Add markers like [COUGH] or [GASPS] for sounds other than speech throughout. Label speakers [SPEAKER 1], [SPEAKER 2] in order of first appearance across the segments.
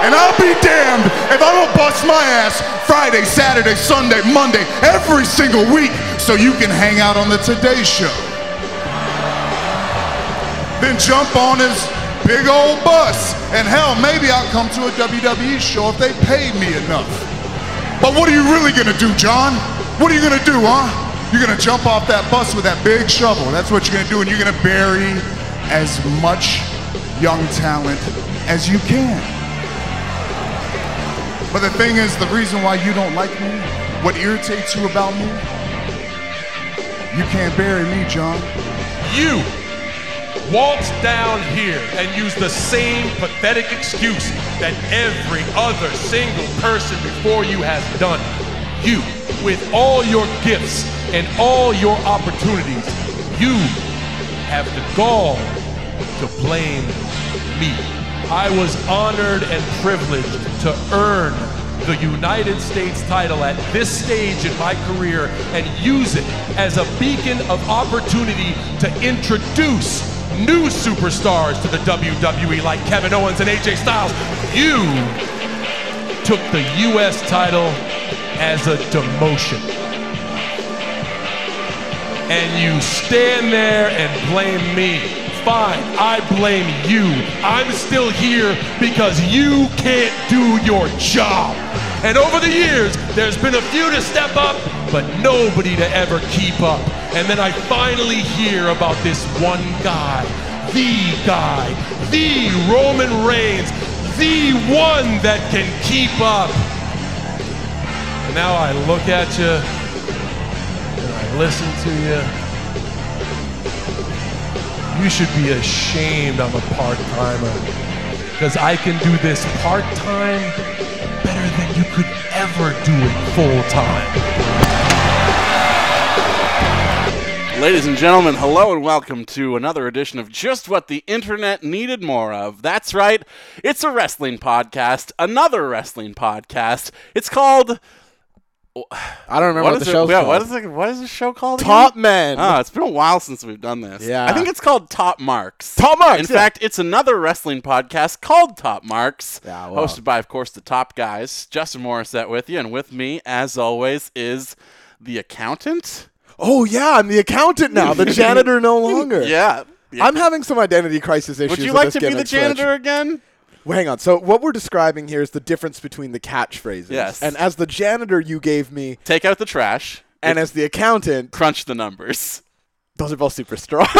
[SPEAKER 1] And I'll be damned if I don't bust my ass Friday, Saturday, Sunday, Monday, every single week so you can hang out on the Today Show. Then jump on his big old bus. And hell, maybe I'll come to a WWE show if they pay me enough. But what are you really gonna do, John? What are you gonna do, huh? You're gonna jump off that bus with that big shovel. That's what you're gonna do, and you're gonna bury as much young talent as you can. But the thing is, the reason why you don't like me, what irritates you about me, you can't bury me, John.
[SPEAKER 2] You walked down here and used the same pathetic excuse that every other single person before you has done. You, with all your gifts and all your opportunities, you have the gall to blame me. I was honored and privileged to earn the United States title at this stage in my career and use it as a beacon of opportunity to introduce new superstars to the WWE like Kevin Owens and AJ Styles. You took the U.S. title as a demotion. And you stand there and blame me fine. I blame you. I'm still here because you can't do your job. And over the years, there's been a few to step up, but nobody to ever keep up. And then I finally hear about this one guy, the guy, the Roman Reigns, the one that can keep up. And now I look at you, and I listen to you. You should be ashamed I'm a part timer. Because I can do this part time better than you could ever do it full time.
[SPEAKER 3] Ladies and gentlemen, hello and welcome to another edition of Just What the Internet Needed More of. That's right, it's a wrestling podcast, another wrestling podcast. It's called
[SPEAKER 4] I don't remember what, what the
[SPEAKER 3] it,
[SPEAKER 4] show's
[SPEAKER 3] yeah,
[SPEAKER 4] called.
[SPEAKER 3] What is, it, what is the show called?
[SPEAKER 4] Top again? Men.
[SPEAKER 3] Oh, it's been a while since we've done this.
[SPEAKER 4] Yeah.
[SPEAKER 3] I think it's called Top Marks.
[SPEAKER 4] Top Marks.
[SPEAKER 3] In
[SPEAKER 4] yeah.
[SPEAKER 3] fact, it's another wrestling podcast called Top Marks,
[SPEAKER 4] Yeah, well.
[SPEAKER 3] hosted by, of course, the top guys. Justin Morissette with you, and with me, as always, is the accountant.
[SPEAKER 4] Oh yeah, I'm the accountant now.
[SPEAKER 3] [LAUGHS]
[SPEAKER 4] The janitor no longer.
[SPEAKER 3] Yeah. yeah.
[SPEAKER 4] I'm having some identity crisis issues.
[SPEAKER 3] Would you
[SPEAKER 4] with
[SPEAKER 3] like
[SPEAKER 4] this
[SPEAKER 3] to be
[SPEAKER 4] gimmick
[SPEAKER 3] the janitor
[SPEAKER 4] switch.
[SPEAKER 3] again?
[SPEAKER 4] Well, hang on. So what we're describing here is the difference between the catchphrases.
[SPEAKER 3] Yes.
[SPEAKER 4] And as the janitor, you gave me,
[SPEAKER 3] Take out the trash
[SPEAKER 4] and as the accountant,
[SPEAKER 3] crunch the numbers. [LAUGHS]
[SPEAKER 4] those are both super strong. [LAUGHS]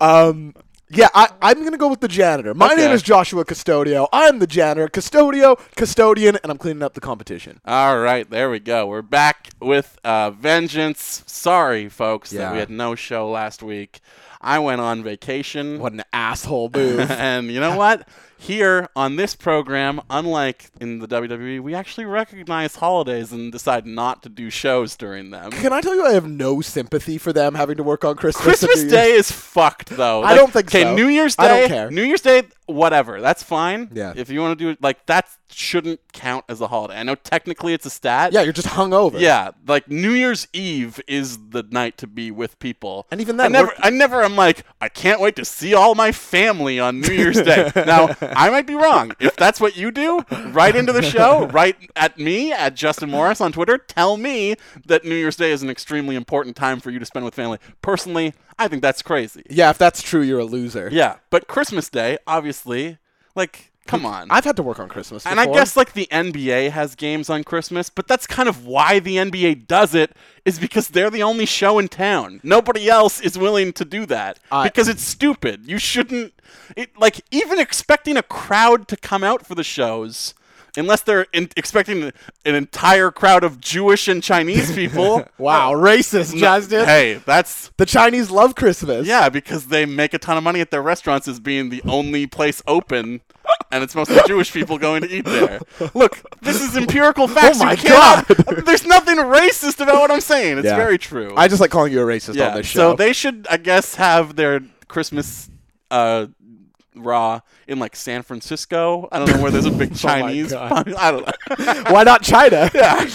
[SPEAKER 4] um, yeah, I, I'm going to go with the janitor. My name
[SPEAKER 3] Okay.
[SPEAKER 4] is Joshua Custodio. I'm the janitor, Custodio, custodian, and I'm cleaning up the competition.
[SPEAKER 3] All right, there we go. We're back with uh, vengeance. Sorry, folks, that
[SPEAKER 4] Yeah.
[SPEAKER 3] we had no show last week. I went on vacation. [LAUGHS]
[SPEAKER 4] What an asshole [LAUGHS] move.
[SPEAKER 3] and you know what? Here on this program, unlike in the WWE, we actually recognize holidays and decide not to do shows during them.
[SPEAKER 4] Can I tell you I have no sympathy for them having to work on Christmas? and
[SPEAKER 3] Christmas
[SPEAKER 4] New Year's?
[SPEAKER 3] Day is fucked though.
[SPEAKER 4] I don't think
[SPEAKER 3] Okay,
[SPEAKER 4] so.
[SPEAKER 3] New Year's Day.
[SPEAKER 4] I don't care.
[SPEAKER 3] New Year's Day, whatever. That's fine.
[SPEAKER 4] Yeah.
[SPEAKER 3] If you want to do it, like that shouldn't count as a holiday. I know technically it's a stat.
[SPEAKER 4] Yeah, you're just hung over.
[SPEAKER 3] Yeah, like New Year's Eve is the night to be with people.
[SPEAKER 4] And even then,
[SPEAKER 3] I never,
[SPEAKER 4] we're-
[SPEAKER 3] I never am like, I can't wait to see all my family on New Year's
[SPEAKER 4] [LAUGHS]
[SPEAKER 3] Day. Now, I might be wrong. If that's what you do, write into the show,
[SPEAKER 4] [LAUGHS]
[SPEAKER 3] write at me, at Justin Morris on Twitter. Tell me that New Year's Day is an extremely important time for you to spend with family. Personally, I think that's crazy.
[SPEAKER 4] Yeah, if that's true, you're a loser.
[SPEAKER 3] Yeah, but Christmas Day, obviously, like, come on.
[SPEAKER 4] I've had to work on Christmas.
[SPEAKER 3] And I
[SPEAKER 4] before.
[SPEAKER 3] guess like the NBA has games on Christmas, but that's kind of why the NBA does it is because they're the only show in town. Nobody else is willing to do that
[SPEAKER 4] I-
[SPEAKER 3] because it's stupid. You shouldn't it, like even expecting a crowd to come out for the shows unless they're in, expecting an entire crowd of Jewish and Chinese people.
[SPEAKER 4] [LAUGHS] Wow, racist, Justin.
[SPEAKER 3] oh, Hey, that's
[SPEAKER 4] The Chinese love Christmas.
[SPEAKER 3] yeah, because they make a ton of money at their restaurants as being the only place open, and it's mostly Jewish people going to eat
[SPEAKER 4] [LAUGHS]
[SPEAKER 3] there. Look, [LAUGHS] this is empirical facts.
[SPEAKER 4] Oh my
[SPEAKER 3] you cannot, [LAUGHS] There's nothing racist about what I'm saying. It's
[SPEAKER 4] Yeah.
[SPEAKER 3] very true.
[SPEAKER 4] I just like calling you a racist
[SPEAKER 3] yeah.
[SPEAKER 4] on this
[SPEAKER 3] So
[SPEAKER 4] show.
[SPEAKER 3] they should, I guess, have their Christmas uh, Raw in like San Francisco. I don't know where there's a
[SPEAKER 4] [LAUGHS]
[SPEAKER 3] big Chinese.
[SPEAKER 4] Oh God.
[SPEAKER 3] I don't know. [LAUGHS]
[SPEAKER 4] [LAUGHS] [LAUGHS] Why not China?
[SPEAKER 3] yeah,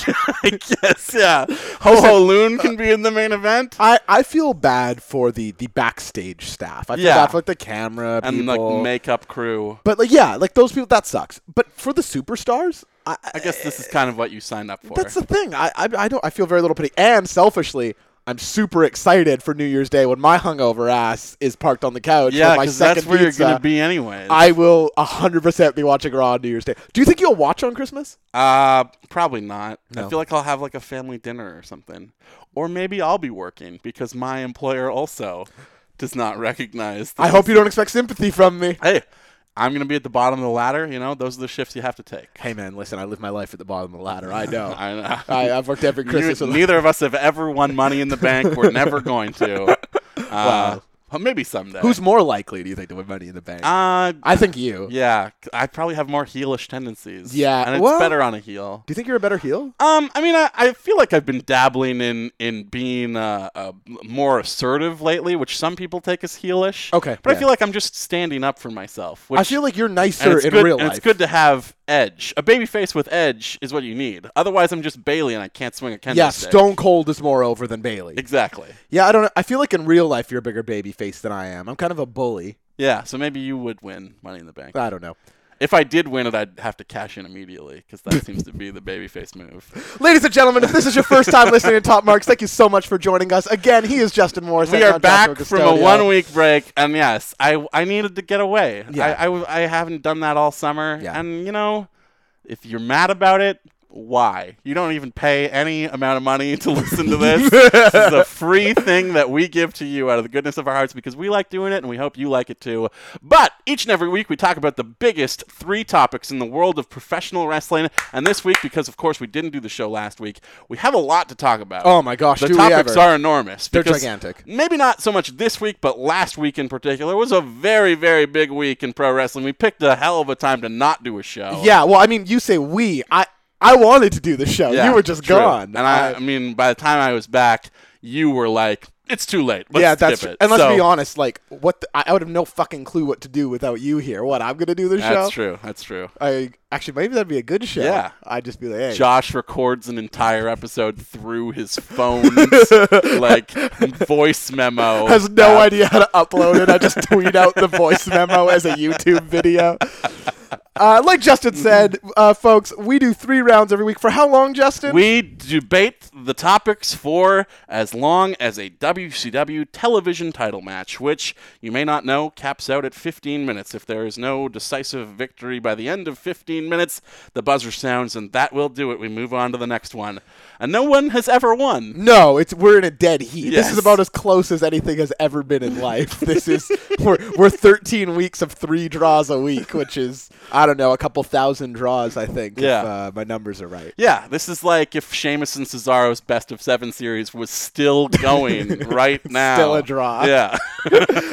[SPEAKER 3] I guess yeah. Ho Ho Loon can be in the main event.
[SPEAKER 4] I, I feel bad for the, the backstage staff. I feel
[SPEAKER 3] Yeah.
[SPEAKER 4] bad for like the camera
[SPEAKER 3] and
[SPEAKER 4] people.
[SPEAKER 3] like makeup crew.
[SPEAKER 4] but like yeah, like those people that sucks. But for the superstars, I,
[SPEAKER 3] I guess this is kind of what you signed up for.
[SPEAKER 4] That's the thing. I, I I don't. I feel very little pity. And selfishly, I'm super excited for New Year's Day when my hungover ass is parked on the couch.
[SPEAKER 3] yeah,
[SPEAKER 4] with my
[SPEAKER 3] because that's
[SPEAKER 4] second
[SPEAKER 3] where
[SPEAKER 4] pizza.
[SPEAKER 3] you're gonna be anyway.
[SPEAKER 4] I will 100% be watching Raw on New Year's Day. Do you think you'll watch on Christmas?
[SPEAKER 3] Uh, probably not. I
[SPEAKER 4] No.
[SPEAKER 3] feel like I'll have like a family dinner or something, or maybe I'll be working because my employer also does not recognize.
[SPEAKER 4] I hope you don't expect sympathy from me.
[SPEAKER 3] [LAUGHS] Hey, I'm gonna be at the bottom of the ladder. You know, those are the shifts you have to take.
[SPEAKER 4] Hey man, listen, I live my life at the bottom of the ladder. I know.
[SPEAKER 3] [LAUGHS] I know.
[SPEAKER 4] I, I've worked every Christmas.
[SPEAKER 3] You- [LAUGHS]
[SPEAKER 4] with-
[SPEAKER 3] neither of us have ever won money in the bank. We're never going to.
[SPEAKER 4] [LAUGHS]
[SPEAKER 3] Uh, well, maybe someday.
[SPEAKER 4] [LAUGHS] Who's more likely, do you think, to win money in the bank?
[SPEAKER 3] Uh,
[SPEAKER 4] I think you.
[SPEAKER 3] yeah, I probably have more heelish tendencies.
[SPEAKER 4] Yeah,
[SPEAKER 3] and it's
[SPEAKER 4] well-
[SPEAKER 3] better on a heel.
[SPEAKER 4] Do you think you're a better heel?
[SPEAKER 3] Um, I mean, I, I feel like I've been dabbling in in being uh, uh, more assertive lately, which some people take as heelish.
[SPEAKER 4] Okay,
[SPEAKER 3] but I
[SPEAKER 4] yeah.
[SPEAKER 3] feel like I'm just standing up for myself. Which,
[SPEAKER 4] I feel like you're
[SPEAKER 3] and
[SPEAKER 4] nicer
[SPEAKER 3] it's
[SPEAKER 4] in
[SPEAKER 3] good,
[SPEAKER 4] real
[SPEAKER 3] and
[SPEAKER 4] life.
[SPEAKER 3] It's good to have edge. A baby face with edge is what you need. Otherwise, I'm just Bailey and I can't swing a kendo
[SPEAKER 4] yeah,
[SPEAKER 3] stick.
[SPEAKER 4] Stone Cold is more over than Bailey.
[SPEAKER 3] Exactly.
[SPEAKER 4] Yeah, I don't know. I feel like in real life you're a bigger baby face than I am. I'm kind of a bully.
[SPEAKER 3] Yeah, so maybe you would win Money in the Bank.
[SPEAKER 4] I don't know.
[SPEAKER 3] If I did win it, I'd have to cash in immediately because that seems to be the babyface move.
[SPEAKER 4] Ladies and gentlemen, if this is your first time listening to Top Marks, thank you so much for joining us. Again, he is Justin Morris.
[SPEAKER 3] We
[SPEAKER 4] I'm
[SPEAKER 3] are
[SPEAKER 4] Joshua
[SPEAKER 3] back from a
[SPEAKER 4] Custodio.
[SPEAKER 3] one week break, and yes, I I needed to get away.
[SPEAKER 4] Yeah.
[SPEAKER 3] I I w- I, haven't done that all summer,
[SPEAKER 4] Yeah.
[SPEAKER 3] and you know, if you're mad about it, why? You don't even pay any amount of money to listen to
[SPEAKER 4] [LAUGHS]
[SPEAKER 3] this. this is a free thing that we give to you out of the goodness of our hearts because we like doing it, and we hope you like it too. But each and every week, we talk about the biggest three topics in the world of professional wrestling, and this week, because of course we didn't do the show last week, we have a lot to talk about.
[SPEAKER 4] Oh my gosh,
[SPEAKER 3] the
[SPEAKER 4] do we
[SPEAKER 3] topics
[SPEAKER 4] ever.
[SPEAKER 3] are are enormous.
[SPEAKER 4] They're
[SPEAKER 3] because
[SPEAKER 4] gigantic.
[SPEAKER 3] Maybe not so much this week, but last week in particular was a very, very big week in pro wrestling. We picked a hell of a time to not do a show.
[SPEAKER 4] Yeah, well, I mean, you say we. I I wanted to do the show.
[SPEAKER 3] Yeah,
[SPEAKER 4] you were just
[SPEAKER 3] true.
[SPEAKER 4] gone.
[SPEAKER 3] And I, I mean, by the time I was back, you were like, "It's too late." Let's
[SPEAKER 4] yeah, that's
[SPEAKER 3] skip
[SPEAKER 4] true.
[SPEAKER 3] it.
[SPEAKER 4] And let's
[SPEAKER 3] So-
[SPEAKER 4] be honest, like what the, I I would have no fucking clue what to do without you here. What I'm gonna do the show?
[SPEAKER 3] That's true. That's true.
[SPEAKER 4] I actually maybe that'd be a good show.
[SPEAKER 3] Yeah.
[SPEAKER 4] I'd just be like, hey,
[SPEAKER 3] Josh records an entire episode through
[SPEAKER 4] [LAUGHS]
[SPEAKER 3] his phone's like voice memo.
[SPEAKER 4] has no idea how to upload it. I
[SPEAKER 3] [LAUGHS]
[SPEAKER 4] just tweet out the voice memo as a YouTube video. Uh, like Justin
[SPEAKER 3] Mm-hmm.
[SPEAKER 4] said, uh, folks, we do three rounds every week. For how long,
[SPEAKER 3] [LAUGHS]
[SPEAKER 4] Justin?
[SPEAKER 3] We debate the topics for as long as a WCW television title match, which you may not know caps out at 15 minutes. If there is no decisive victory by the end of 15 minutes, the buzzer sounds, and that will do it. We move on to the next one. And no one has ever won.
[SPEAKER 4] no, it's we're in a dead heat. This
[SPEAKER 3] Yes.
[SPEAKER 4] is about as close as anything has ever been in life. This is we're, we're 13 weeks of three draws a week, which is I don't know a couple thousand draws. I think.
[SPEAKER 3] Yeah.
[SPEAKER 4] if, uh, my numbers are right.
[SPEAKER 3] Yeah, this is like if Sheamus and Cesaro's best of seven series was
[SPEAKER 4] [LAUGHS]
[SPEAKER 3] still going right now.
[SPEAKER 4] Still a draw. [LAUGHS]
[SPEAKER 3] Yeah.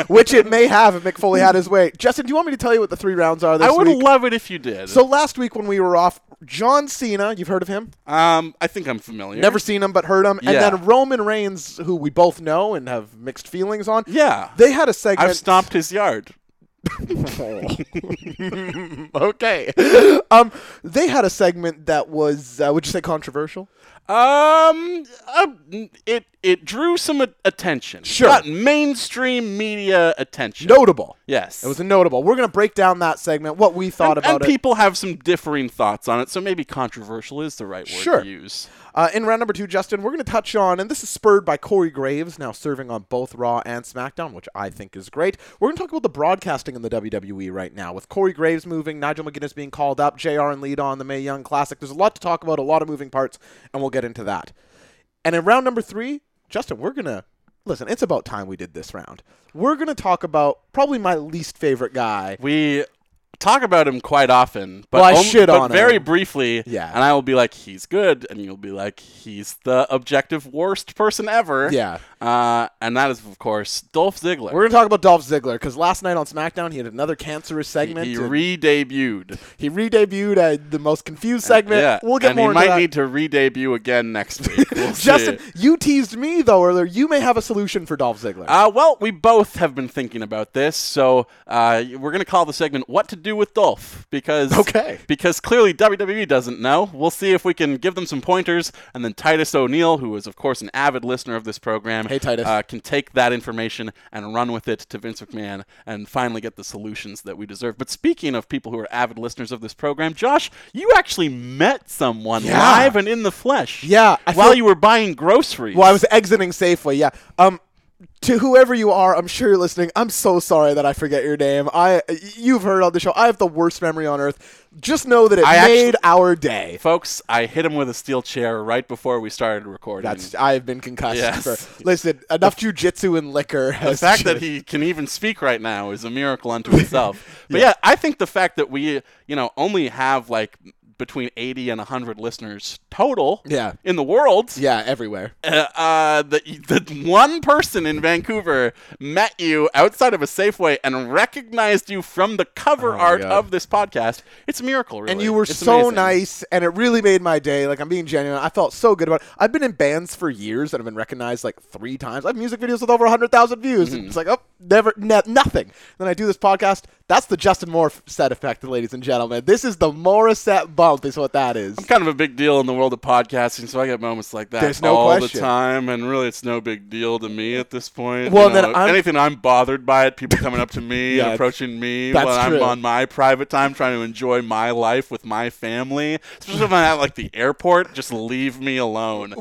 [SPEAKER 4] Which it may have if Mick Foley had his way. Justin, do you want me to tell you what the three rounds are
[SPEAKER 3] [LAUGHS]
[SPEAKER 4] this
[SPEAKER 3] I would
[SPEAKER 4] week?
[SPEAKER 3] love it if you did.
[SPEAKER 4] so last week when we were off, John Cena, you've heard of him?
[SPEAKER 3] um, I think I'm familiar.
[SPEAKER 4] Never seen him, but heard him. And
[SPEAKER 3] Yeah.
[SPEAKER 4] then Roman Reigns, who we both know and have mixed feelings on.
[SPEAKER 3] Yeah.
[SPEAKER 4] They had a segment.
[SPEAKER 3] I've stomped his yard.
[SPEAKER 4] okay. [LAUGHS] um, they had a segment that was, uh, would you say controversial?
[SPEAKER 3] Um, uh, it it drew some a- attention.
[SPEAKER 4] Sure.
[SPEAKER 3] Got mainstream media attention.
[SPEAKER 4] Notable.
[SPEAKER 3] Yes.
[SPEAKER 4] It was a notable. We're going to break down that segment, what we thought
[SPEAKER 3] and,
[SPEAKER 4] about
[SPEAKER 3] and
[SPEAKER 4] it.
[SPEAKER 3] people have some differing thoughts on it, so maybe controversial is the right word
[SPEAKER 4] Sure.
[SPEAKER 3] to use.
[SPEAKER 4] Uh, in round number two, Justin, we're going to touch on, and this is spurred by Corey Graves now serving on both Raw and SmackDown, which I think is great. We're going to talk about the broadcasting in the WWE right now, with Corey Graves moving, Nigel McGuinness being called up, JR and Lita on the May Young Classic. There's a lot to talk about, a lot of moving parts, and we'll get into that. And in round number three, Justin, we're going to listen, it's about time we did this round. We're going to talk about probably my least favorite guy.
[SPEAKER 3] We talk about him quite often, but,
[SPEAKER 4] Well, I
[SPEAKER 3] only-
[SPEAKER 4] shit
[SPEAKER 3] but
[SPEAKER 4] on
[SPEAKER 3] very
[SPEAKER 4] him.
[SPEAKER 3] briefly.
[SPEAKER 4] Yeah.
[SPEAKER 3] And I will be like, he's good, and you'll be like, he's the objective worst person ever.
[SPEAKER 4] Yeah.
[SPEAKER 3] Uh, and that is, of course, Dolph Ziggler.
[SPEAKER 4] We're going to talk about Dolph Ziggler because last night on SmackDown, he had another cancerous segment.
[SPEAKER 3] he
[SPEAKER 4] and
[SPEAKER 3] re-debuted.
[SPEAKER 4] he re-debuted uh, the most confused segment.
[SPEAKER 3] yeah,
[SPEAKER 4] We'll get
[SPEAKER 3] and
[SPEAKER 4] more
[SPEAKER 3] he
[SPEAKER 4] into
[SPEAKER 3] might
[SPEAKER 4] that.
[SPEAKER 3] need to re-debut again next
[SPEAKER 4] [LAUGHS]
[SPEAKER 3] week. We'll see.
[SPEAKER 4] Justin, you teased me though earlier. You may have a solution for Dolph Ziggler.
[SPEAKER 3] Uh, well, we both have been thinking about this, so uh, we're going to call the segment "What to Do with Dolph" because
[SPEAKER 4] Okay.
[SPEAKER 3] because clearly WWE doesn't know. We'll see if we can give them some pointers, and then Titus O'Neil, who is of course an avid listener of this program,
[SPEAKER 4] Hey, Titus.
[SPEAKER 3] uh, can take that information and run with it to Vince McMahon and finally get the solutions that we deserve. But speaking of people who are avid listeners of this program, Josh, you actually met someone
[SPEAKER 4] Yeah.
[SPEAKER 3] live and in the flesh.
[SPEAKER 4] Yeah, I
[SPEAKER 3] while
[SPEAKER 4] feel-
[SPEAKER 3] you were buying groceries.
[SPEAKER 4] well, I was exiting safely. Yeah. Um, to whoever you are, I'm sure you're listening. I'm so sorry that I forget your name. I you've heard on the show. I have the worst memory on earth. Just know that it
[SPEAKER 3] I actu-
[SPEAKER 4] made our day.
[SPEAKER 3] Folks, I hit him with a steel chair right before we started recording.
[SPEAKER 4] That's I've been concussed.
[SPEAKER 3] Yes.
[SPEAKER 4] For, listen, enough jujitsu and liquor.
[SPEAKER 3] the fact that he can even speak right now is a miracle unto
[SPEAKER 4] [LAUGHS]
[SPEAKER 3] itself. But yeah. I think the fact that we, you know, only have like between 80 and 100 listeners total
[SPEAKER 4] Yeah.
[SPEAKER 3] in the world,
[SPEAKER 4] yeah, everywhere.
[SPEAKER 3] uh, uh, that y- that one person in Vancouver met you outside of a Safeway and recognized you from the cover art
[SPEAKER 4] Oh God.
[SPEAKER 3] of this podcast, it's a miracle, really.
[SPEAKER 4] And you were
[SPEAKER 3] It's
[SPEAKER 4] so
[SPEAKER 3] amazing.
[SPEAKER 4] nice, and it really made my day. Like I'm being genuine. I felt so good about it. I've been in bands for years, and I've been recognized like three times. I have music videos with over hundred thousand views.
[SPEAKER 3] Mm-hmm.
[SPEAKER 4] and It's like oh, never, ne- nothing. Then I do this podcast. That's the Justin Moore f- set effect, ladies and gentlemen. This is the Morissette bump, is what
[SPEAKER 3] [LAUGHS]
[SPEAKER 4] that is.
[SPEAKER 3] I'm kind of a big deal in the world of podcasting, so I get moments like that
[SPEAKER 4] There's no
[SPEAKER 3] all
[SPEAKER 4] question.
[SPEAKER 3] the time, and really, it's no big deal to me at this point.
[SPEAKER 4] Well,
[SPEAKER 3] You
[SPEAKER 4] then
[SPEAKER 3] know,
[SPEAKER 4] I'm-
[SPEAKER 3] anything I'm bothered by it, people coming up to me,
[SPEAKER 4] [LAUGHS] Yeah,
[SPEAKER 3] and approaching me
[SPEAKER 4] that's
[SPEAKER 3] while I'm
[SPEAKER 4] true.
[SPEAKER 3] on my private time, trying to enjoy my life with my family. Especially if I'm at like the airport, just leave me alone.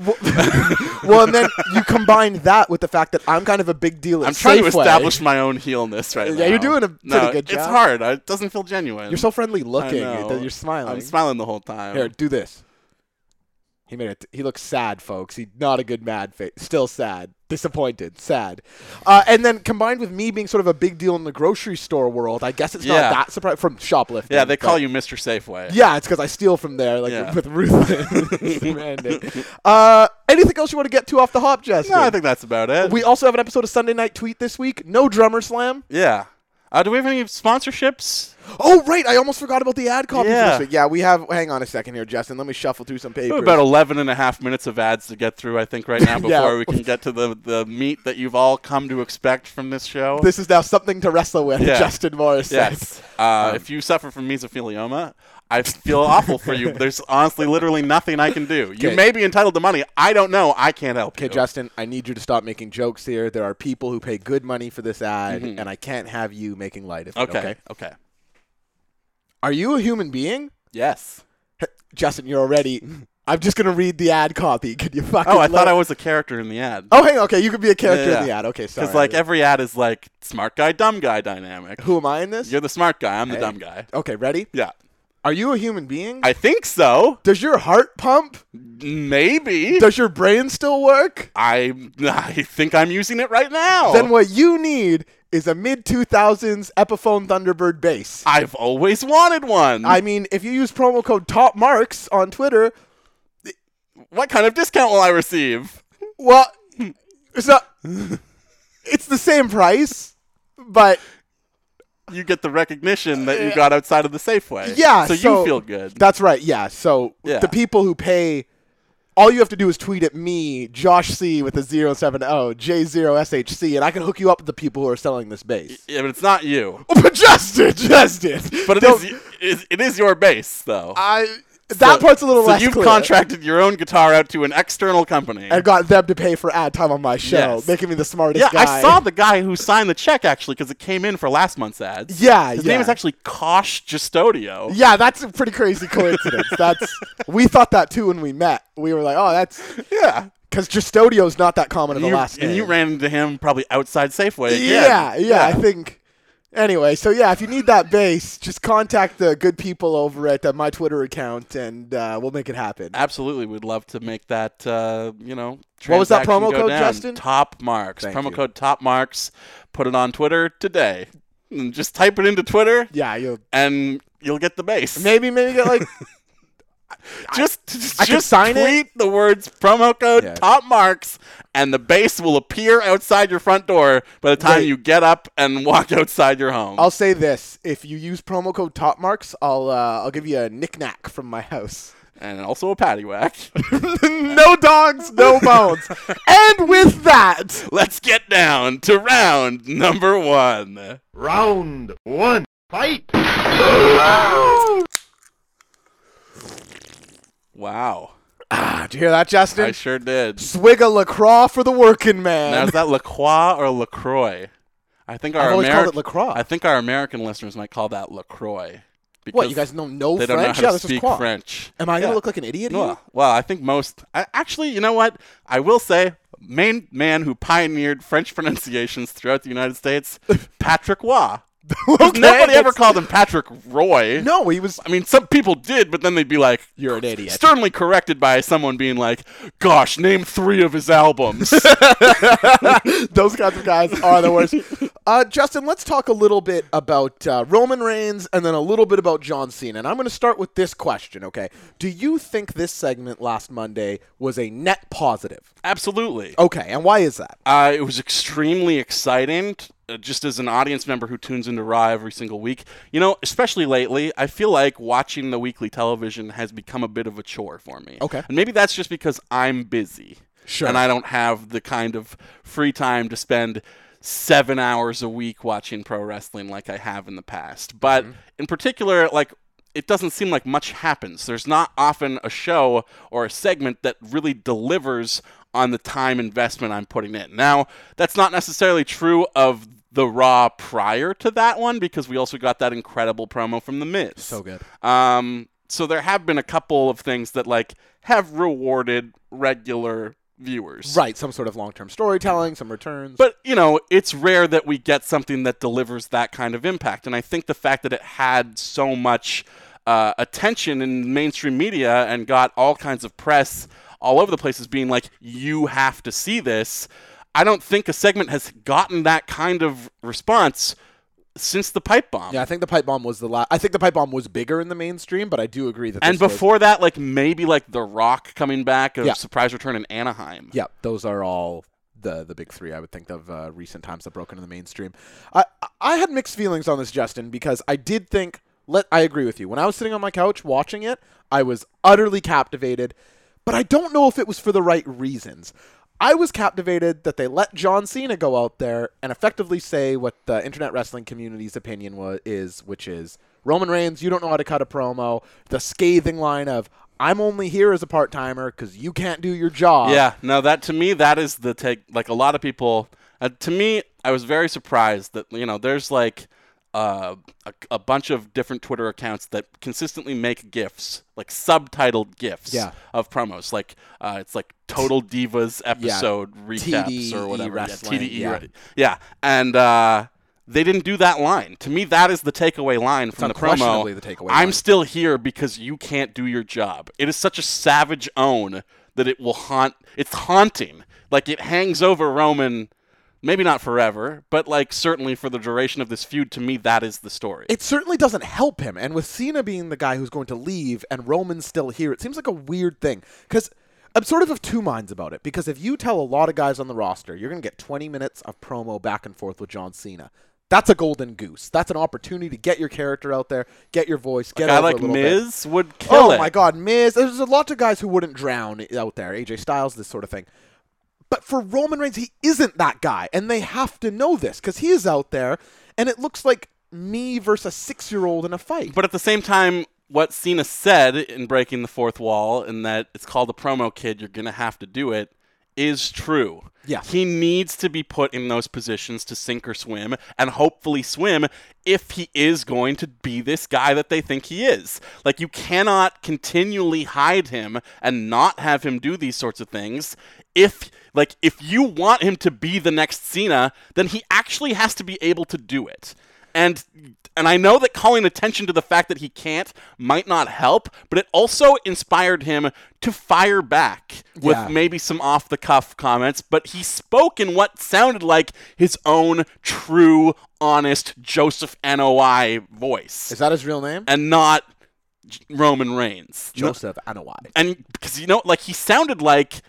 [SPEAKER 4] well, and then you combine that with the fact that I'm kind of a big deal. At
[SPEAKER 3] I'm trying to
[SPEAKER 4] Safeway.
[SPEAKER 3] establish my own heelness right now.
[SPEAKER 4] Yeah, you're doing a pretty
[SPEAKER 3] no,
[SPEAKER 4] good
[SPEAKER 3] It's
[SPEAKER 4] job.
[SPEAKER 3] hard. I- It doesn't feel genuine.
[SPEAKER 4] You're so friendly
[SPEAKER 3] I
[SPEAKER 4] looking.
[SPEAKER 3] know.
[SPEAKER 4] You're smiling.
[SPEAKER 3] I'm smiling the whole time.
[SPEAKER 4] Here, do this. He made it. He looks sad, folks. He not a good mad face. Still sad, disappointed, sad. Uh, and then combined with me being sort of a big deal in the grocery store world, I guess it's
[SPEAKER 3] Yeah.
[SPEAKER 4] not that surprising from shoplifting.
[SPEAKER 3] yeah, they call
[SPEAKER 4] but-
[SPEAKER 3] you Mr. Safeway.
[SPEAKER 4] Yeah, it's because I steal from there, like
[SPEAKER 3] Yeah. [LAUGHS]
[SPEAKER 4] with ruthless mandate. Uh, anything else you want to get to off the hop, Justin?
[SPEAKER 3] No, I think that's about it.
[SPEAKER 4] we also have an episode of Sunday Night Tweet this week. No drummer slam.
[SPEAKER 3] Yeah. Uh, do we have any sponsorships?
[SPEAKER 4] Oh right, I almost forgot about the ad copy. for
[SPEAKER 3] Yeah.
[SPEAKER 4] this week. yeah, we have. Hang on a second here, Justin. Let me shuffle through some
[SPEAKER 3] We
[SPEAKER 4] papers.
[SPEAKER 3] have about 11 and a half minutes of ads to get through, I think, right now before
[SPEAKER 4] [LAUGHS] Yeah.
[SPEAKER 3] we can get to the, the meat that you've all come to expect from this show.
[SPEAKER 4] [LAUGHS] This is now something to wrestle with,
[SPEAKER 3] Yeah.
[SPEAKER 4] Justin Morris.
[SPEAKER 3] yes.
[SPEAKER 4] says.
[SPEAKER 3] Uh, if you suffer from mesothelioma, I feel awful for you. There's honestly literally nothing I can do. You
[SPEAKER 4] Okay.
[SPEAKER 3] may be entitled to money. I don't know. I can't help
[SPEAKER 4] Okay,
[SPEAKER 3] you.
[SPEAKER 4] Justin, I need you to stop making jokes here. There are people who pay good money for this ad, and I can't have you making light of it. Okay.
[SPEAKER 3] Mm-hmm. okay. okay.
[SPEAKER 4] Are you a human being?
[SPEAKER 3] Yes.
[SPEAKER 4] Justin, you're already. I'm just gonna read the ad copy. [LAUGHS] Could you fucking?
[SPEAKER 3] Oh, I thought
[SPEAKER 4] let-
[SPEAKER 3] I was a character in the ad.
[SPEAKER 4] Oh, hang on. Okay, you could be a character
[SPEAKER 3] Yeah.
[SPEAKER 4] in the ad. Okay, sorry.
[SPEAKER 3] Because, like, every ad is like smart guy, dumb guy dynamic.
[SPEAKER 4] who am I in this?
[SPEAKER 3] You're the smart guy. I'm the
[SPEAKER 4] Hey.
[SPEAKER 3] dumb guy.
[SPEAKER 4] okay, ready?
[SPEAKER 3] Yeah.
[SPEAKER 4] Are you a human being?
[SPEAKER 3] I think so.
[SPEAKER 4] Does your heart pump?
[SPEAKER 3] Maybe.
[SPEAKER 4] Does your brain still work?
[SPEAKER 3] I I think I'm using it right now.
[SPEAKER 4] Then what you need is a mid 2000s Epiphone Thunderbird bass.
[SPEAKER 3] I've always wanted one.
[SPEAKER 4] I mean, if you use promo code Top Marks on Twitter,
[SPEAKER 3] what kind of discount will I receive?
[SPEAKER 4] well, it's
[SPEAKER 3] [LAUGHS]
[SPEAKER 4] not. It's the same price, but
[SPEAKER 3] You get the recognition that you got outside of the Safeway.
[SPEAKER 4] Uh, yeah.
[SPEAKER 3] Eh, So, you feel good.
[SPEAKER 4] That's right. Yeah. So
[SPEAKER 3] Yeah.
[SPEAKER 4] the people who pay, all you have to do is tweet at me, Josh C with a 070 J0SHC, and I can hook you up with the people who are selling this base.
[SPEAKER 3] yeah, but it's not you.
[SPEAKER 4] Oh, [LAUGHS] but Justin, Justin,
[SPEAKER 3] [LAUGHS] But it
[SPEAKER 4] don't-
[SPEAKER 3] is, is it is your base though.
[SPEAKER 4] I that part's a little
[SPEAKER 3] so
[SPEAKER 4] less.
[SPEAKER 3] you've
[SPEAKER 4] clear.
[SPEAKER 3] contracted your own guitar out to an external company.
[SPEAKER 4] and got them to pay for ad time on my show,
[SPEAKER 3] Yes.
[SPEAKER 4] making me the smartest
[SPEAKER 3] yeah,
[SPEAKER 4] guy.
[SPEAKER 3] I saw the guy who signed the check actually because it came in for last month's ads.
[SPEAKER 4] Yeah,
[SPEAKER 3] his
[SPEAKER 4] yeah.
[SPEAKER 3] name is actually Kosh Gestodio.
[SPEAKER 4] Yeah, that's a pretty crazy coincidence. that's we thought that too when we met. We were like, oh, that's
[SPEAKER 3] yeah.
[SPEAKER 4] because Justodio's not that common of a
[SPEAKER 3] You-
[SPEAKER 4] last name.
[SPEAKER 3] and you ran into him probably outside Safeway. again.
[SPEAKER 4] yeah, yeah, I think. Anyway, so yeah, if you need that base, just contact the good people over at uh, my Twitter account, and uh, we'll make it happen.
[SPEAKER 3] absolutely. We'd love to make that. Uh, you know,
[SPEAKER 4] What was that
[SPEAKER 3] transaction
[SPEAKER 4] promo
[SPEAKER 3] go
[SPEAKER 4] code,
[SPEAKER 3] down.
[SPEAKER 4] Justin?
[SPEAKER 3] Top marks.
[SPEAKER 4] Thank
[SPEAKER 3] promo
[SPEAKER 4] you.
[SPEAKER 3] code top marks. Put it on Twitter today. and just type it into Twitter,
[SPEAKER 4] Yeah, you'll
[SPEAKER 3] and you'll get the base.
[SPEAKER 4] maybe maybe get like
[SPEAKER 3] just just,
[SPEAKER 4] I could sign it.
[SPEAKER 3] tweet the words promo code
[SPEAKER 4] Yeah.
[SPEAKER 3] top marks, and the base will appear outside your front door by the time
[SPEAKER 4] Wait.
[SPEAKER 3] you get up and walk [LAUGHS] outside your home.
[SPEAKER 4] I'll say this: if you use promo code Top Marks, I'll uh, I'll give you a knickknack from my house.
[SPEAKER 3] and also a patty whack.
[SPEAKER 4] [LAUGHS] no dogs, no bones. and with that,
[SPEAKER 3] Let's get down to round number one.
[SPEAKER 5] Round one, fight!
[SPEAKER 3] Wow,
[SPEAKER 4] ah, did you hear that, Justin?
[SPEAKER 3] I sure did.
[SPEAKER 4] Swig a lacroix for the working man.
[SPEAKER 3] Now is that Lacroix or Lacroix? I think our
[SPEAKER 4] I've always called
[SPEAKER 3] Ameri-
[SPEAKER 4] it Lacroix.
[SPEAKER 3] I think our American listeners might call that Lacroix.
[SPEAKER 4] what
[SPEAKER 3] because
[SPEAKER 4] you guys know? No
[SPEAKER 3] They don't
[SPEAKER 4] French?
[SPEAKER 3] know how
[SPEAKER 4] yeah,
[SPEAKER 3] to
[SPEAKER 4] this is
[SPEAKER 3] speak
[SPEAKER 4] qua.
[SPEAKER 3] French.
[SPEAKER 4] Am I gonna
[SPEAKER 3] Yeah.
[SPEAKER 4] look like an idiot?
[SPEAKER 3] No,
[SPEAKER 4] here? [LAUGHS]
[SPEAKER 3] well, I think most. I, actually, you know what? I will say, main man who pioneered French pronunciations throughout the United States, Patrick Roy. Nobody ever
[SPEAKER 4] that's-
[SPEAKER 3] called him Patrick Roy.
[SPEAKER 4] No, he was.
[SPEAKER 3] I mean, some people did, but then they'd be like,
[SPEAKER 4] You're an idiot.
[SPEAKER 3] sternly corrected by someone being like, "Gosh, name three of his albums."
[SPEAKER 4] Those kinds of guys are the [LAUGHS] worst. Uh, Justin, let's talk a little bit about uh, Roman Reigns and then a little bit about John Cena. And I'm going to start with this question, okay? Do you think this segment last Monday was a net positive?
[SPEAKER 3] Absolutely.
[SPEAKER 4] Okay, and why is that?
[SPEAKER 3] Uh, it was extremely exciting, t- uh, just as an audience member who tunes into Raw every single week. You know, especially lately, I feel like watching the weekly television has become a bit of a chore for me.
[SPEAKER 4] Okay.
[SPEAKER 3] And maybe that's just because I'm busy.
[SPEAKER 4] Sure.
[SPEAKER 3] And I don't have the kind of free time to spend seven hours a week watching pro wrestling like I have in the past. But
[SPEAKER 4] Mm-hmm.
[SPEAKER 3] in particular, like, it doesn't seem like much happens. There's not often a show or a segment that really delivers on the time investment I'm putting in. Now, that's not necessarily true of the Raw prior to that one because we also got that incredible promo from The Miz.
[SPEAKER 4] So good.
[SPEAKER 3] Um, so there have been a couple of things that like have rewarded regular viewers.
[SPEAKER 4] Right, some sort of long term storytelling, some returns.
[SPEAKER 3] But, you know, it's rare that we get something that delivers that kind of impact. And I think the fact that it had so much uh, attention in mainstream media and got all kinds of press all over the place as being like, you have to see this, I don't think a segment has gotten that kind of response since the pipe bomb.
[SPEAKER 4] yeah, I think the pipe bomb was the last. I think the pipe bomb was bigger in the mainstream, but I do agree that.
[SPEAKER 3] And
[SPEAKER 4] this was-
[SPEAKER 3] before that, like maybe like The Rock coming back, a
[SPEAKER 4] Yeah.
[SPEAKER 3] surprise return in Anaheim.
[SPEAKER 4] Yeah, those are all the the big three I would think of uh, recent times that broke into the mainstream. I I had mixed feelings on this, Justin, because I did think let I agree with you. When I was sitting on my couch watching it, I was utterly captivated, but I don't know if it was for the right reasons. I was captivated that they let John Cena go out there and effectively say what the internet wrestling community's opinion was, is, which is Roman Reigns, you don't know how to cut a promo. The scathing line of "I'm only here as a part timer because you can't do your job."
[SPEAKER 3] Yeah, no, that to me, that is the take. Like a lot of people, uh, to me, I was very surprised that you know there's like uh, a, a bunch of different Twitter accounts that consistently make gifs, like subtitled gifs
[SPEAKER 4] Yeah.
[SPEAKER 3] of promos. Like uh, it's like Total Divas episode recaps or
[SPEAKER 4] TDE
[SPEAKER 3] whatever. Yeah,
[SPEAKER 4] E wrestling,
[SPEAKER 3] TDE,
[SPEAKER 4] yeah.
[SPEAKER 3] re- yeah, and. Uh, they didn't do that line. To me, that is the takeaway line from the
[SPEAKER 4] unquestionably
[SPEAKER 3] promo.
[SPEAKER 4] the takeaway
[SPEAKER 3] I'm
[SPEAKER 4] line.
[SPEAKER 3] still here because you can't do your job. It is such a savage own that it will haunt. It's haunting. Like it hangs over Roman, maybe not forever, but like certainly for the duration of this feud. To me, that is the story.
[SPEAKER 4] it certainly doesn't help him. And with Cena being the guy who's going to leave and Roman's still here, it seems like a weird thing. Because I'm sort of of two minds about it. Because if you tell a lot of guys on the roster, you're going to get 20 minutes of promo back and forth with John Cena. That's a golden goose. That's an opportunity to get your character out there, get your voice,
[SPEAKER 3] a
[SPEAKER 4] get
[SPEAKER 3] guy
[SPEAKER 4] over a
[SPEAKER 3] like
[SPEAKER 4] little bit.
[SPEAKER 3] Miz would kill
[SPEAKER 4] oh
[SPEAKER 3] it.
[SPEAKER 4] my God, Miz! There's a lot of guys who wouldn't drown out there. AJ Styles, this sort of thing. But for Roman Reigns, he isn't that guy, and they have to know this because he is out there, and it looks like me versus a six-year-old in a fight.
[SPEAKER 3] But at the same time, what Cena said in breaking the fourth wall, and that it's called a promo kid, you're gonna have to do it, is true.
[SPEAKER 4] Yeah.
[SPEAKER 3] He needs to be put in those positions to sink or swim, and hopefully swim if he is going to be this guy that they think he is. Like you cannot continually hide him and not have him do these sorts of things. If like if you want him to be the next Cena, then he actually has to be able to do it. And and I know that calling attention to the fact that he can't might not help, but it also inspired him to fire back with
[SPEAKER 4] Yeah.
[SPEAKER 3] maybe some off the cuff comments, but he spoke in what sounded like his own true, honest Joseph NOI voice
[SPEAKER 4] Is that his real name?
[SPEAKER 3] and not J- Roman Reigns. No-
[SPEAKER 4] Joseph Anawai.
[SPEAKER 3] and because you know, like he sounded like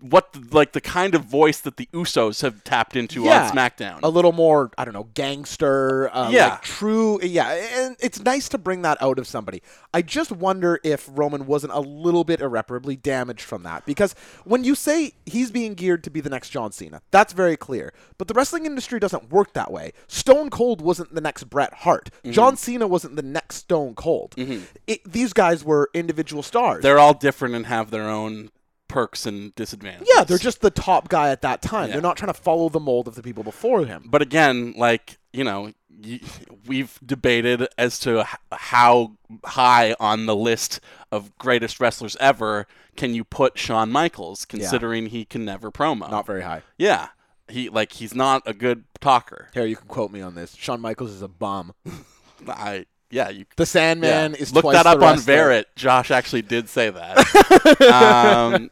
[SPEAKER 3] what, the, like the kind of voice that the Usos have tapped into
[SPEAKER 4] Yeah.
[SPEAKER 3] on SmackDown.
[SPEAKER 4] A little more, I don't know, gangster. Uh,
[SPEAKER 3] Yeah.
[SPEAKER 4] like true. Yeah. And it's nice to bring that out of somebody. I just wonder if Roman wasn't a little bit irreparably damaged from that. Because when you say he's being geared to be the next John Cena, that's very clear. But the wrestling industry doesn't work that way. Stone Cold wasn't the next Bret Hart, John Cena wasn't the next Stone Cold. It, these guys were individual stars.
[SPEAKER 3] They're all different and have their own perks and disadvantages.
[SPEAKER 4] yeah, they're just the top guy at that time.
[SPEAKER 3] Yeah.
[SPEAKER 4] They're not trying to follow the mold of the people before him.
[SPEAKER 3] But again, like you know, y- we've debated as to h- how high on the list of greatest wrestlers ever can you put Shawn Michaels, considering he can never promo.
[SPEAKER 4] Not very high.
[SPEAKER 3] yeah, he like he's not a good talker.
[SPEAKER 4] Here, you can quote me on this. Shawn Michaels is a bum.
[SPEAKER 3] I yeah, you
[SPEAKER 4] The Sandman
[SPEAKER 3] Yeah.
[SPEAKER 4] is
[SPEAKER 3] look
[SPEAKER 4] twice
[SPEAKER 3] that
[SPEAKER 4] the
[SPEAKER 3] up on
[SPEAKER 4] wrestler.
[SPEAKER 3] Verret. Josh actually did say
[SPEAKER 4] [LAUGHS]
[SPEAKER 3] that. um,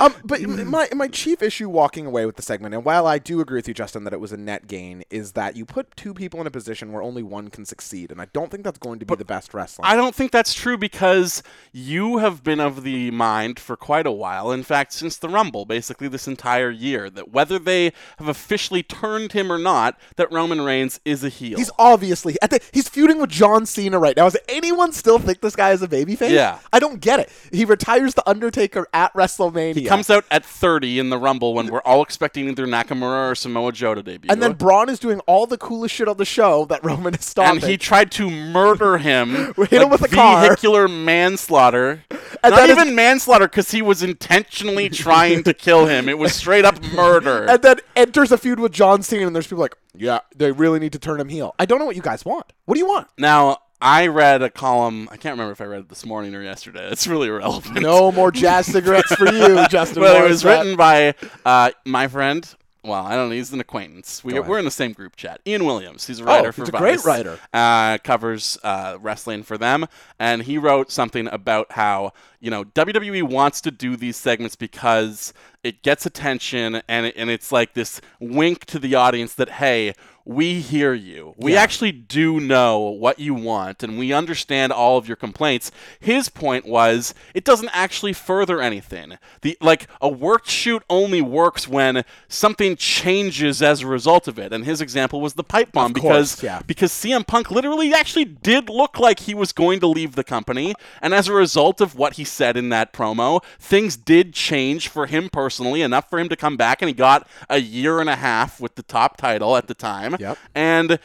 [SPEAKER 4] Um, but m- my my chief issue walking away with the segment, and while I do agree with you, Justin, that it was a net gain, is that you put two people in a position where only one can succeed, and I don't think that's going to be the best wrestling.
[SPEAKER 3] I don't think that's true because you have been of the mind for quite a while. In fact, since the Rumble, basically this entire year, that whether they have officially turned him or not, that Roman Reigns is a heel.
[SPEAKER 4] He's obviously at the, he's feuding with John Cena right now. Does anyone still think this guy is a babyface?
[SPEAKER 3] Yeah.
[SPEAKER 4] I don't get it. He retires the Undertaker at WrestleMania.
[SPEAKER 3] he comes out at 30 in the Rumble when we're all expecting either Nakamura or Samoa Joe to debut.
[SPEAKER 4] and then Braun is doing all the coolest shit on the show that Roman is stopping.
[SPEAKER 3] and he tried to murder
[SPEAKER 4] [LAUGHS]
[SPEAKER 3] him.
[SPEAKER 4] Hit him with a car.
[SPEAKER 3] vehicular manslaughter.
[SPEAKER 4] And
[SPEAKER 3] Not
[SPEAKER 4] that is-
[SPEAKER 3] even manslaughter because he was intentionally trying to kill him. It was straight up murder.
[SPEAKER 4] [LAUGHS] and then enters a feud with John Cena, and there's people like, yeah, they really need to turn him heel. I don't know what you guys want. What do you want?
[SPEAKER 3] Now, I read a column. I can't remember if I read it this morning or yesterday. [LAUGHS] It's really irrelevant. [LAUGHS]
[SPEAKER 4] No more jazz cigarettes for [LAUGHS] you, Justin.
[SPEAKER 3] Well, it
[SPEAKER 4] Morissette.
[SPEAKER 3] was written by uh, my friend. Well, I don't know. He's an acquaintance. We,
[SPEAKER 4] Go ahead. Oh,
[SPEAKER 3] we're in the same group chat. Ian Williams. He's a writer for
[SPEAKER 4] he's a
[SPEAKER 3] Vice.
[SPEAKER 4] great writer.
[SPEAKER 3] Uh, covers uh, wrestling for them, and he wrote something about how you know WWE wants to do these segments because it gets attention, and it, and it's like this wink to the audience that hey. We hear you. We actually do know what you want, and we understand all of your complaints. His point was it doesn't actually further anything. The like a worked shoot only works when something changes as a result of it. And his example was the pipe bomb
[SPEAKER 4] course,
[SPEAKER 3] because
[SPEAKER 4] yeah.
[SPEAKER 3] because CM Punk literally actually did look like he was going to leave the company, and as a result of what he said in that promo, things did change for him personally enough for him to come back, and he got a year and a half with the top title at the time,
[SPEAKER 4] Yep.
[SPEAKER 3] and.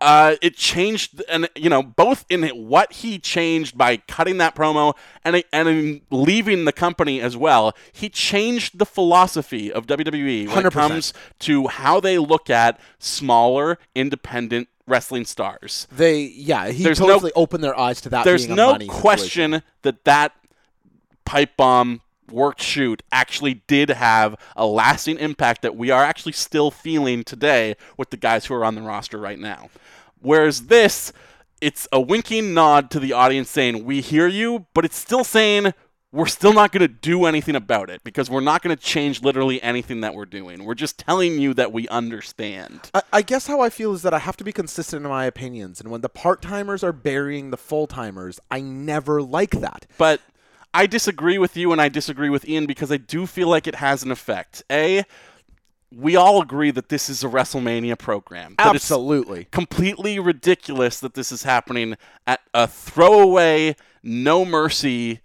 [SPEAKER 3] Uh, it changed, and you know, both in what he changed by cutting that promo and and in leaving the company as well. He changed the philosophy of E WWE when it
[SPEAKER 4] 100%.
[SPEAKER 3] comes to how they look at smaller independent wrestling stars.
[SPEAKER 4] They, yeah, he
[SPEAKER 3] There's no-
[SPEAKER 4] totally opened their eyes to that.
[SPEAKER 3] There's
[SPEAKER 4] being a
[SPEAKER 3] no
[SPEAKER 4] money situation.
[SPEAKER 3] question that that pipe bomb worked shoot actually did have a lasting impact that we are actually still feeling today with the guys who are on the roster right now. Whereas this, it's a winking nod to the audience saying, We hear you, but it's still saying, we're still not going to do anything about it because we're not going to change literally anything that we're doing. We're just telling you that we understand.
[SPEAKER 4] I, I guess how I feel is that I have to be consistent in my opinions, and when the part timers are burying the full timers, I never like that.
[SPEAKER 3] but I disagree with you and I disagree with Ian because I do feel like it has an effect. A, we all agree that this is a WrestleMania program. that it's
[SPEAKER 4] Absolutely.
[SPEAKER 3] completely ridiculous that this is happening at a throwaway, no mercy.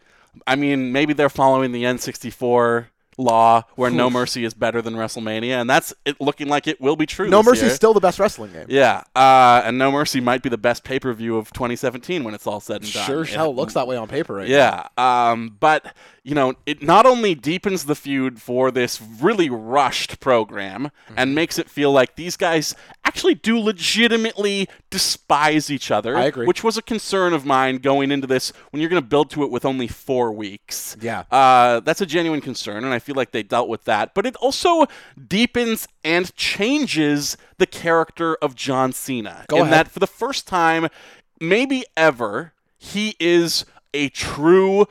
[SPEAKER 3] I mean, maybe they're following the N64 law where no mercy is better than WrestleMania, and that's it looking like it will be true.
[SPEAKER 4] No
[SPEAKER 3] this
[SPEAKER 4] Mercy
[SPEAKER 3] year.
[SPEAKER 4] is still the best wrestling game.
[SPEAKER 3] Yeah, uh, and No Mercy might be the best pay per view of 2017 when it's all said and done.
[SPEAKER 4] Sure,
[SPEAKER 3] It-
[SPEAKER 4] hell looks that way on paper right now.
[SPEAKER 3] yeah, um, but you know, it not only deepens the
[SPEAKER 4] Mm-hmm.
[SPEAKER 3] feud for this really rushed program and makes it feel like these guys actually do legitimately despise each other.
[SPEAKER 4] I agree.
[SPEAKER 3] Which was a concern of mine going into this when you're going to build to it with only four weeks.
[SPEAKER 4] Yeah.
[SPEAKER 3] Uh, that's a genuine concern, and I feel like they dealt with that. But it also deepens and changes the character of John Cena.
[SPEAKER 4] Go
[SPEAKER 3] in
[SPEAKER 4] ahead.
[SPEAKER 3] that, for the first time, maybe ever, he is a true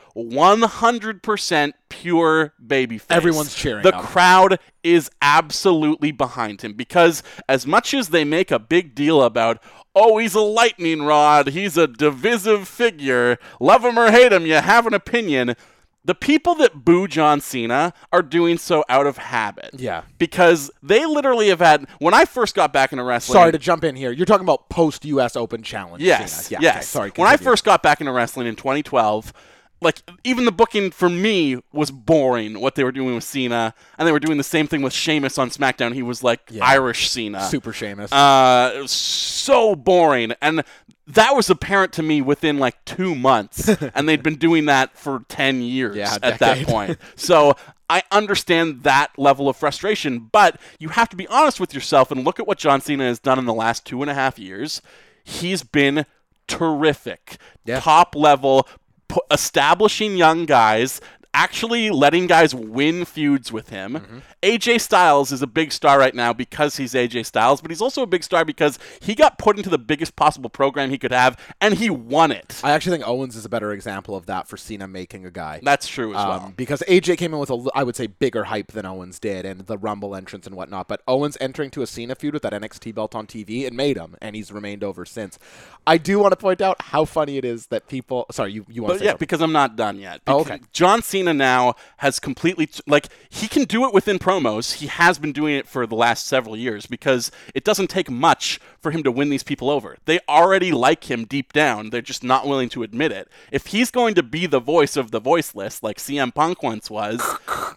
[SPEAKER 3] 100% pure babyface.
[SPEAKER 4] Everyone's cheering
[SPEAKER 3] The
[SPEAKER 4] him.
[SPEAKER 3] crowd is absolutely behind him because, as much as they make a big deal about, oh, he's a lightning rod, he's a divisive figure, love him or hate him, you have an opinion. The people that boo John Cena are doing so out of habit.
[SPEAKER 4] Yeah.
[SPEAKER 3] Because they literally have had, when I first got back into wrestling.
[SPEAKER 4] Sorry to jump in here. You're talking about post U.S. Open challenge.
[SPEAKER 3] Yes.
[SPEAKER 4] Cena. Yeah,
[SPEAKER 3] yes.
[SPEAKER 4] okay, sorry.
[SPEAKER 3] When I
[SPEAKER 4] continue.
[SPEAKER 3] first got back into wrestling in 2012, like even the booking for me was boring. What they were doing with Cena, and they were doing the same thing with Sheamus on SmackDown. He was like Irish Cena.
[SPEAKER 4] super Sheamus.
[SPEAKER 3] Uh, it was so boring, and that was apparent to me within like two
[SPEAKER 4] [LAUGHS]
[SPEAKER 3] months, and they'd been doing that for ten years
[SPEAKER 4] Yeah, a
[SPEAKER 3] at that
[SPEAKER 4] decade.
[SPEAKER 3] point. So I understand that level of frustration, but you have to be honest with yourself and look at what John Cena has done in the last two and a half years. He's been terrific,
[SPEAKER 4] Yeah.
[SPEAKER 3] top level, pu- establishing young guys. Actually, letting guys win feuds with him.
[SPEAKER 4] Mm-hmm.
[SPEAKER 3] AJ Styles is a big star right now because he's AJ Styles, but he's also a big star because he got put into the biggest possible program he could have, and he won it.
[SPEAKER 4] I actually think Owens is a better example of that for Cena making a guy.
[SPEAKER 3] That's true as
[SPEAKER 4] Um,
[SPEAKER 3] well.
[SPEAKER 4] because AJ came in with a, l- I would say, bigger hype than Owens did, and the Rumble entrance and whatnot. But Owens entering to a Cena feud with that NXT belt on TV it made him, and he's remained over since. I do want to point out how funny it is that people. Sorry, you you want to
[SPEAKER 3] But
[SPEAKER 4] say
[SPEAKER 3] yeah,
[SPEAKER 4] something?
[SPEAKER 3] because I'm not done yet.
[SPEAKER 4] Oh,
[SPEAKER 3] Because
[SPEAKER 4] okay.
[SPEAKER 3] John Cena now has completely t- like he can do it within promos. He has been doing it for the last several years because it doesn't take much for him to win these people over. They already like him deep down. They're just not willing to admit it. If he's going to be the voice of the voiceless like CM Punk once
[SPEAKER 4] [LAUGHS]
[SPEAKER 3] was,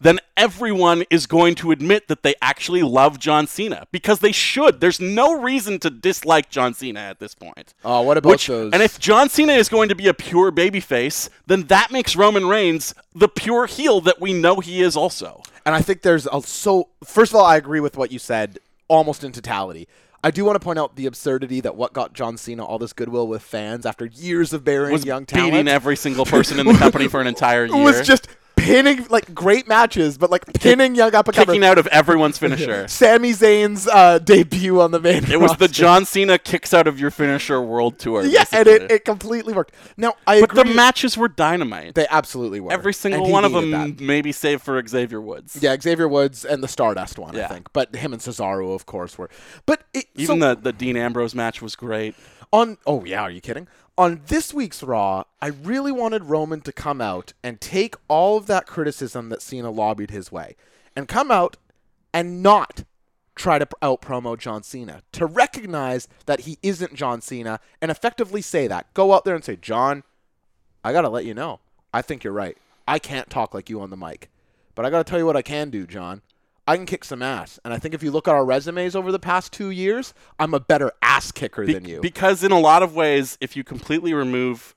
[SPEAKER 3] then everyone is going to admit that they actually love John Cena because they should. There's no reason to dislike John Cena at this point.
[SPEAKER 4] Oh, what about
[SPEAKER 3] Which-
[SPEAKER 4] those-
[SPEAKER 3] And if John Cena is going to be a pure babyface, then that makes Roman Reigns the pure heel that we know he is also.
[SPEAKER 4] And I think there's a, so. First of all, I agree with what you said almost in totality. I do want to point out the absurdity that what got John Cena all this goodwill with fans after years of burying
[SPEAKER 3] Was
[SPEAKER 4] young talent
[SPEAKER 3] beating every single person in the company for an
[SPEAKER 4] [LAUGHS]
[SPEAKER 3] entire year.
[SPEAKER 4] was just pinning like great matches, but like pinning young up a
[SPEAKER 3] kicking out of everyone's
[SPEAKER 4] [LAUGHS]
[SPEAKER 3] finisher.
[SPEAKER 4] Sami Zayn's uh, debut on the main.
[SPEAKER 3] It was the
[SPEAKER 4] roster.
[SPEAKER 3] John Cena kicks out of your finisher world tour.
[SPEAKER 4] Yeah, and
[SPEAKER 3] basically.
[SPEAKER 4] it, it completely worked. Now I
[SPEAKER 3] but
[SPEAKER 4] agree.
[SPEAKER 3] the matches were dynamite.
[SPEAKER 4] they absolutely were.
[SPEAKER 3] Every
[SPEAKER 4] And
[SPEAKER 3] single
[SPEAKER 4] he
[SPEAKER 3] one of them,
[SPEAKER 4] needed that.
[SPEAKER 3] maybe save for Xavier Woods.
[SPEAKER 4] Yeah, Xavier Woods and the Stardust one, I
[SPEAKER 3] Yeah.
[SPEAKER 4] think. But him and Cesaro, of course, were. But it,
[SPEAKER 3] Even
[SPEAKER 4] so
[SPEAKER 3] the, the Dean Ambrose match was great.
[SPEAKER 4] on. Oh yeah, are you kidding? On this week's Raw, I really wanted Roman to come out and take all of that criticism that Cena lobbied his way, and come out and not try to out promo John Cena, to recognize that he isn't John Cena, and effectively say that. Go out there and say, John, I gotta let you know. I think you're right. I can't talk like you on the mic. But I gotta tell you what I can do, John. I can kick some ass. And I think if you look at our resumes over the past two years, I'm a better ass kicker
[SPEAKER 3] Be-
[SPEAKER 4] than you.
[SPEAKER 3] Because in a lot of ways, if you completely remove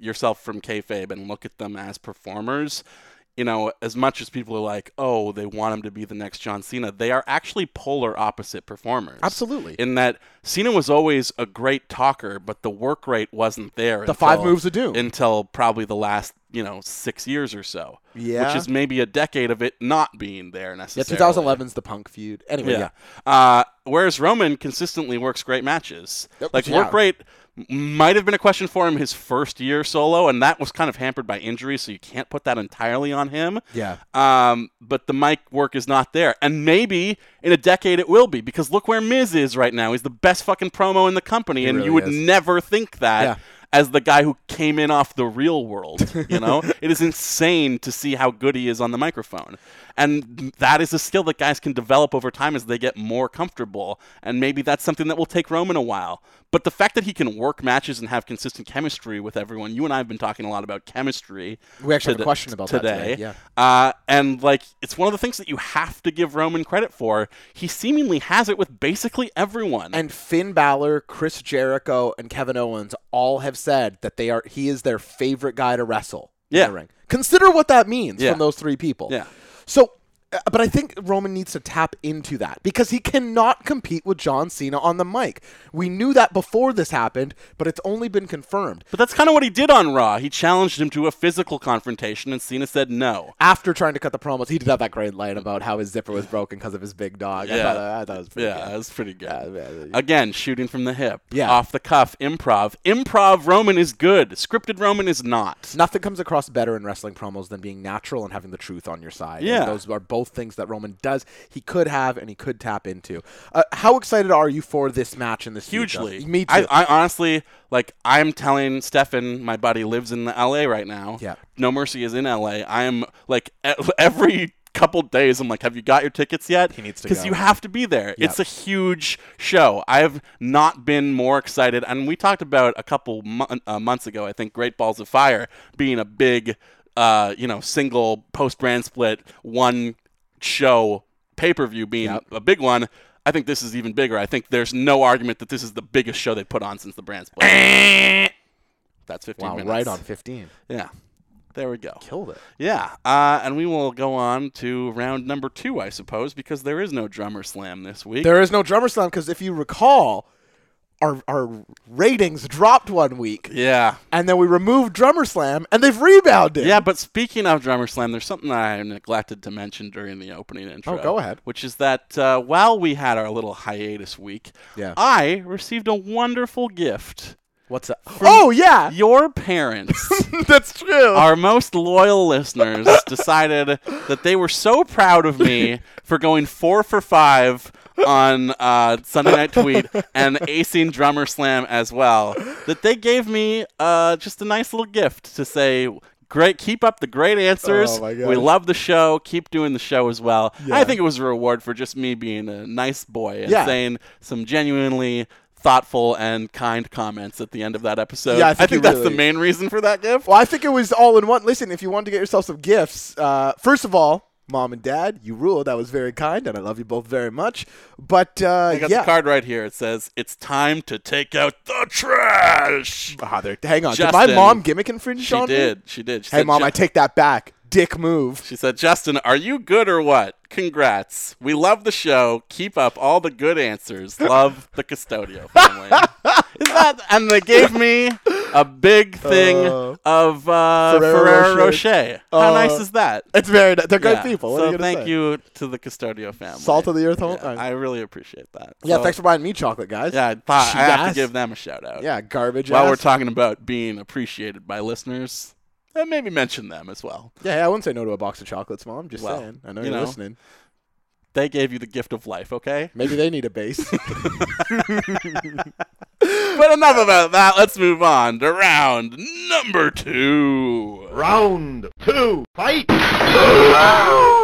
[SPEAKER 3] yourself from kayfabe and look at them as performers, you know, as much as people are like, oh, they want him to be the next John Cena, they are actually polar opposite performers.
[SPEAKER 4] Absolutely.
[SPEAKER 3] In that Cena was always a great talker, but the work rate wasn't there.
[SPEAKER 4] The five moves of doom.
[SPEAKER 3] Until probably the last, you know, six years or so.
[SPEAKER 4] Yeah.
[SPEAKER 3] Which is maybe a decade of it not being there
[SPEAKER 4] yeah,
[SPEAKER 3] necessarily.
[SPEAKER 4] 2011's the punk feud. Anyway, yeah.
[SPEAKER 3] Yeah. Uh, whereas Roman consistently works great matches.
[SPEAKER 4] Yep,
[SPEAKER 3] like
[SPEAKER 4] yeah.
[SPEAKER 3] work rate m- might have been a question for him his first year solo, and that was kind of hampered by injury, so you can't put that entirely on him.
[SPEAKER 4] Yeah.
[SPEAKER 3] Um, but the mic work is not there, and maybe in a decade it will be because look where Miz is right now. He's the best fucking promo in the company, and
[SPEAKER 4] really
[SPEAKER 3] you would
[SPEAKER 4] is.
[SPEAKER 3] never think that.
[SPEAKER 4] Yeah.
[SPEAKER 3] As the guy who came in off the real
[SPEAKER 4] [LAUGHS]
[SPEAKER 3] world, you know, it is insane to see how good he is on the microphone, and that is a skill that guys can develop over time as they get more comfortable. And maybe that's something that will take Roman a while. But the fact that he can work matches and have consistent chemistry with everyone, you and I have been talking a lot about chemistry.
[SPEAKER 4] We actually have a
[SPEAKER 3] today-
[SPEAKER 4] question about that today, yeah.
[SPEAKER 3] uh, and like it's one of the things that you have to give Roman credit for. He seemingly has it with basically everyone.
[SPEAKER 4] And Finn Balor, Chris Jericho, and Kevin Owens all have said that they are he is their favorite guy to wrestle in
[SPEAKER 3] Yeah.
[SPEAKER 4] the ring. Consider what that means
[SPEAKER 3] Yeah.
[SPEAKER 4] from those three people.
[SPEAKER 3] Yeah.
[SPEAKER 4] So Uh, But I think Roman needs to tap into that because he cannot compete with John Cena on the mic. We knew that before this happened, but it's only been confirmed
[SPEAKER 3] But that's kind of what he did on Raw. He challenged him to a physical confrontation, and Cena said no.
[SPEAKER 4] after trying to cut the promos. He did have that great line about how his zipper was broken because of his big dog. I
[SPEAKER 3] Yeah.
[SPEAKER 4] thought, that- I thought it was pretty
[SPEAKER 3] Yeah,
[SPEAKER 4] good.
[SPEAKER 3] that was pretty good.
[SPEAKER 4] man.
[SPEAKER 3] Again, shooting from the hip.
[SPEAKER 4] Yeah.
[SPEAKER 3] Off the cuff, improv. Improv Roman is good. Scripted Roman is not.
[SPEAKER 4] Nothing comes across better in wrestling promos than being natural and having the truth on your side. And
[SPEAKER 3] Yeah.
[SPEAKER 4] those are both things that Roman does. He could have and he could tap into. Uh, how excited are you for this match and this feud,
[SPEAKER 3] Hugely.
[SPEAKER 4] Justin? Me too.
[SPEAKER 3] I, I honestly, like, I'm telling Stefan, my buddy lives in LA right now.
[SPEAKER 4] Yeah.
[SPEAKER 3] No Mercy is in LA. I'm, like, e- [LAUGHS] every couple days, I'm like, have you got your tickets yet? He
[SPEAKER 4] needs to
[SPEAKER 3] Because
[SPEAKER 4] go.
[SPEAKER 3] you have to be there. It's a huge show. I have not been more excited. And we talked about a couple mon- uh, months ago, I think, Great Balls of Fire being a big, uh, you know, single post brand split one show pay per view being a big one. I think this is even bigger. I think there's no argument that this is the biggest show they put on since the brand split. That's 15
[SPEAKER 4] Eh. wow,
[SPEAKER 3] minutes.
[SPEAKER 4] right on 15.
[SPEAKER 3] Yeah. There we go.
[SPEAKER 4] Killed it.
[SPEAKER 3] Yeah, uh, and we will go on to round number two, I suppose, because there is no drummer slam this week.
[SPEAKER 4] There is no drummer slam because if you recall, our, our ratings dropped one week
[SPEAKER 3] yeah,
[SPEAKER 4] and then we removed drummer slam and they've rebounded.
[SPEAKER 3] yeah. But speaking of drummer slam, there's something that I neglected to mention during the opening intro.
[SPEAKER 4] Oh, go ahead.
[SPEAKER 3] Which is that uh, while we had our little hiatus week,
[SPEAKER 4] Yeah.
[SPEAKER 3] I received a wonderful gift.
[SPEAKER 4] What's up?
[SPEAKER 3] [LAUGHS]
[SPEAKER 4] Oh, yeah.
[SPEAKER 3] Your
[SPEAKER 4] [LAUGHS]
[SPEAKER 3] parents.
[SPEAKER 4] That's true.
[SPEAKER 3] our most loyal listeners
[SPEAKER 4] [LAUGHS]
[SPEAKER 3] decided that they were so proud of me for going four for five on uh, Sunday Night Tweet and acing Drummer Slam as well that they gave me uh, just a nice little gift to say. Great, keep up the great answers.
[SPEAKER 4] Oh my
[SPEAKER 3] we
[SPEAKER 4] gosh.
[SPEAKER 3] love the show. Keep doing the show as well. I think it was a reward for just me being a nice boy and
[SPEAKER 4] Yeah.
[SPEAKER 3] saying some genuinely thoughtful and kind comments at the end of that episode.
[SPEAKER 4] Yeah, I think you
[SPEAKER 3] that's the
[SPEAKER 4] really-
[SPEAKER 3] main reason for that gift.
[SPEAKER 4] Well, I think it was all in one. Listen, if you wanted to get yourself some gifts, uh, first of all, mom and dad, you rule. That was very kind, and I love you both very much. But uh,
[SPEAKER 3] I got
[SPEAKER 4] yeah,
[SPEAKER 3] the card right here. It says, "It's time to take out the trash."
[SPEAKER 4] Ah, there- hang on. did my
[SPEAKER 3] Justin,
[SPEAKER 4] mom gimmick infringe
[SPEAKER 3] She
[SPEAKER 4] on me?
[SPEAKER 3] did. She did. She
[SPEAKER 4] Hey,
[SPEAKER 3] said,
[SPEAKER 4] mom,
[SPEAKER 3] "Ju-
[SPEAKER 4] I take that back. Dick move.
[SPEAKER 3] She said, "Justin, are you good or what? Congrats. We love the show. Keep up all the good answers. Love the [LAUGHS] Custodio family." Is that? And they gave me a big thing
[SPEAKER 4] Uh,
[SPEAKER 3] of uh,
[SPEAKER 4] Ferrero
[SPEAKER 3] Ferrero
[SPEAKER 4] Rocher.
[SPEAKER 3] Rocher. How
[SPEAKER 4] Uh,
[SPEAKER 3] nice is that?
[SPEAKER 4] It's very. ni- They're
[SPEAKER 3] Yeah.
[SPEAKER 4] good people. What
[SPEAKER 3] so
[SPEAKER 4] are you gonna
[SPEAKER 3] thank
[SPEAKER 4] say?
[SPEAKER 3] you to the Custodio family.
[SPEAKER 4] Salt of the earth. home-
[SPEAKER 3] Yeah,
[SPEAKER 4] uh,
[SPEAKER 3] I really appreciate that.
[SPEAKER 4] yeah,
[SPEAKER 3] So-
[SPEAKER 4] thanks for buying me chocolate, guys.
[SPEAKER 3] Yeah, I thought I have
[SPEAKER 4] Cheat-ass.
[SPEAKER 3] to give them a shout out.
[SPEAKER 4] Yeah, garbage.
[SPEAKER 3] While
[SPEAKER 4] ass.
[SPEAKER 3] we're talking about being appreciated by listeners, and maybe mention them as well.
[SPEAKER 4] yeah, hey, I wouldn't say no to a box of chocolates, mom. Just
[SPEAKER 3] Well,
[SPEAKER 4] saying. I know
[SPEAKER 3] you
[SPEAKER 4] you're
[SPEAKER 3] know.
[SPEAKER 4] listening.
[SPEAKER 3] They gave you the gift of life, okay?
[SPEAKER 4] Maybe they need
[SPEAKER 3] [LAUGHS]
[SPEAKER 4] a base.
[SPEAKER 3] But enough about that. Let's move on to round number two.
[SPEAKER 5] Round two. Fight.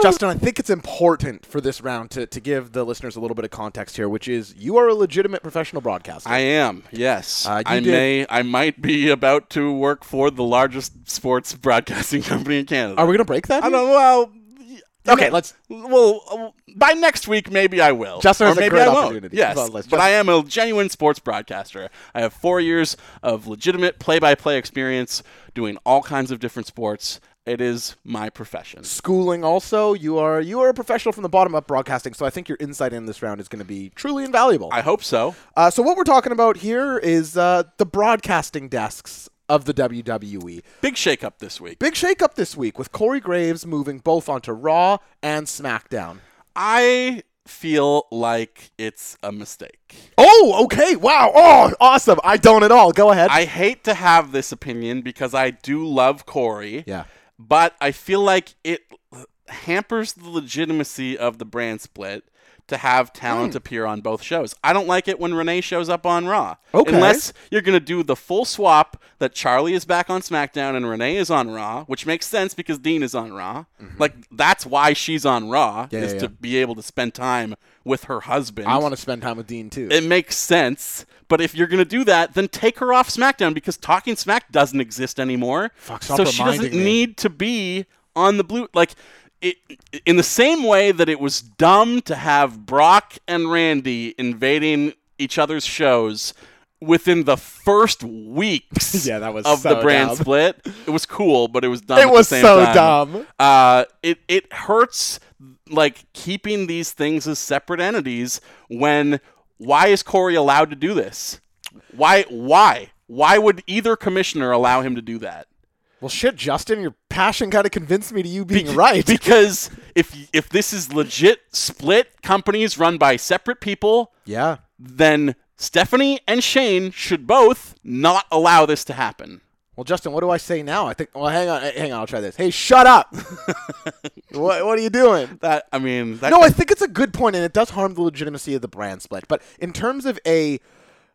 [SPEAKER 4] Justin, I think it's important for this round to, to give the listeners a little bit of context here, which is you are a legitimate professional broadcaster.
[SPEAKER 3] I am, yes.
[SPEAKER 4] Uh, you
[SPEAKER 3] I
[SPEAKER 4] did-
[SPEAKER 3] may, I might be about to work for the largest sports broadcasting [LAUGHS] company in Canada.
[SPEAKER 4] are we going to break that?
[SPEAKER 3] I
[SPEAKER 4] here?
[SPEAKER 3] don't. Well, y- you
[SPEAKER 4] Okay, let's-
[SPEAKER 3] Well, uh, by next week, maybe I will.
[SPEAKER 4] Justin
[SPEAKER 3] or
[SPEAKER 4] has a
[SPEAKER 3] maybe
[SPEAKER 4] great
[SPEAKER 3] I won't.
[SPEAKER 4] opportunity.
[SPEAKER 3] Yes,
[SPEAKER 4] Well, let's-
[SPEAKER 3] but I am a genuine sports broadcaster. I have four years of legitimate play-by-play experience doing all kinds of different sports. It is my profession.
[SPEAKER 4] Schooling also, you are you are a professional from the bottom up broadcasting, so I think your insight in this round is going to be truly invaluable.
[SPEAKER 3] I hope so.
[SPEAKER 4] Uh, so what we're talking about here is uh, the broadcasting desks of the WWE.
[SPEAKER 3] Big shakeup this week.
[SPEAKER 4] Big shakeup this week with Corey Graves moving both onto Raw and SmackDown.
[SPEAKER 3] I feel like it's a mistake.
[SPEAKER 4] Oh, okay, wow, oh, awesome. I don't at all. Go ahead.
[SPEAKER 3] I hate to have this opinion because I do love Corey.
[SPEAKER 4] Yeah.
[SPEAKER 3] But I feel like it hampers the legitimacy of the brand split to have talent
[SPEAKER 4] Hmm.
[SPEAKER 3] appear on both shows. I don't like it when Renee shows up on Raw.
[SPEAKER 4] Okay.
[SPEAKER 3] Unless you're going to do the full swap that Charlie is back on SmackDown and Renee is on Raw, which makes sense because Dean is on Raw. Like, that's why she's on Raw,
[SPEAKER 4] Mm-hmm. Yeah,
[SPEAKER 3] is
[SPEAKER 4] yeah,
[SPEAKER 3] to
[SPEAKER 4] yeah.
[SPEAKER 3] be able to spend time with her husband
[SPEAKER 4] I want to spend time with Dean too.
[SPEAKER 3] it makes sense. But if you're gonna do that, then take her off SmackDown because Talking Smack doesn't exist anymore.
[SPEAKER 4] Fuck, stop
[SPEAKER 3] so she doesn't
[SPEAKER 4] reminding me.
[SPEAKER 3] need to be on the blue. Like, it, in the same way that it was dumb to have Brock and Randy invading each other's shows within the first weeks
[SPEAKER 4] [LAUGHS] Yeah, that was
[SPEAKER 3] of
[SPEAKER 4] so
[SPEAKER 3] the brand
[SPEAKER 4] dumb.
[SPEAKER 3] split, it was cool, but it was dumb.
[SPEAKER 4] It
[SPEAKER 3] at the
[SPEAKER 4] was
[SPEAKER 3] same
[SPEAKER 4] so
[SPEAKER 3] time.
[SPEAKER 4] dumb.
[SPEAKER 3] Uh, it it hurts like keeping these things as separate entities when why is Corey allowed to do this? Why why? Why would either commissioner allow him to do that?
[SPEAKER 4] Well, shit, Justin, your passion kind of convinced me to you being right. [LAUGHS]
[SPEAKER 3] Because if if this is legit split companies run by separate people,
[SPEAKER 4] yeah.
[SPEAKER 3] then Stephanie and Shane should both not allow this to happen.
[SPEAKER 4] Well, Justin, what do I say now? I think. Well, hang on, eh, hang on. I'll try this. Hey,
[SPEAKER 3] [LAUGHS]
[SPEAKER 4] shut up! what, what are you doing?
[SPEAKER 3] That I mean, that
[SPEAKER 4] No, I think it's a good point, and it does harm the legitimacy of the brand split. But in terms of a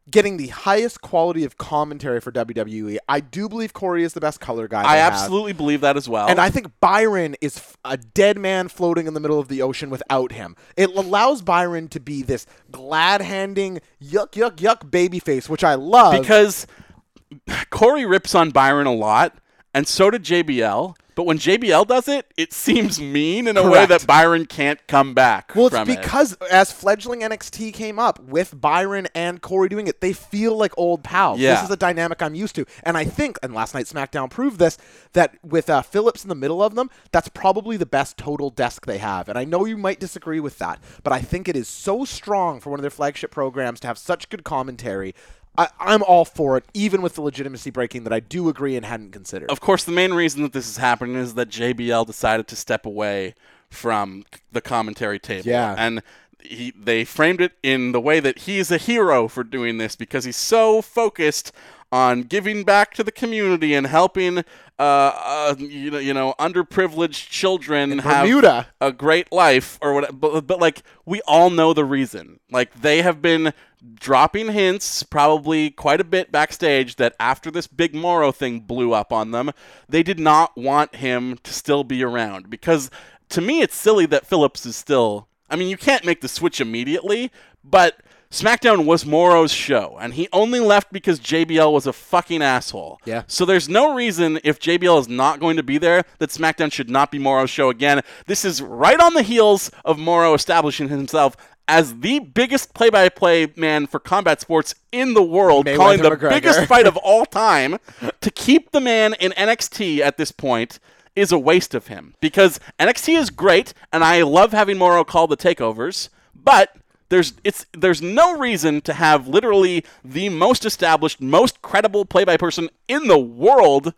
[SPEAKER 4] getting the highest quality of commentary for WWE, I do believe Corey is the best color guy.
[SPEAKER 3] I
[SPEAKER 4] they have.
[SPEAKER 3] absolutely believe that as well.
[SPEAKER 4] And I think Byron is f- a dead man floating in the middle of the ocean without him. It allows Byron to be this glad handing, yuck, yuck, yuck baby face, which I love.
[SPEAKER 3] because Corey rips on Byron a lot, and so did JBL. But when JBL does it, it seems mean in a way
[SPEAKER 4] Correct.
[SPEAKER 3] that Byron can't come back.
[SPEAKER 4] Well, it's
[SPEAKER 3] from it.
[SPEAKER 4] because as fledgling NXT came up with Byron and Corey doing it, they feel like old pals.
[SPEAKER 3] Yeah.
[SPEAKER 4] This is a dynamic I'm used to, and I think, and last night SmackDown proved this, that with uh, Phillips in the middle of them, that's probably the best total desk they have. And I know you might disagree with that, but I think it is so strong for one of their flagship programs to have such good commentary. I, I'm all for it, even with the legitimacy breaking that I do agree and hadn't considered.
[SPEAKER 3] of course, the main reason that this is happening is that JBL decided to step away from the commentary table.
[SPEAKER 4] Yeah.
[SPEAKER 3] And he, they framed it in the way that he's a hero for doing this because he's so focused on giving back to the community and helping uh, uh, you know you know underprivileged children have
[SPEAKER 4] Bermuda.
[SPEAKER 3] a great life or what but, but like we all know the reason like they have been dropping hints probably quite a bit backstage that after this big moro thing blew up on them they did not want him to still be around because to me it's silly that phillips is still i mean you can't make the switch immediately but SmackDown was Moro's show, and he only left because JBL was a fucking asshole.
[SPEAKER 4] Yeah.
[SPEAKER 3] So there's no reason if JBL is not going to be there that SmackDown should not be Moro's show again. This is right on the heels of Moro establishing himself as the biggest play-by-play man for combat sports in the world,
[SPEAKER 4] Mayweather
[SPEAKER 3] calling the
[SPEAKER 4] McGregor.
[SPEAKER 3] biggest fight of all time. to keep the man in NXT at this point is a waste of him because NXT is great, and I love having Moro call the takeovers, but there's it's there's no reason to have literally the most established, most credible play-by person in the world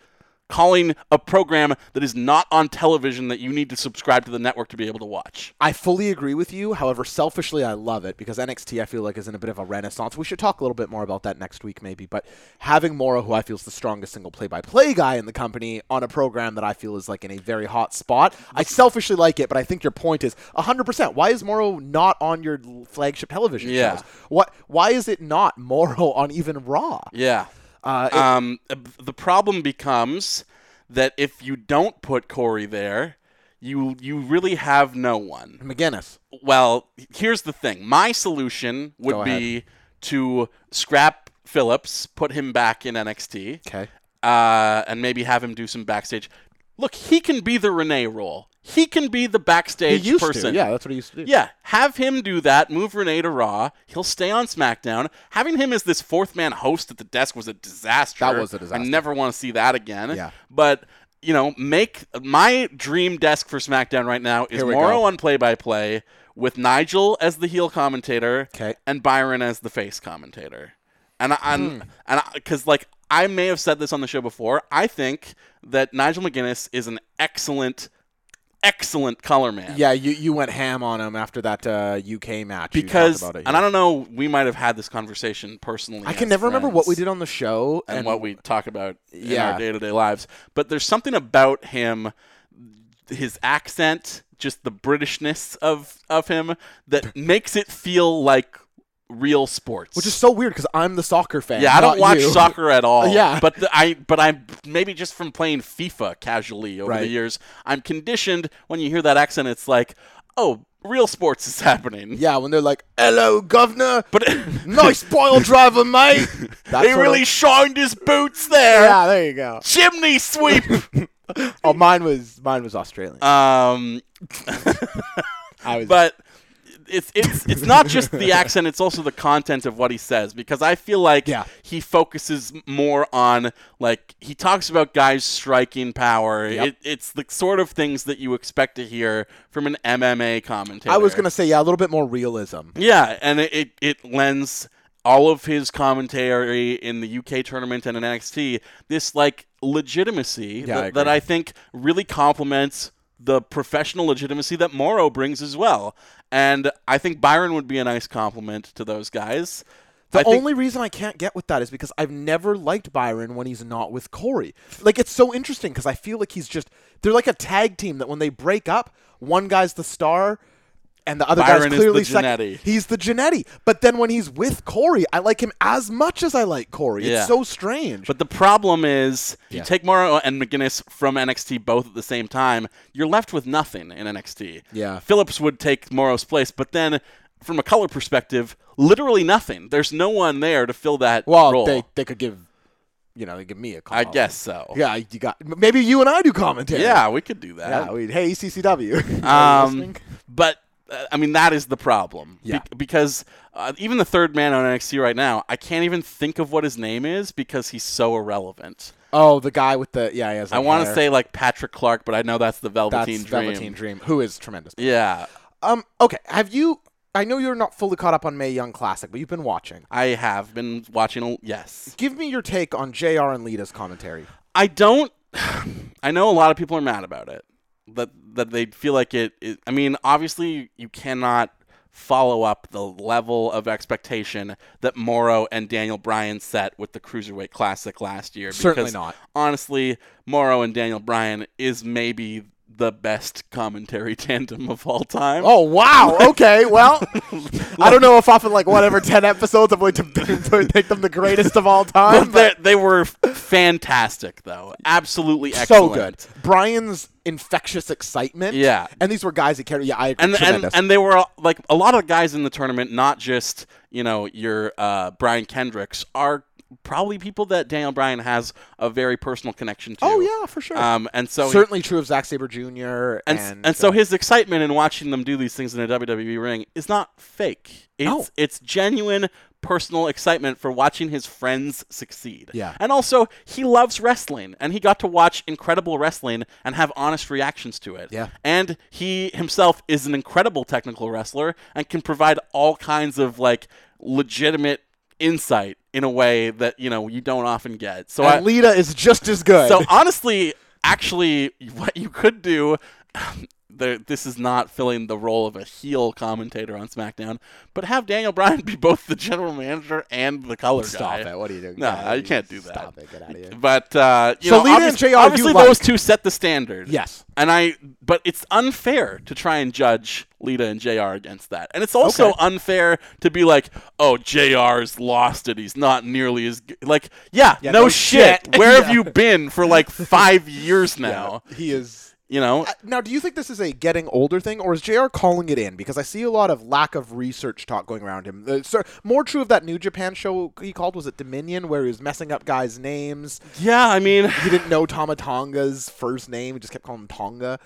[SPEAKER 3] calling a program that is not on television that you need to subscribe to the network to be able to watch.
[SPEAKER 4] I fully agree with you. However, selfishly, I love it because NXT I feel like is in a bit of a renaissance. We should talk a little bit more about that next week, maybe. But having Mora, who I feel is the strongest single play-by-play guy in the company, on a program that I feel is like in a very hot spot, I selfishly like it. But I think your point is 100%. Why is Moro not on your l- flagship television
[SPEAKER 3] Yeah.
[SPEAKER 4] shows? What? Why is it not Moro on even Raw?
[SPEAKER 3] Yeah.
[SPEAKER 4] Uh, it-
[SPEAKER 3] um, the problem becomes that if you don't put Corey there, you you really have no one.
[SPEAKER 4] McGinnis.
[SPEAKER 3] Well, here's the thing. My solution
[SPEAKER 4] Go
[SPEAKER 3] would
[SPEAKER 4] ahead.
[SPEAKER 3] be to scrap Phillips, put him back in NXT,
[SPEAKER 4] Okay.
[SPEAKER 3] uh, and maybe have him do some backstage. Look, he can be the Renee role. He can be the
[SPEAKER 4] He
[SPEAKER 3] backstage
[SPEAKER 4] used
[SPEAKER 3] person.
[SPEAKER 4] to. Yeah, that's what he used to do.
[SPEAKER 3] Yeah, have him do that. Move Renee to Raw. He'll stay on SmackDown. Having him as this fourth man host at the desk was a disaster.
[SPEAKER 4] That was a disaster.
[SPEAKER 3] I never want to see that again.
[SPEAKER 4] Yeah.
[SPEAKER 3] But you know, make my dream desk for SmackDown right now is
[SPEAKER 4] Here we
[SPEAKER 3] Morrow
[SPEAKER 4] go.
[SPEAKER 3] on play-by-play with Nigel as the heel commentator
[SPEAKER 4] 'Kay.
[SPEAKER 3] and Byron as the face commentator. And I,
[SPEAKER 4] Hmm.
[SPEAKER 3] I'm, and because like I may have said this on the show before, I think that Nigel McGuinness is an excellent, excellent color man
[SPEAKER 4] Yeah, you, you went ham on him after that uh, UK match. You talked
[SPEAKER 3] because
[SPEAKER 4] about it,
[SPEAKER 3] and
[SPEAKER 4] yeah.
[SPEAKER 3] I don't know, we might have had this conversation personally.
[SPEAKER 4] I can
[SPEAKER 3] as
[SPEAKER 4] never remember what we
[SPEAKER 3] friends
[SPEAKER 4] did on the show
[SPEAKER 3] and, what we talk about in
[SPEAKER 4] Yeah.
[SPEAKER 3] our day-to-day lives, but there's something about him his accent, just the britishness of of him
[SPEAKER 4] [LAUGHS]
[SPEAKER 3] that makes it feel like real sports.
[SPEAKER 4] which is so weird because I'm the soccer fan.
[SPEAKER 3] yeah, I don't
[SPEAKER 4] not
[SPEAKER 3] watch
[SPEAKER 4] you.
[SPEAKER 3] soccer at all.
[SPEAKER 4] Yeah.
[SPEAKER 3] but the, I but I'm maybe just from playing FIFA casually over the
[SPEAKER 4] Right.
[SPEAKER 3] years. I'm conditioned when you hear that accent, it's like, oh, real sports is happening.
[SPEAKER 4] [LAUGHS] Yeah, when they're like, "Hello, governor,"
[SPEAKER 3] But
[SPEAKER 4] [LAUGHS]
[SPEAKER 3] [LAUGHS]
[SPEAKER 4] nice pile driver, mate. That's
[SPEAKER 3] he
[SPEAKER 4] what
[SPEAKER 3] really
[SPEAKER 4] I-
[SPEAKER 3] shined his boots there.
[SPEAKER 4] yeah, there you go.
[SPEAKER 3] Chimney
[SPEAKER 4] [LAUGHS]
[SPEAKER 3] sweep.
[SPEAKER 4] Oh, mine was mine was Australian.
[SPEAKER 3] um,
[SPEAKER 4] I
[SPEAKER 3] Uh,
[SPEAKER 4] was
[SPEAKER 3] but it's it's it's not just the accent; it's also the content of what he says. Because I feel like
[SPEAKER 4] Yeah.
[SPEAKER 3] he focuses more on like he talks about guys striking power. It, it's the sort of things that you expect to hear from an MMA commentator.
[SPEAKER 4] I was gonna say yeah, a little bit more realism.
[SPEAKER 3] Yeah, and it, it, it lends all of his commentary in the UK tournament and in NXT this like legitimacy
[SPEAKER 4] Yeah, I
[SPEAKER 3] that-
[SPEAKER 4] agree.
[SPEAKER 3] that I think really complements the professional legitimacy that Morrow brings as well. And I think Byron would be a nice compliment to those guys.
[SPEAKER 4] The
[SPEAKER 3] I think-
[SPEAKER 4] only reason I can't get with that is because I've never liked Byron when he's not with Corey. Like it's so interesting because I feel like he's just they're like a tag team that when they break up, one guy's the star and the other
[SPEAKER 3] Byron is
[SPEAKER 4] guy's
[SPEAKER 3] the
[SPEAKER 4] clearly second.
[SPEAKER 3] Jannetty.
[SPEAKER 4] He's the Genetti. But then when he's with Corey, I like him as much as I like Corey.
[SPEAKER 3] Yeah.
[SPEAKER 4] It's so strange.
[SPEAKER 3] But the problem is, you
[SPEAKER 4] Yeah.
[SPEAKER 3] take Morrow and McGuinness from NXT both at the same time, you're left with nothing in NXT.
[SPEAKER 4] Yeah.
[SPEAKER 3] Phillips would take Morrow's place, but then from a color perspective, literally nothing. There's no one there to fill that
[SPEAKER 4] well,
[SPEAKER 3] role.
[SPEAKER 4] they they could give you know, they give me a call.
[SPEAKER 3] I guess so.
[SPEAKER 4] Yeah, you got maybe you and I do commentary.
[SPEAKER 3] Yeah, we could do that.
[SPEAKER 4] Yeah, we hey ECCW. [LAUGHS] Are you
[SPEAKER 3] Um,
[SPEAKER 4] listening?
[SPEAKER 3] but uh, I mean, that is the problem. Be-
[SPEAKER 4] Yeah.
[SPEAKER 3] because uh, even the third man on NXT right now, I can't even think of what his name is because he's so irrelevant.
[SPEAKER 4] oh, the guy with the yeah, he has
[SPEAKER 3] I
[SPEAKER 4] like
[SPEAKER 3] want to
[SPEAKER 4] hair.
[SPEAKER 3] say like Patrick Clark, but I know that's the Velveteen
[SPEAKER 4] That's
[SPEAKER 3] Dream.
[SPEAKER 4] Velveteen Dream, who is tremendous.
[SPEAKER 3] Yeah,
[SPEAKER 4] Um, okay. Have you? I know you're not fully caught up on May Young Classic, but you've been watching.
[SPEAKER 3] I have been watching. a- Yes,
[SPEAKER 4] Give me your take on Jr. and Lita's commentary.
[SPEAKER 3] I don't. [SIGHS] I know a lot of people are mad about it. That that they feel like it. it I mean, obviously, you cannot follow up the level of expectation that Morrow and Daniel Bryan set with the Cruiserweight Classic last year.
[SPEAKER 4] Certainly
[SPEAKER 3] because
[SPEAKER 4] not.
[SPEAKER 3] Honestly, Morrow and Daniel Bryan is maybe the best commentary [LAUGHS] tandem of all time.
[SPEAKER 4] Oh wow. [LAUGHS] Okay. Well, I don't know if off in like whatever
[SPEAKER 3] [LAUGHS]
[SPEAKER 4] ten episodes I'm going to take them the greatest of all time.
[SPEAKER 3] But they,
[SPEAKER 4] But
[SPEAKER 3] they were fantastic, though. Absolutely
[SPEAKER 4] so
[SPEAKER 3] excellent.
[SPEAKER 4] good. Brian's infectious excitement.
[SPEAKER 3] Yeah.
[SPEAKER 4] And these were guys he carried. Yeah, I agree.
[SPEAKER 3] and and,
[SPEAKER 4] Tremendous.
[SPEAKER 3] and they were all- like a lot of the guys in the tournament, not just you know your uh, Brian Kendricks, are probably people that Daniel Bryan has a very personal connection to.
[SPEAKER 4] Oh, yeah, for sure.
[SPEAKER 3] Um, and so he-
[SPEAKER 4] certainly true of Zack Saber Jr.
[SPEAKER 3] and,
[SPEAKER 4] And uh,
[SPEAKER 3] s- and so his excitement in watching them do these things in a WWE ring is not fake. It's
[SPEAKER 4] No.
[SPEAKER 3] it's genuine personal excitement for watching his friends succeed.
[SPEAKER 4] Yeah.
[SPEAKER 3] And also he loves wrestling and he got to watch incredible wrestling and have honest reactions to it.
[SPEAKER 4] Yeah.
[SPEAKER 3] And he himself is an incredible technical wrestler and can provide all kinds of like legitimate insight in a way that, you know, you don't often get. So I,
[SPEAKER 4] and Lita is just as good. [LAUGHS]
[SPEAKER 3] so honestly, actually, what you could do. [LAUGHS] There, this is not filling the role of a heel commentator on SmackDown, but have Daniel Bryan be both the general manager and the color
[SPEAKER 4] Stop
[SPEAKER 3] guy.
[SPEAKER 4] it. What are you doing?
[SPEAKER 3] No,
[SPEAKER 4] Get out of
[SPEAKER 3] you
[SPEAKER 4] here.
[SPEAKER 3] can't do that.
[SPEAKER 4] Stop it. Get out of here.
[SPEAKER 3] But uh, you
[SPEAKER 4] So
[SPEAKER 3] know,
[SPEAKER 4] Lita and
[SPEAKER 3] obvious-
[SPEAKER 4] JR you
[SPEAKER 3] obviously those
[SPEAKER 4] like.
[SPEAKER 3] two set the standard.
[SPEAKER 4] Yes.
[SPEAKER 3] and I, but it's unfair to try and judge Lita and Jr. against that, and it's also
[SPEAKER 4] Okay.
[SPEAKER 3] unfair to be like, oh, Jr.'s lost it. He's not nearly as good. like, yeah,
[SPEAKER 4] Yeah,
[SPEAKER 3] no,
[SPEAKER 4] no
[SPEAKER 3] shit.
[SPEAKER 4] shit. [LAUGHS]
[SPEAKER 3] Where
[SPEAKER 4] Yeah.
[SPEAKER 3] have you been for like five years now?
[SPEAKER 4] he is
[SPEAKER 3] You know,
[SPEAKER 4] Uh, now, do you think this is a getting older thing, or is JR calling it in? Because I see a lot of lack of research talk going around him. Uh, sir, more true of that New Japan show he called was it Dominion, where he was messing up guys' names.
[SPEAKER 3] yeah, I mean,
[SPEAKER 4] He didn't know Tama Tonga's first name; he just kept calling him Tonga.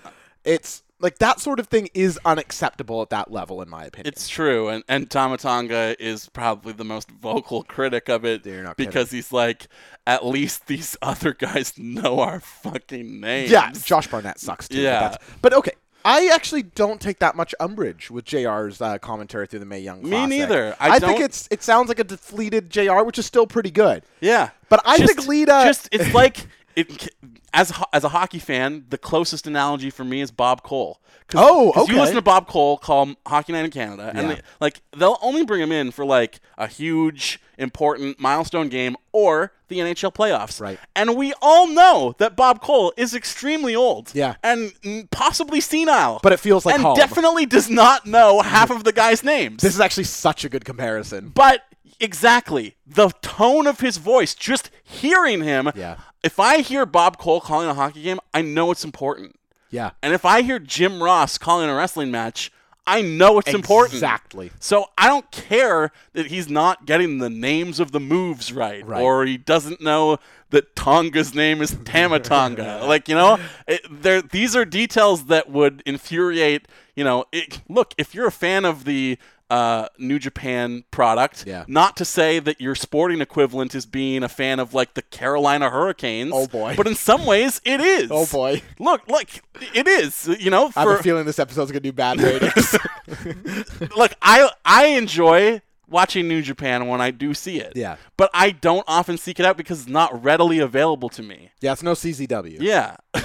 [SPEAKER 4] It's like that sort of thing is unacceptable at that level, in my
[SPEAKER 3] [LAUGHS]
[SPEAKER 4] opinion.
[SPEAKER 3] it's true, and and Tamatanga is probably the most vocal critic of it
[SPEAKER 4] You're not kidding.
[SPEAKER 3] because he's like, at least these [LAUGHS] other guys know our fucking names.
[SPEAKER 4] yeah, Josh Barnett sucks too. but
[SPEAKER 3] Yeah.
[SPEAKER 4] that's- but okay. I actually don't take that much umbrage with JR's uh, commentary through the May Young.
[SPEAKER 3] Me
[SPEAKER 4] Classic.
[SPEAKER 3] neither. I
[SPEAKER 4] think
[SPEAKER 3] don't-
[SPEAKER 4] it's it sounds like a deflated JR, which is still pretty good.
[SPEAKER 3] Yeah,
[SPEAKER 4] But I think Lita-
[SPEAKER 3] Just it's like it, as a, ho- as a hockey fan, the closest analogy for me is Bob Cole. 'Cause-
[SPEAKER 4] Oh,
[SPEAKER 3] 'cause You
[SPEAKER 4] okay.
[SPEAKER 3] listen to Bob Cole call Hockey Night in Canada, and
[SPEAKER 4] Yeah.
[SPEAKER 3] they- like they'll only bring him in for like a huge, important milestone game or the NHL playoffs.
[SPEAKER 4] Right.
[SPEAKER 3] And we all know that Bob Cole is extremely old.
[SPEAKER 4] Yeah.
[SPEAKER 3] And mm, possibly senile.
[SPEAKER 4] But it feels like
[SPEAKER 3] and
[SPEAKER 4] home.
[SPEAKER 3] definitely does not know half of the guys' names.
[SPEAKER 4] This is actually such a good comparison.
[SPEAKER 3] But exactly the tone of his voice, just hearing him.
[SPEAKER 4] Yeah.
[SPEAKER 3] If I hear Bob Cole calling a hockey game, I know it's important.
[SPEAKER 4] Yeah.
[SPEAKER 3] And if I hear Jim Ross calling a wrestling match, I know it's important.
[SPEAKER 4] Exactly.
[SPEAKER 3] So I don't care that he's not getting the names of the moves right,
[SPEAKER 4] Right.
[SPEAKER 3] or he doesn't know that Tonga's name is
[SPEAKER 4] [LAUGHS]
[SPEAKER 3] Tamatonga. like you know, it, there these are details that would infuriate. You know, it, look if you're a fan of the. Uh, New Japan product.
[SPEAKER 4] Yeah.
[SPEAKER 3] Not to say that your sporting equivalent is being a fan of like the Carolina Hurricanes.
[SPEAKER 4] Oh, boy.
[SPEAKER 3] But in some ways, it is.
[SPEAKER 4] Oh, boy.
[SPEAKER 3] Look, like it is. You know,
[SPEAKER 4] I have
[SPEAKER 3] for
[SPEAKER 4] a feeling this episode's gonna do bad [LAUGHS] ratings.
[SPEAKER 3] look, I I enjoy watching New Japan when I do see it.
[SPEAKER 4] Yeah.
[SPEAKER 3] But I don't often seek it out because it's not readily available to me.
[SPEAKER 4] yeah, it's no CZW.
[SPEAKER 3] Yeah. [LAUGHS]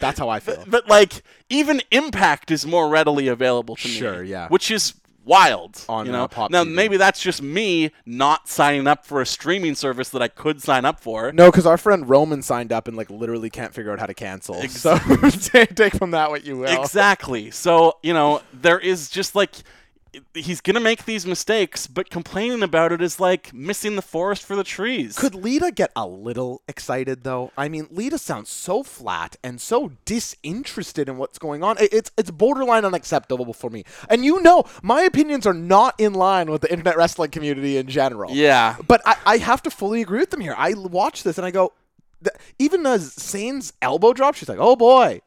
[SPEAKER 4] That's how I feel.
[SPEAKER 3] but like even Impact is more readily available to me.
[SPEAKER 4] Sure, yeah.
[SPEAKER 3] Which is wild.
[SPEAKER 4] On,
[SPEAKER 3] you know?
[SPEAKER 4] uh, Pop
[SPEAKER 3] now
[SPEAKER 4] TV.
[SPEAKER 3] maybe that's just me not signing up for a streaming service that I could sign up for.
[SPEAKER 4] No, because our friend Roman signed up and like literally can't figure out how to cancel.
[SPEAKER 3] Ex-
[SPEAKER 4] so [LAUGHS] take take from that what
[SPEAKER 3] [LAUGHS]
[SPEAKER 4] you will.
[SPEAKER 3] Exactly. So, you know, there is just like he's going to make these mistakes, but complaining about it is like missing the forest for the trees.
[SPEAKER 4] Could Lita get a little excited though? I mean, Lita sounds so flat and so disinterested in what's going on. I- It's it's borderline unacceptable for me. And you know, my opinions are not in line with the internet wrestling community in general.
[SPEAKER 3] Yeah.
[SPEAKER 4] But I, I have to fully agree with them here. I l- watch this and I go, th- even as Sane's elbow drop, she's like,
[SPEAKER 3] [LAUGHS]
[SPEAKER 4] oh boy.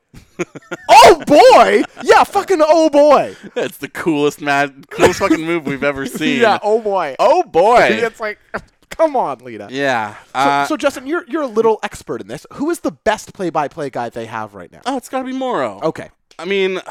[SPEAKER 4] oh boy! Yeah, fucking oh boy.
[SPEAKER 3] [LAUGHS] That's the coolest mad, coolest fucking move we've [LAUGHS] ever seen.
[SPEAKER 4] [LAUGHS] Yeah, oh boy.
[SPEAKER 3] Oh boy.
[SPEAKER 4] It's like, [LAUGHS] come on, Lita.
[SPEAKER 3] [LAUGHS] yeah.
[SPEAKER 4] So,
[SPEAKER 3] Uh,
[SPEAKER 4] so Justin, you're you're a little expert in this. Who is the best play-by-play guy they have right now?
[SPEAKER 3] oh, it's got to be Moro.
[SPEAKER 4] Uh, Okay.
[SPEAKER 3] I mean,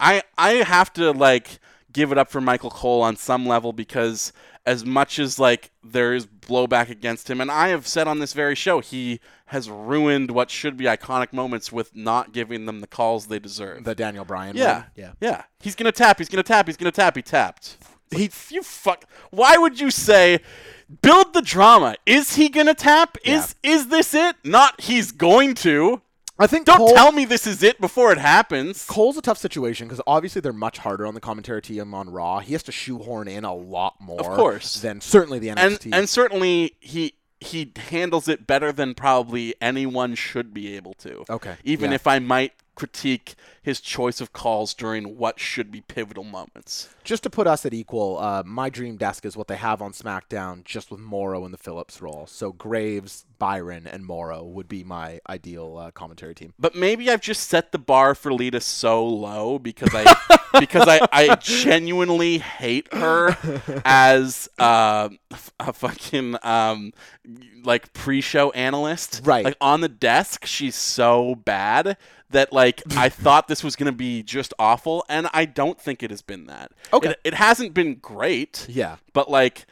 [SPEAKER 3] I I have to like give it up for Michael Cole on some level because as much as like there is blowback against him, and I have said on this very show, he has ruined what should be iconic moments with not giving them the calls they deserve.
[SPEAKER 4] The Daniel Bryan.
[SPEAKER 3] yeah,
[SPEAKER 4] one? Yeah.
[SPEAKER 3] yeah. He's gonna tap. He's gonna tap. He's gonna tap. He tapped.
[SPEAKER 4] He
[SPEAKER 3] you fuck why would you say build the drama is he gonna tap is is this it not he's going to
[SPEAKER 4] I think
[SPEAKER 3] don't
[SPEAKER 4] Cole,
[SPEAKER 3] tell me this is it before it happens
[SPEAKER 4] Cole's a tough situation because obviously they're much harder on the commentary team on Raw. He has to shoehorn in a lot more
[SPEAKER 3] Of course.
[SPEAKER 4] than certainly the
[SPEAKER 3] and
[SPEAKER 4] NXT.
[SPEAKER 3] and certainly he he handles it better than probably anyone should be able to
[SPEAKER 4] Okay,
[SPEAKER 3] even
[SPEAKER 4] yeah.
[SPEAKER 3] if i might critique his choice of calls during what should be pivotal moments
[SPEAKER 4] just to put us at equal, uh, my dream desk is what they have on SmackDown, just with Morrow in the Phillips role. So Graves, Byron, and Morrow would be my ideal uh, commentary team.
[SPEAKER 3] But maybe I've just set the bar for Lita so low because
[SPEAKER 4] [LAUGHS]
[SPEAKER 3] I because I, I genuinely hate her as uh, f- a fucking um, like pre-show analyst.
[SPEAKER 4] Right.
[SPEAKER 3] Like on the desk, she's so bad that like
[SPEAKER 4] [LAUGHS]
[SPEAKER 3] I thought this was gonna be just awful, and I don't think it has been that.
[SPEAKER 4] Okay.
[SPEAKER 3] It, it hasn't been great.
[SPEAKER 4] Yeah.
[SPEAKER 3] But like.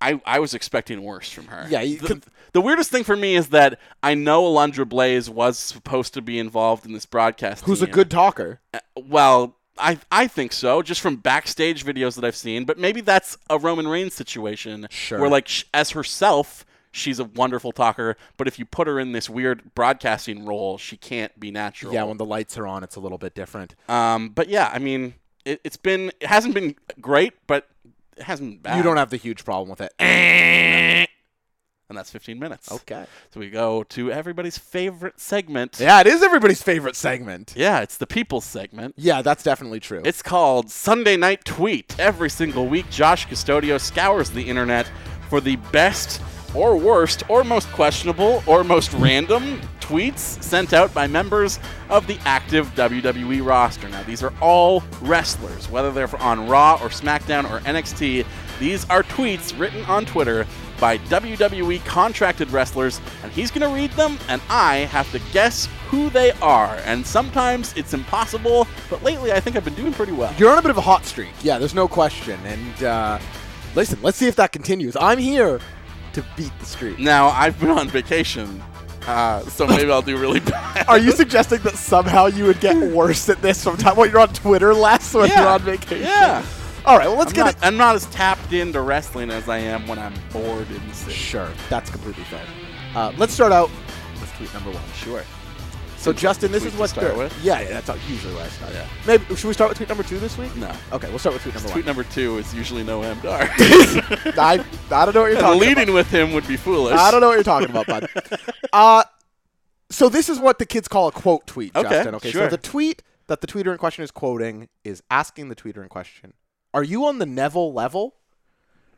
[SPEAKER 3] I, I was expecting worse from her.
[SPEAKER 4] Yeah, you
[SPEAKER 3] The-
[SPEAKER 4] could-
[SPEAKER 3] the weirdest thing for me is that I know Alundra Blaze was supposed to be involved in this broadcast.
[SPEAKER 4] Who's a
[SPEAKER 3] team.
[SPEAKER 4] good talker?
[SPEAKER 3] Well, I I think so, just from backstage videos that I've seen. But maybe that's a Roman Reigns situation,
[SPEAKER 4] Sure.
[SPEAKER 3] where like sh- as herself, she's a wonderful talker, but if you put her in this weird broadcasting role, she can't be natural.
[SPEAKER 4] Yeah, when the lights are on, it's a little bit different.
[SPEAKER 3] Um. But yeah, I mean, it, it's been it hasn't been great, but it hasn't been bad.
[SPEAKER 4] You don't have the huge problem with it.
[SPEAKER 3] Eh. and that's 15 minutes.
[SPEAKER 4] Okay.
[SPEAKER 3] So we go to everybody's favorite segment.
[SPEAKER 4] Yeah, it is everybody's favorite segment.
[SPEAKER 3] Yeah, it's the people segment.
[SPEAKER 4] Yeah, that's definitely true.
[SPEAKER 3] It's called Sunday Night Tweet. Every single week, Josh Custodio scours the internet for the best or worst or most questionable or most random tweets sent out by members of the active WWE roster. Now, these are all wrestlers, whether they're on Raw or SmackDown or NXT. These are tweets written on Twitter by WWE contracted wrestlers, and he's going to read them, and I have to guess who they are. And sometimes it's impossible, but lately I think I've been doing pretty well.
[SPEAKER 4] You're on a bit of a hot streak. Yeah, there's no question. And uh, listen, let's see if that continues. I'm here to beat the streak.
[SPEAKER 3] Now, I've been on vacation, uh, so maybe I'll do really [LAUGHS] bad.
[SPEAKER 4] Are you suggesting that somehow you would get worse at this from time? Well, you're on Twitter less when you're
[SPEAKER 3] Yeah.
[SPEAKER 4] on vacation.
[SPEAKER 3] Yeah.
[SPEAKER 4] All right. Well, let's
[SPEAKER 3] I'm
[SPEAKER 4] get
[SPEAKER 3] not,
[SPEAKER 4] it.
[SPEAKER 3] I'm not as tapped into wrestling as I am when I'm bored in the city.
[SPEAKER 4] Sure, that's completely fair. Uh, let's start out with tweet number one.
[SPEAKER 3] Sure.
[SPEAKER 4] So, Justin, this
[SPEAKER 3] tweet
[SPEAKER 4] is
[SPEAKER 3] to
[SPEAKER 4] what's
[SPEAKER 3] start
[SPEAKER 4] good.
[SPEAKER 3] with?
[SPEAKER 4] Yeah, yeah, that's how- usually where I start.
[SPEAKER 3] Yeah.
[SPEAKER 4] Maybe should we start with tweet number two this week?
[SPEAKER 3] No.
[SPEAKER 4] Okay, we'll start with tweet number
[SPEAKER 3] Tweet
[SPEAKER 4] one.
[SPEAKER 3] number two is usually no
[SPEAKER 4] [LAUGHS]
[SPEAKER 3] MDR.
[SPEAKER 4] I, I don't know
[SPEAKER 3] [LAUGHS]
[SPEAKER 4] what you're talking
[SPEAKER 3] and
[SPEAKER 4] about.
[SPEAKER 3] leading with him would be foolish.
[SPEAKER 4] I don't know what you're talking
[SPEAKER 3] [LAUGHS]
[SPEAKER 4] about, bud. Uh, so this is what the kids call a quote tweet,
[SPEAKER 3] Okay,
[SPEAKER 4] Justin. Okay, so
[SPEAKER 3] sure.
[SPEAKER 4] the tweet that the tweeter in question is quoting is asking the tweeter in question, Are you on the Neville level?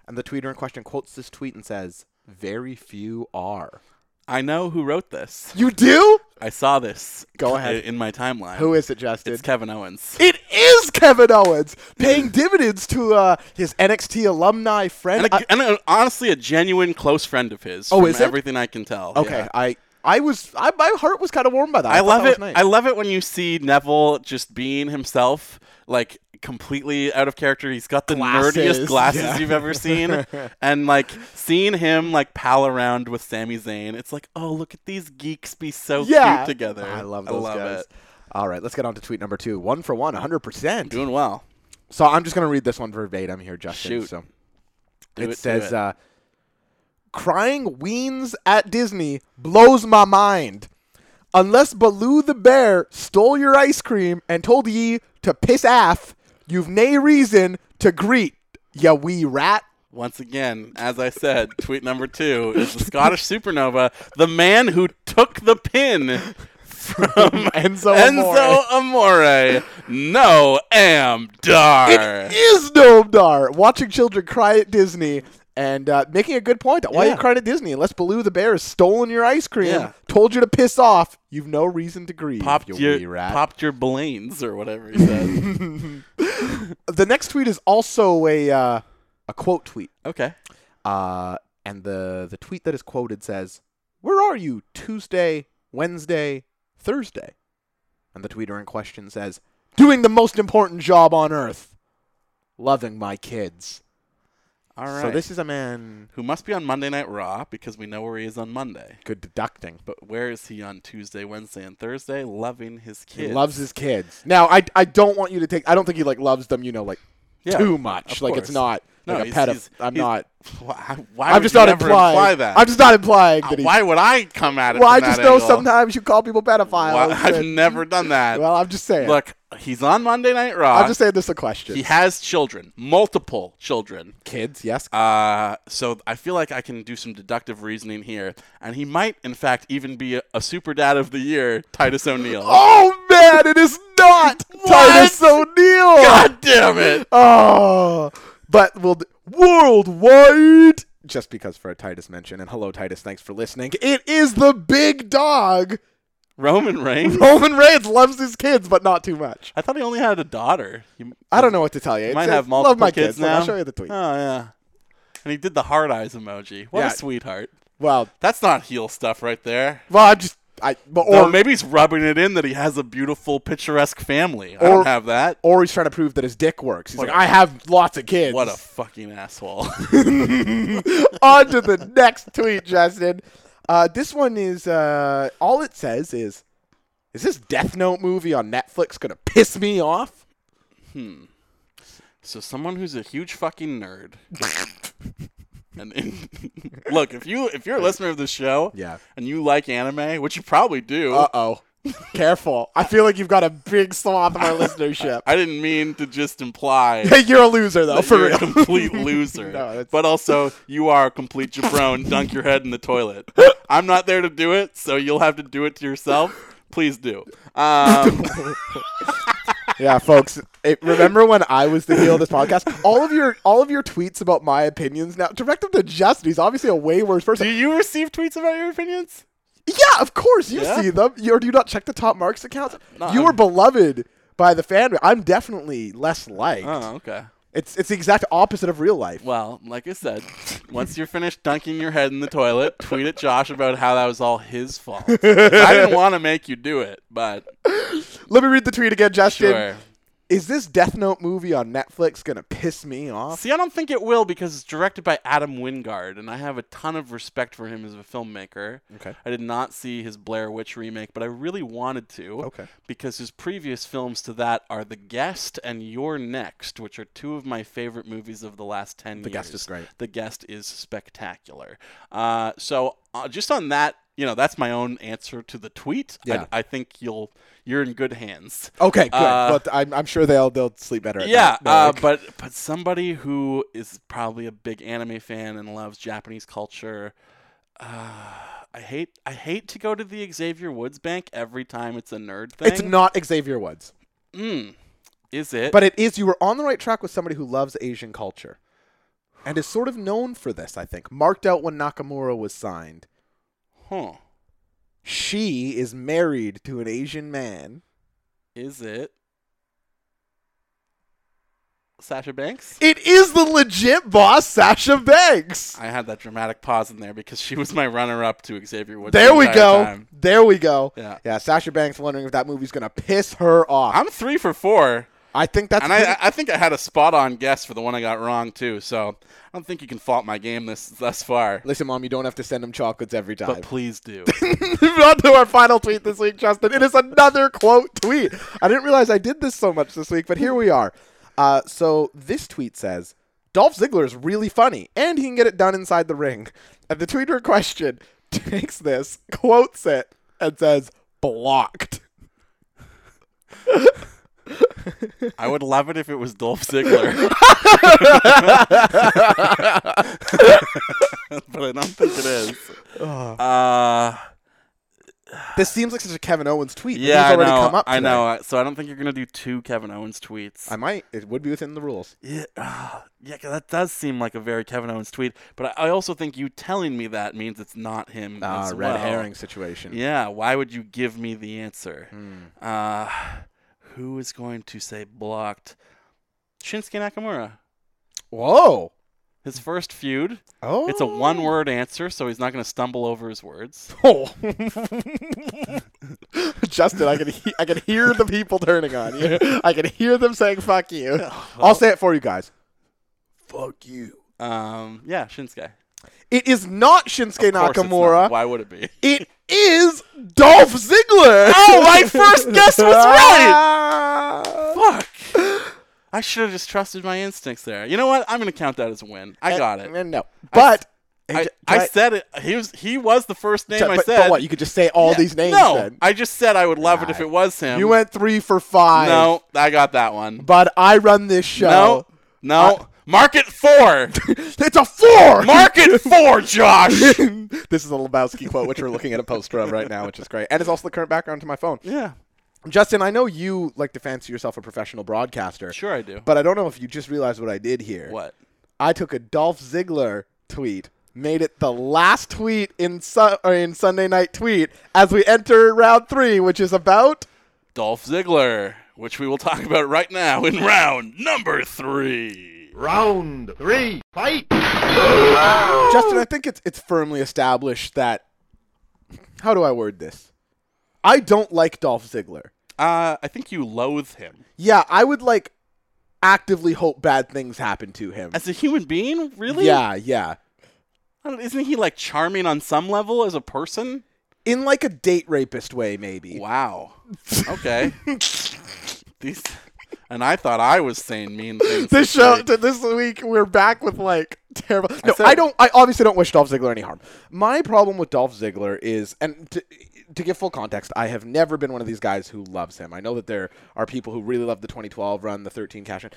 [SPEAKER 4] And the tweeter in question quotes this tweet and says, Very few are.
[SPEAKER 3] I know who wrote this.
[SPEAKER 4] You do?
[SPEAKER 3] I saw this.
[SPEAKER 4] Go ahead.
[SPEAKER 3] In my timeline.
[SPEAKER 4] Who is it, Justin?
[SPEAKER 3] It's Kevin Owens.
[SPEAKER 4] It is Kevin Owens
[SPEAKER 3] [LAUGHS]
[SPEAKER 4] paying dividends to uh, his NXT alumni friend.
[SPEAKER 3] And, a-
[SPEAKER 4] I-
[SPEAKER 3] and a- honestly, a genuine close friend of his.
[SPEAKER 4] Oh,
[SPEAKER 3] from
[SPEAKER 4] is it?
[SPEAKER 3] everything I can tell.
[SPEAKER 4] okay,
[SPEAKER 3] yeah.
[SPEAKER 4] I I was I, my heart was kind of warmed by that.
[SPEAKER 3] I,
[SPEAKER 4] thought
[SPEAKER 3] love
[SPEAKER 4] that was
[SPEAKER 3] it.
[SPEAKER 4] nice.
[SPEAKER 3] I love it when you see Neville just being himself, like completely out of character. He's got the
[SPEAKER 4] Glasses,
[SPEAKER 3] nerdiest glasses
[SPEAKER 4] yeah.
[SPEAKER 3] you've ever
[SPEAKER 4] [LAUGHS]
[SPEAKER 3] seen, and like seeing him like pal around with Sami Zayn. It's like, oh, look at these geeks be so
[SPEAKER 4] yeah,
[SPEAKER 3] cute together.
[SPEAKER 4] I love those guys. All right, let's get on to tweet number two. One for one, 100%.
[SPEAKER 3] Doing well.
[SPEAKER 4] So I'm just going to read this one verbatim here, Justin.
[SPEAKER 3] Shoot.
[SPEAKER 4] So
[SPEAKER 3] Do
[SPEAKER 4] it,
[SPEAKER 3] do
[SPEAKER 4] says, Uh, crying weens at Disney blows my mind. Unless Baloo the bear stole your ice cream and told ye to piss aff, you've nay reason to greet, ya wee rat.
[SPEAKER 3] Once again, as I said, tweet number two is the Scottish supernova, the man who took the pin from
[SPEAKER 4] [LAUGHS] Enzo
[SPEAKER 3] Enzo Amore. No, am dar.
[SPEAKER 4] Is Nomdar watching children cry at Disney and uh, making a good point? Why are
[SPEAKER 3] Yeah.
[SPEAKER 4] you crying at Disney? Unless Baloo the bear has stolen your ice cream,
[SPEAKER 3] Yeah.
[SPEAKER 4] told you to piss off, you've no reason to grieve,
[SPEAKER 3] Popped
[SPEAKER 4] you
[SPEAKER 3] your
[SPEAKER 4] wee rat.
[SPEAKER 3] popped your blanes or whatever he said.
[SPEAKER 4] [LAUGHS] the next tweet is also a uh, a quote tweet,
[SPEAKER 3] okay.
[SPEAKER 4] uh, and the the tweet that is quoted says, "Where are you Tuesday, Wednesday, Thursday?" And the tweeter in question says, "Doing the most important job on earth, loving my kids."
[SPEAKER 3] All right.
[SPEAKER 4] So this is a man
[SPEAKER 3] who must be on Monday Night Raw because we know where he is on Monday.
[SPEAKER 4] good deducting.
[SPEAKER 3] But where is he on Tuesday, Wednesday, and Thursday? Loving his
[SPEAKER 4] He
[SPEAKER 3] kids.
[SPEAKER 4] loves his kids. Now, I, I don't want you to take. I don't think he like loves them. You know, like
[SPEAKER 3] Yeah,
[SPEAKER 4] too much.
[SPEAKER 3] of
[SPEAKER 4] Like it's
[SPEAKER 3] course.
[SPEAKER 4] not
[SPEAKER 3] No,
[SPEAKER 4] like a
[SPEAKER 3] he's-
[SPEAKER 4] pedophile.
[SPEAKER 3] he's-
[SPEAKER 4] I'm
[SPEAKER 3] he's-
[SPEAKER 4] not.
[SPEAKER 3] [LAUGHS] Why, why
[SPEAKER 4] I'm
[SPEAKER 3] would
[SPEAKER 4] just
[SPEAKER 3] you
[SPEAKER 4] not
[SPEAKER 3] ever
[SPEAKER 4] implying.
[SPEAKER 3] imply that?
[SPEAKER 4] I'm just not implying that he
[SPEAKER 3] Uh, why would I come at it?
[SPEAKER 4] Well, I
[SPEAKER 3] from
[SPEAKER 4] just
[SPEAKER 3] that
[SPEAKER 4] know
[SPEAKER 3] angle? [LAUGHS]
[SPEAKER 4] sometimes you call people pedophiles.
[SPEAKER 3] Well, I've
[SPEAKER 4] and-
[SPEAKER 3] never done that.
[SPEAKER 4] well, I'm just saying.
[SPEAKER 3] Look, uh, he's on Monday Night Raw.
[SPEAKER 4] I'm just saying this is a question.
[SPEAKER 3] he has children, multiple children.
[SPEAKER 4] kids, yes.
[SPEAKER 3] Uh, so I feel like I can do some deductive reasoning here, and he might, in fact, even be a, a super dad of the year, Titus O'Neil.
[SPEAKER 4] oh man, it is
[SPEAKER 3] [LAUGHS]
[SPEAKER 4] not Titus O'Neil.
[SPEAKER 3] God damn it!
[SPEAKER 4] Oh, but we'll d- worldwide. Just because for a Titus mention, and hello Titus, thanks for listening. It is the big dog.
[SPEAKER 3] Roman Reigns.
[SPEAKER 4] Roman Reigns loves his kids, but not too much.
[SPEAKER 3] I thought he only had a daughter. He
[SPEAKER 4] I don't know what to tell you. It
[SPEAKER 3] might
[SPEAKER 4] says,
[SPEAKER 3] have multiple
[SPEAKER 4] Love my
[SPEAKER 3] kids,
[SPEAKER 4] kids, Look,
[SPEAKER 3] now.
[SPEAKER 4] I'll show you the tweet.
[SPEAKER 3] Oh yeah, and he did the hard eyes emoji. What
[SPEAKER 4] Yeah.
[SPEAKER 3] a sweetheart.
[SPEAKER 4] well,
[SPEAKER 3] That's not heel stuff right there.
[SPEAKER 4] well, I'm just I but- or
[SPEAKER 3] Or maybe he's rubbing it in that he has a beautiful, picturesque family. I
[SPEAKER 4] Or-
[SPEAKER 3] don't have that.
[SPEAKER 4] or he's trying to prove that his dick works. He's
[SPEAKER 3] What
[SPEAKER 4] like,
[SPEAKER 3] a-
[SPEAKER 4] I have lots of kids.
[SPEAKER 3] What a fucking
[SPEAKER 4] [LAUGHS]
[SPEAKER 3] asshole.
[SPEAKER 4] On to the next tweet, Justin. Uh, this one is uh, all it says is, is this Death Note movie on Netflix gonna piss me off?
[SPEAKER 3] so someone who's a huge fucking nerd. and in, [LAUGHS] look, if you if you're a listener of the show,
[SPEAKER 4] Yeah.
[SPEAKER 3] and you like anime, which you probably do.
[SPEAKER 4] Uh oh. Careful. I feel like you've got a big swath of
[SPEAKER 3] [LAUGHS]
[SPEAKER 4] our listenership. [LAUGHS]
[SPEAKER 3] I didn't mean to just imply
[SPEAKER 4] Hey, you're a loser though,
[SPEAKER 3] that
[SPEAKER 4] for
[SPEAKER 3] you're
[SPEAKER 4] real.
[SPEAKER 3] a complete loser.
[SPEAKER 4] No, that's-
[SPEAKER 3] but also, you are a complete jabron. dunk your head in the
[SPEAKER 4] [LAUGHS]
[SPEAKER 3] toilet. I'm not there to do it, so you'll have to do it to yourself. Please
[SPEAKER 4] [LAUGHS]
[SPEAKER 3] do. Um,
[SPEAKER 4] [LAUGHS] yeah, folks. it- remember when I was the heel of this podcast? All of your all of your tweets about my opinions now direct them to Justin. He's obviously a way worse person.
[SPEAKER 3] do you receive tweets about your opinions?
[SPEAKER 4] Yeah, of course you
[SPEAKER 3] Yeah? Uh,
[SPEAKER 4] see them. You, or do you not check the top marks accounts?
[SPEAKER 3] no,
[SPEAKER 4] you
[SPEAKER 3] I'm-
[SPEAKER 4] were beloved by the fan. I'm definitely less liked.
[SPEAKER 3] Oh, okay.
[SPEAKER 4] It's it's the exact opposite of real life.
[SPEAKER 3] Well, like I said, once you're finished dunking your head in the toilet, tweet at Josh about how that was all his fault. I [LAUGHS] didn't want to make you do it, but
[SPEAKER 4] Let me read the tweet again, Justin.
[SPEAKER 3] sure.
[SPEAKER 4] Is this Death Note movie on Netflix gonna piss me off?
[SPEAKER 3] See, I don't think it will because it's directed by Adam Wingard, and I have a ton of respect for him as a filmmaker.
[SPEAKER 4] Okay.
[SPEAKER 3] I did not see his Blair Witch remake, but I really wanted to.
[SPEAKER 4] Okay.
[SPEAKER 3] Because his previous films to that are The Guest and Your Next, which are two of my favorite movies of the last 10 years. The
[SPEAKER 4] Guest is great.
[SPEAKER 3] The Guest is spectacular. Uh, so, uh, just on that, you know, that's my own answer to the tweet. I-
[SPEAKER 4] Yeah.
[SPEAKER 3] I, think you'll you're in good hands.
[SPEAKER 4] Okay, good.
[SPEAKER 3] Uh,
[SPEAKER 4] but I'm, I'm sure they'll they'll sleep better. At
[SPEAKER 3] Yeah,
[SPEAKER 4] [LAUGHS] night knowing-
[SPEAKER 3] uh, but but somebody who is probably a big anime fan and loves Japanese culture. Uh, I hate I hate to go to the Xavier Woods Bank every time it's a nerd thing. Hmm.
[SPEAKER 4] it's not Xavier Woods.
[SPEAKER 3] Is it?
[SPEAKER 4] But it is you were on the right track with somebody who loves Asian culture, and is sort of known for this. I think marked out when Nakamura was signed.
[SPEAKER 3] huh.
[SPEAKER 4] She is married to an Asian man.
[SPEAKER 3] Is it? Sasha Banks?
[SPEAKER 4] It is the legit boss, Sasha Banks.
[SPEAKER 3] I had that dramatic pause in there because she was my runner-up to Xavier Woods.
[SPEAKER 4] There
[SPEAKER 3] the
[SPEAKER 4] we
[SPEAKER 3] entire
[SPEAKER 4] go.
[SPEAKER 3] time.
[SPEAKER 4] There we go.
[SPEAKER 3] Yeah.
[SPEAKER 4] Yeah. Sasha Banks wondering if that movie's gonna piss her off.
[SPEAKER 3] I'm three for four,
[SPEAKER 4] I think that's.
[SPEAKER 3] and I,
[SPEAKER 4] pretty-
[SPEAKER 3] I think I had a spot-on guess for the one I got wrong too. So I don't think you can fault my game this thus far.
[SPEAKER 4] Listen, mom, you don't have to send him chocolates every time.
[SPEAKER 3] But please
[SPEAKER 4] [LAUGHS]
[SPEAKER 3] do.
[SPEAKER 4] on to our final tweet this week, Justin. It is another quote tweet. I didn't realize I did this so much this week, but here we are. Uh, so this tweet says Dolph Ziggler is really funny, and he can get it done inside the ring. And the tweeter in question [LAUGHS] takes this, quotes it, and says, blocked.
[SPEAKER 3] I would love it if it was Dolph
[SPEAKER 4] [LAUGHS]
[SPEAKER 3] Ziggler. [LAUGHS] but I don't think it is. Uh,
[SPEAKER 4] This seems like such a Kevin Owens tweet. but
[SPEAKER 3] yeah,
[SPEAKER 4] he's
[SPEAKER 3] I
[SPEAKER 4] already
[SPEAKER 3] know.
[SPEAKER 4] come up
[SPEAKER 3] I
[SPEAKER 4] today.
[SPEAKER 3] know. So I don't think you're gonna do two Kevin Owens tweets.
[SPEAKER 4] I might. It would be within the rules.
[SPEAKER 3] Yeah, [SIGHS] ah, yeah, 'cause that does seem like a very Kevin Owens tweet. But I, I also think you telling me that means it's not him.
[SPEAKER 4] Uh,
[SPEAKER 3] as
[SPEAKER 4] red
[SPEAKER 3] well.
[SPEAKER 4] herring situation.
[SPEAKER 3] Yeah. Why would you give me the answer?
[SPEAKER 4] Hmm.
[SPEAKER 3] Uh, who is going to say blocked? Shinsuke Nakamura.
[SPEAKER 4] Whoa.
[SPEAKER 3] His first feud.
[SPEAKER 4] Oh.
[SPEAKER 3] It's a one-word answer, so he's not going to stumble over his words.
[SPEAKER 4] Oh. [LAUGHS] Justin, I can he- I can hear the people turning on you. I can hear them saying "fuck
[SPEAKER 3] Oh,
[SPEAKER 4] you." I'll say it for you guys. Fuck you.
[SPEAKER 3] Um, yeah, Shinsuke.
[SPEAKER 4] It is not Shinsuke
[SPEAKER 3] Of course it's
[SPEAKER 4] Nakamura.
[SPEAKER 3] not. Why would it be?
[SPEAKER 4] It is Dolph Ziggler.
[SPEAKER 3] Oh, my first guess
[SPEAKER 4] [LAUGHS]
[SPEAKER 3] was
[SPEAKER 4] right.
[SPEAKER 3] Fuck. I should have just trusted my instincts there. You know what? I'm going to count that as a win.
[SPEAKER 4] Eh,
[SPEAKER 3] I got it.
[SPEAKER 4] No, but
[SPEAKER 3] I,
[SPEAKER 4] Hey,
[SPEAKER 3] I,
[SPEAKER 4] can I-
[SPEAKER 3] said it. He was he was the first name
[SPEAKER 4] eh, but,
[SPEAKER 3] I
[SPEAKER 4] but
[SPEAKER 3] said.
[SPEAKER 4] what? You could just say all
[SPEAKER 3] Yeah,
[SPEAKER 4] these names.
[SPEAKER 3] No,
[SPEAKER 4] then.
[SPEAKER 3] I just said I would love it if it was him.
[SPEAKER 4] you went three for five.
[SPEAKER 3] No, I got that one.
[SPEAKER 4] but I run this show. [LAUGHS]
[SPEAKER 3] No, no. Market [LAUGHS] four.
[SPEAKER 4] It's a four.
[SPEAKER 3] Market four, Josh.
[SPEAKER 4] [LAUGHS] this is a Lebowski quote, which we're looking at a poster of right now, which is great. And it's also the current background to my phone.
[SPEAKER 3] yeah,
[SPEAKER 4] Justin, I know you like to fancy yourself a professional broadcaster.
[SPEAKER 3] sure I do.
[SPEAKER 4] But I don't know if you just realized what I did here.
[SPEAKER 3] what?
[SPEAKER 4] I took a Dolph Ziggler tweet, made it the last tweet in, su- or in Sunday Night Tweet as we enter round three, which
[SPEAKER 3] [GASPS]
[SPEAKER 4] is about.
[SPEAKER 3] Dolph Ziggler, which we will talk about right now in round number three.
[SPEAKER 5] Round three, fight!
[SPEAKER 4] Justin, I think it's it's firmly established that. How do I word this? I don't like Dolph Ziggler.
[SPEAKER 3] Uh, I think you loathe him
[SPEAKER 4] Yeah, I would like actively hope bad things happen to him.
[SPEAKER 3] as a human being. Really?
[SPEAKER 4] Yeah, yeah.
[SPEAKER 3] I don't- Isn't he like charming on some level as a person?
[SPEAKER 4] In like a date rapist way, maybe.
[SPEAKER 3] Wow. [LAUGHS] Okay. These, and I thought I was saying [LAUGHS] mean things.
[SPEAKER 4] This show,
[SPEAKER 3] Like,
[SPEAKER 4] t- this week, we're back with like terrible. No,
[SPEAKER 3] said-
[SPEAKER 4] I, don't. I obviously don't wish Dolph Ziggler any harm. My problem with Dolph Ziggler is, and to, to give full context, I have never been one of these guys who loves him. I know that there are people who really love the 2012 run, the 13 cash in.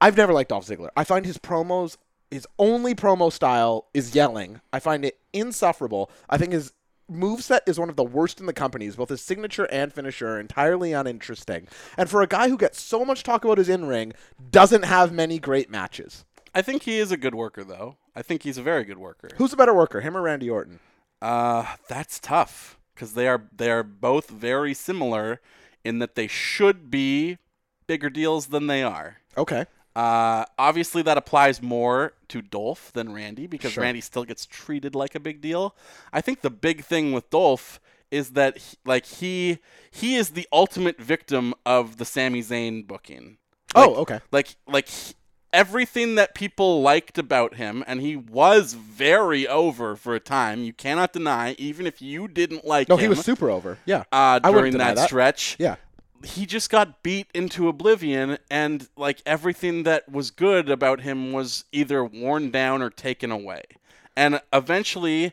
[SPEAKER 4] I've never liked Dolph Ziggler. I find his promos, his only promo style is yelling. I find it insufferable. I think his moveset is one of the worst in the companies. Both his signature and finisher are entirely uninteresting. And for a guy who gets so much talk about his in ring, doesn't have many great matches.
[SPEAKER 3] I think he is a good worker, though. I think he's a very good worker.
[SPEAKER 4] Who's a better worker, him or Randy Orton?
[SPEAKER 3] Uh, that's tough because they are they are both very similar in that they should be bigger deals than they are.
[SPEAKER 4] Okay.
[SPEAKER 3] Uh, obviously, that applies more to Dolph than Randy because Randy still gets treated like a big deal. I think the big thing with Dolph is that he, like he he is the ultimate victim of the Sami Zayn booking.
[SPEAKER 4] Oh,
[SPEAKER 3] Like-
[SPEAKER 4] okay.
[SPEAKER 3] Like like he- everything that people liked about him, and he was very over for a time. You cannot deny, even if you didn't like
[SPEAKER 4] No,
[SPEAKER 3] him.
[SPEAKER 4] he was super over. Yeah.
[SPEAKER 3] uh,
[SPEAKER 4] I wouldn't
[SPEAKER 3] during
[SPEAKER 4] deny
[SPEAKER 3] that, stretch
[SPEAKER 4] Yeah.
[SPEAKER 3] he just got beat into oblivion and like everything that was good about him was either worn down or taken away and eventually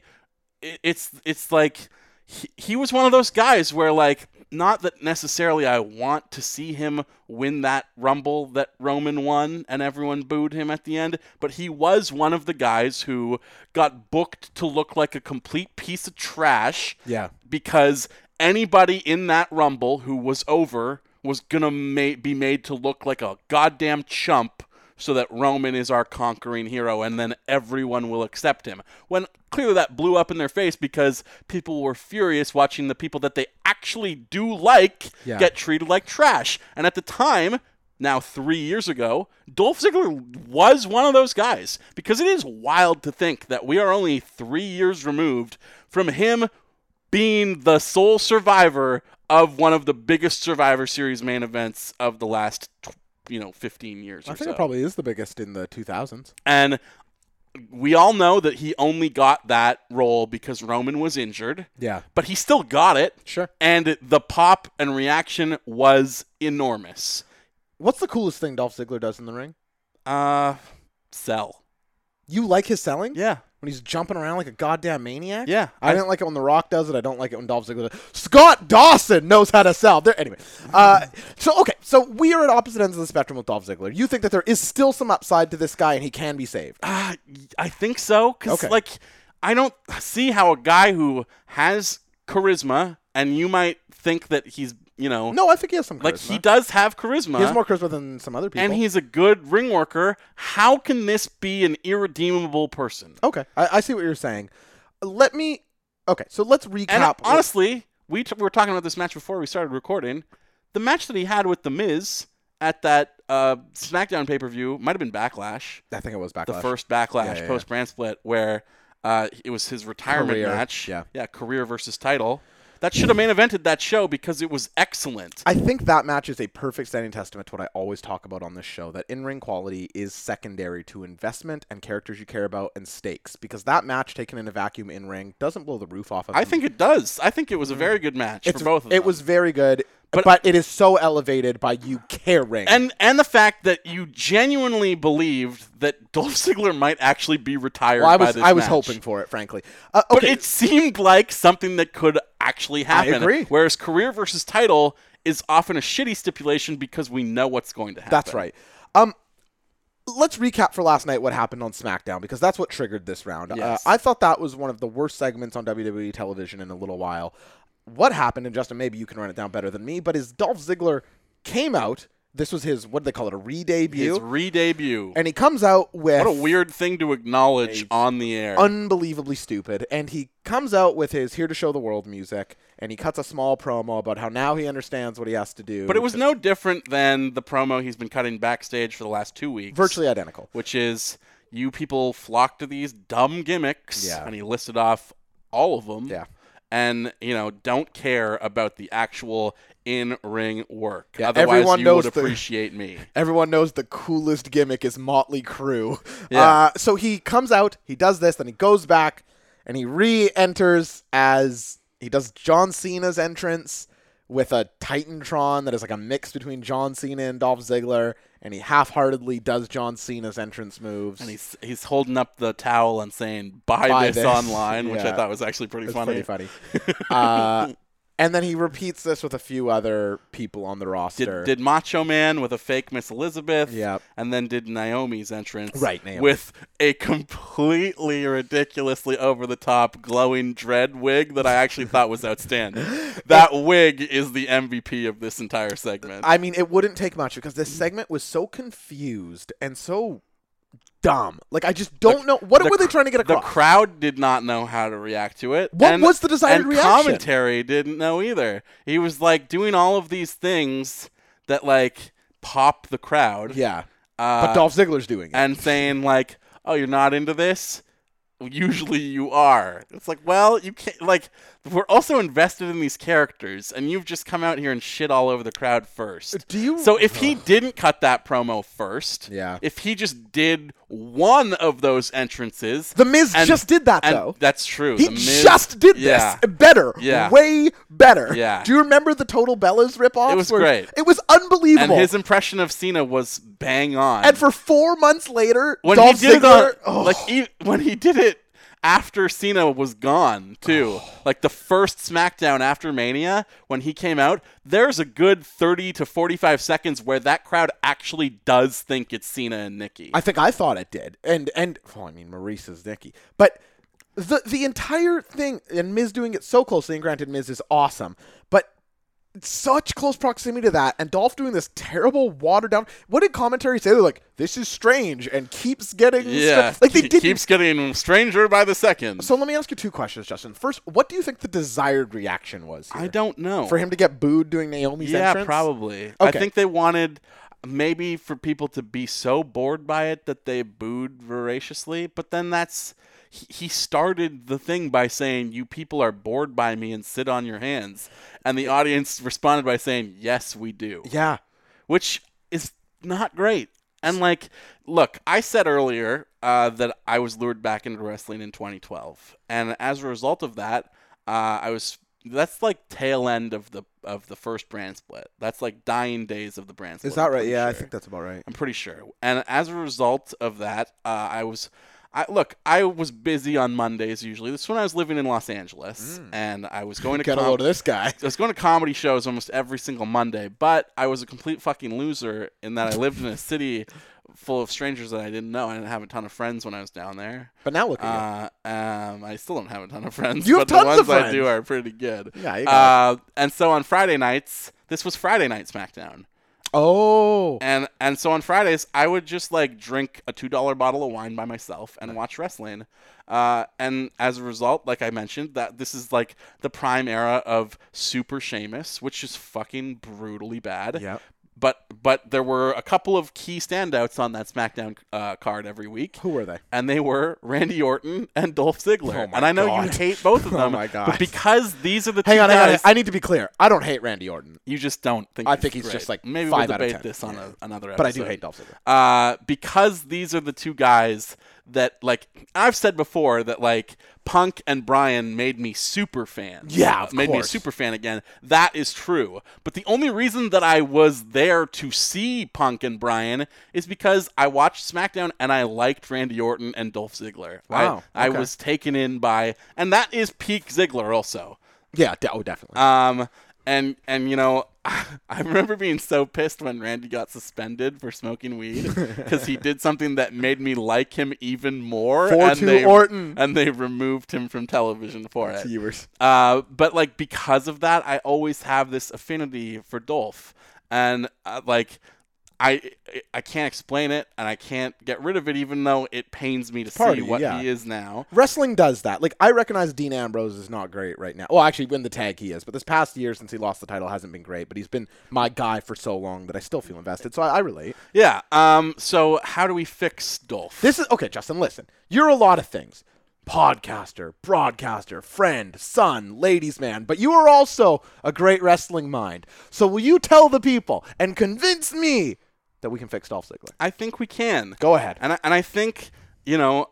[SPEAKER 3] i- it's it's like he, he was one of those guys where like not that necessarily I want to see him win that rumble that Roman won and everyone booed him at the end, but he was one of the guys who got booked to look like a complete piece of trash
[SPEAKER 4] Yeah.
[SPEAKER 3] because anybody in that rumble who was over was gonna ma- be made to look like a goddamn chump so that Roman is our conquering hero and then everyone will accept him. When clearly that blew up in their face because people were furious watching the people that they actually do like
[SPEAKER 4] Yeah.
[SPEAKER 3] get treated like trash. And at the time, now three years ago, Dolph Ziggler was one of those guys because it is wild to think that we are only three years removed from him being the sole survivor of one of the biggest Survivor Series main events of the last, tw- you know, 15 years
[SPEAKER 4] I
[SPEAKER 3] or
[SPEAKER 4] think
[SPEAKER 3] so.
[SPEAKER 4] it probably is the biggest in the 2000s.
[SPEAKER 3] and we all know that he only got that role because Roman was injured.
[SPEAKER 4] Yeah.
[SPEAKER 3] But he still got it.
[SPEAKER 4] Sure.
[SPEAKER 3] And the pop and reaction was enormous.
[SPEAKER 4] What's the coolest thing Dolph Ziggler does in the ring?
[SPEAKER 3] Uh, sell.
[SPEAKER 4] You like his selling?
[SPEAKER 3] Yeah.
[SPEAKER 4] When he's jumping around like a goddamn maniac?
[SPEAKER 3] Yeah.
[SPEAKER 4] I, didn't like it when The Rock does it. I don't like it when Dolph Ziggler does it. Scott Dawson knows how to sell. There, anyway. Uh, [LAUGHS] so, okay. So, we are at opposite ends of the spectrum with Dolph Ziggler. You think that there is still some upside to this guy and he can be saved.
[SPEAKER 3] Uh, I think so. Because,
[SPEAKER 4] Okay.
[SPEAKER 3] like, I don't see how a guy who has charisma, and you might think that he's, you know,
[SPEAKER 4] No, I think he has some charisma.
[SPEAKER 3] like, he does have charisma.
[SPEAKER 4] He has more charisma than some other people.
[SPEAKER 3] and he's a good ring worker. How can this be an irredeemable person?
[SPEAKER 4] Okay. I, I see what you're saying. Let me. Okay. So, let's recap.
[SPEAKER 3] And
[SPEAKER 4] what-
[SPEAKER 3] honestly, we, t- we were talking about this match before we started recording. The match that he had with The Miz at that uh, SmackDown pay per view might have been Backlash.
[SPEAKER 4] I think it was backlash.
[SPEAKER 3] the first backlash
[SPEAKER 4] Yeah, yeah, yeah.
[SPEAKER 3] post brand split where uh, it was his retirement
[SPEAKER 4] Career,
[SPEAKER 3] match.
[SPEAKER 4] yeah.
[SPEAKER 3] yeah, career versus title. That should have main evented that show because it was excellent.
[SPEAKER 4] I think that match is a perfect standing testament to what I always talk about on this show that in ring quality is secondary to investment and characters you care about and stakes because that match taken in a vacuum in ring doesn't blow the roof off of
[SPEAKER 3] I
[SPEAKER 4] them.
[SPEAKER 3] think it does. I think it was a very good match
[SPEAKER 4] Mm. it's,
[SPEAKER 3] for both of them.
[SPEAKER 4] It was very good,
[SPEAKER 3] But-
[SPEAKER 4] but, it is so elevated by you caring.
[SPEAKER 3] and and the fact that you genuinely believed that Dolph Ziggler might actually be retired.
[SPEAKER 4] well, I
[SPEAKER 3] by
[SPEAKER 4] was
[SPEAKER 3] this
[SPEAKER 4] I was
[SPEAKER 3] match.
[SPEAKER 4] hoping for it, frankly. Uh, okay,
[SPEAKER 3] But it seemed like something that could actually happen.
[SPEAKER 4] agree.
[SPEAKER 3] Whereas career versus title is often a shitty stipulation because we know what's going to happen.
[SPEAKER 4] That's right. Um, let's recap for last night what happened on SmackDown because that's what triggered this round.
[SPEAKER 3] Yes.
[SPEAKER 4] Uh, I thought that was one of the worst segments on WWE television in a little while. What happened, and Justin, maybe you can run it down better than me, but is Dolph Ziggler came out. This was his what do they call it a re
[SPEAKER 3] His
[SPEAKER 4] debut,
[SPEAKER 3] re-debut.
[SPEAKER 4] and he comes out with
[SPEAKER 3] What a weird thing to acknowledge on the air.
[SPEAKER 4] unbelievably stupid. And he comes out with his "Here to Show the World" music, and he cuts a small promo about how now he understands what he has to do.
[SPEAKER 3] but it was no different than the promo he's been cutting backstage for the last two weeks.
[SPEAKER 4] virtually identical.
[SPEAKER 3] Which is, you people flock to these dumb gimmicks.
[SPEAKER 4] Yeah.
[SPEAKER 3] And he listed off all of them.
[SPEAKER 4] Yeah.
[SPEAKER 3] And, you know, don't care about the actual in ring work.
[SPEAKER 4] Yeah,
[SPEAKER 3] Otherwise,
[SPEAKER 4] everyone
[SPEAKER 3] you
[SPEAKER 4] knows
[SPEAKER 3] would
[SPEAKER 4] the-
[SPEAKER 3] appreciate me.
[SPEAKER 4] Everyone knows the coolest gimmick is Motley Crue.
[SPEAKER 3] Yeah.
[SPEAKER 4] Uh, so he comes out, he does this, then he goes back, and he re-enters as he does John Cena's entrance with a Titantron that is like a mix between John Cena and Dolph Ziggler, and he half-heartedly does John Cena's entrance moves.
[SPEAKER 3] And he's, he's holding up the towel and saying, buy,
[SPEAKER 4] Buy
[SPEAKER 3] this,
[SPEAKER 4] this." [LAUGHS]
[SPEAKER 3] online, which I
[SPEAKER 4] Yeah.
[SPEAKER 3] thought was actually pretty
[SPEAKER 4] It's
[SPEAKER 3] funny.
[SPEAKER 4] pretty funny.
[SPEAKER 3] [LAUGHS]
[SPEAKER 4] uh, and then he repeats this with a few other people on the roster.
[SPEAKER 3] did, did Macho Man with a fake Miss Elizabeth.
[SPEAKER 4] Yep.
[SPEAKER 3] And then did Naomi's entrance.
[SPEAKER 4] Right, Naomi.
[SPEAKER 3] With a completely ridiculously over the top glowing dread wig that I actually thought was
[SPEAKER 4] [LAUGHS]
[SPEAKER 3] outstanding. That wig is the MVP of this entire segment.
[SPEAKER 4] I mean, it wouldn't take much because
[SPEAKER 3] Mm-hmm.
[SPEAKER 4] this segment was so confused and so dumb. Like, I just don't know what
[SPEAKER 3] the
[SPEAKER 4] were they
[SPEAKER 3] cr-
[SPEAKER 4] trying to get
[SPEAKER 3] the
[SPEAKER 4] across.
[SPEAKER 3] crowd did not know how to react to it.
[SPEAKER 4] What
[SPEAKER 3] and-
[SPEAKER 4] was the desired
[SPEAKER 3] and
[SPEAKER 4] reaction?
[SPEAKER 3] Commentary didn't know either. He was like doing all of these things that like pop the crowd.
[SPEAKER 4] yeah,
[SPEAKER 3] Uh,
[SPEAKER 4] but Dolph Ziggler's doing it.
[SPEAKER 3] and saying like, "Oh, you're not into this." Usually you are. It's like, well, you can't. Like, we're also invested in these characters, and you've just come out here and shit all over the crowd first.
[SPEAKER 4] Do you-
[SPEAKER 3] So if he didn't cut that promo first,
[SPEAKER 4] Yeah.
[SPEAKER 3] If he just did one of those entrances,
[SPEAKER 4] the Miz
[SPEAKER 3] and-
[SPEAKER 4] just did that
[SPEAKER 3] and
[SPEAKER 4] though.
[SPEAKER 3] That's true.
[SPEAKER 4] he
[SPEAKER 3] The Miz-
[SPEAKER 4] just did
[SPEAKER 3] yeah.
[SPEAKER 4] this better,
[SPEAKER 3] Yeah.
[SPEAKER 4] way better.
[SPEAKER 3] Yeah.
[SPEAKER 4] Do you remember the Total Bellas ripoff?
[SPEAKER 3] It was
[SPEAKER 4] where-
[SPEAKER 3] great.
[SPEAKER 4] It was unbelievable.
[SPEAKER 3] And
[SPEAKER 4] And,
[SPEAKER 3] his impression of Cena was bang on.
[SPEAKER 4] for four months later,
[SPEAKER 3] when
[SPEAKER 4] Dolph
[SPEAKER 3] he did
[SPEAKER 4] Ziggler,
[SPEAKER 3] it,
[SPEAKER 4] oh.
[SPEAKER 3] on, like e- when he did it after Cena was gone too,
[SPEAKER 4] Oh.
[SPEAKER 3] like the first SmackDown after Mania when he came out, there's a good thirty to forty-five seconds where that crowd actually does think it's Cena and Nikki.
[SPEAKER 4] I think I thought it did, and and well, I mean Maurice is Nikki, but the the entire thing and Miz doing it so closely. And granted, Miz is awesome, but such close proximity to that, and Dolph doing this terrible watered down. What did commentary say? They're like, "This is strange," and keeps getting stra-
[SPEAKER 3] Yeah,
[SPEAKER 4] like they
[SPEAKER 3] he
[SPEAKER 4] did
[SPEAKER 3] keeps getting stranger by the second.
[SPEAKER 4] So let me ask you two questions, Justin. First, what do you think the desired reaction was? Here?
[SPEAKER 3] I don't know.
[SPEAKER 4] For him to get booed doing Naomi's
[SPEAKER 3] yeah,
[SPEAKER 4] entrance?
[SPEAKER 3] probably. I
[SPEAKER 4] Okay.
[SPEAKER 3] think they wanted maybe for people to be so bored by it that they booed voraciously, but then that's he he started the thing by saying, "You people are bored by me and sit on your hands," and the audience responded by saying, "Yes, we do."
[SPEAKER 4] Yeah.
[SPEAKER 3] which is not great. And like, look, I said earlier uh, that I was lured back into wrestling in 2012, and as a result of that, uh, I was. That's like tail end of the of the first brand split. That's like dying days of the brand split.
[SPEAKER 4] Is that
[SPEAKER 3] I'm
[SPEAKER 4] right?
[SPEAKER 3] pretty
[SPEAKER 4] Yeah, I
[SPEAKER 3] sure.
[SPEAKER 4] think that's about right.
[SPEAKER 3] I'm pretty sure. And as a result of that, uh, I was, I look, I was busy on Mondays usually. This is when I was living in Los Angeles, and I was going to
[SPEAKER 4] Get a
[SPEAKER 3] com-
[SPEAKER 4] Mm. load of this guy. [LAUGHS]
[SPEAKER 3] I was going to comedy shows almost every single Monday, but I was a complete fucking loser in that I lived in a city full of strangers that I didn't know. I didn't have a ton of friends when I was down there.
[SPEAKER 4] But now look at you.
[SPEAKER 3] Uh, um, I still don't have a ton of friends,
[SPEAKER 4] You
[SPEAKER 3] but
[SPEAKER 4] have
[SPEAKER 3] the
[SPEAKER 4] tons
[SPEAKER 3] ones
[SPEAKER 4] of
[SPEAKER 3] I do
[SPEAKER 4] friends.
[SPEAKER 3] are pretty good.
[SPEAKER 4] Yeah, you got
[SPEAKER 3] uh, and so on Friday nights, this was Friday night SmackDown.
[SPEAKER 4] Oh.
[SPEAKER 3] And and so on Fridays, I would just like drink a two dollar bottle of wine by myself and watch wrestling. Uh, and as a result, like I mentioned, that this is like the prime era of Super Sheamus, which is fucking brutally bad.
[SPEAKER 4] Yep.
[SPEAKER 3] But but there were a couple of key standouts on that SmackDown uh, card every week.
[SPEAKER 4] Who were they?
[SPEAKER 3] And they were Randy Orton and Dolph Ziggler.
[SPEAKER 4] Oh my
[SPEAKER 3] and I know
[SPEAKER 4] God.
[SPEAKER 3] you hate both of
[SPEAKER 4] [LAUGHS] Oh
[SPEAKER 3] them.
[SPEAKER 4] my God.
[SPEAKER 3] But because these are the
[SPEAKER 4] Hang
[SPEAKER 3] two
[SPEAKER 4] on, hang on, hang on.
[SPEAKER 3] guys-
[SPEAKER 4] I need to be clear. I don't hate Randy Orton,
[SPEAKER 3] you just don't think.
[SPEAKER 4] I
[SPEAKER 3] he's
[SPEAKER 4] think he's
[SPEAKER 3] great.
[SPEAKER 4] just, like,
[SPEAKER 3] maybe
[SPEAKER 4] five
[SPEAKER 3] we'll
[SPEAKER 4] out of
[SPEAKER 3] debate
[SPEAKER 4] 10.
[SPEAKER 3] this on
[SPEAKER 4] Yeah.
[SPEAKER 3] a, another episode.
[SPEAKER 4] but I do hate Dolph Ziggler.
[SPEAKER 3] Uh, because these are the two guys that like I've said before that like Punk and Brian made me super fans.
[SPEAKER 4] Yeah, of
[SPEAKER 3] made me a
[SPEAKER 4] course.
[SPEAKER 3] super fan again. That is true. But the only reason that I was there to see Punk and Brian is because I watched SmackDown and I liked Randy Orton and Dolph Ziggler. I-
[SPEAKER 4] Wow,
[SPEAKER 3] I,
[SPEAKER 4] okay.
[SPEAKER 3] was taken in by, and that is peak Ziggler also.
[SPEAKER 4] Yeah, de- oh, definitely.
[SPEAKER 3] Um, and and you know, [LAUGHS] I remember being so pissed when Randy got suspended for smoking weed because he did something that made me like him even more.
[SPEAKER 4] For
[SPEAKER 3] and
[SPEAKER 4] to
[SPEAKER 3] they,
[SPEAKER 4] Orton.
[SPEAKER 3] and they removed him from television for it.
[SPEAKER 4] Viewers.
[SPEAKER 3] Uh, but like because of that, I always have this affinity for Dolph, and uh, like. I I can't explain it and I can't get rid of it even though it pains me to
[SPEAKER 4] part
[SPEAKER 3] see
[SPEAKER 4] of you,
[SPEAKER 3] what
[SPEAKER 4] yeah.
[SPEAKER 3] he is now.
[SPEAKER 4] Wrestling does that. Like I recognize Dean Ambrose is not great right now. Well, actually, when the tag he is, but this past year since he lost the title hasn't been great. But he's been my guy for so long that I still feel invested. So I, I relate.
[SPEAKER 3] Yeah. Um so how do we fix Dolph?
[SPEAKER 4] This is okay, Justin. Listen, you're a lot of things: podcaster, broadcaster, friend, son, ladies' man. But you are also a great wrestling mind. So will you tell the people and convince me that we can fix Dolph Ziggler?
[SPEAKER 3] I think we can.
[SPEAKER 4] Go ahead.
[SPEAKER 3] And I, and I think, you know,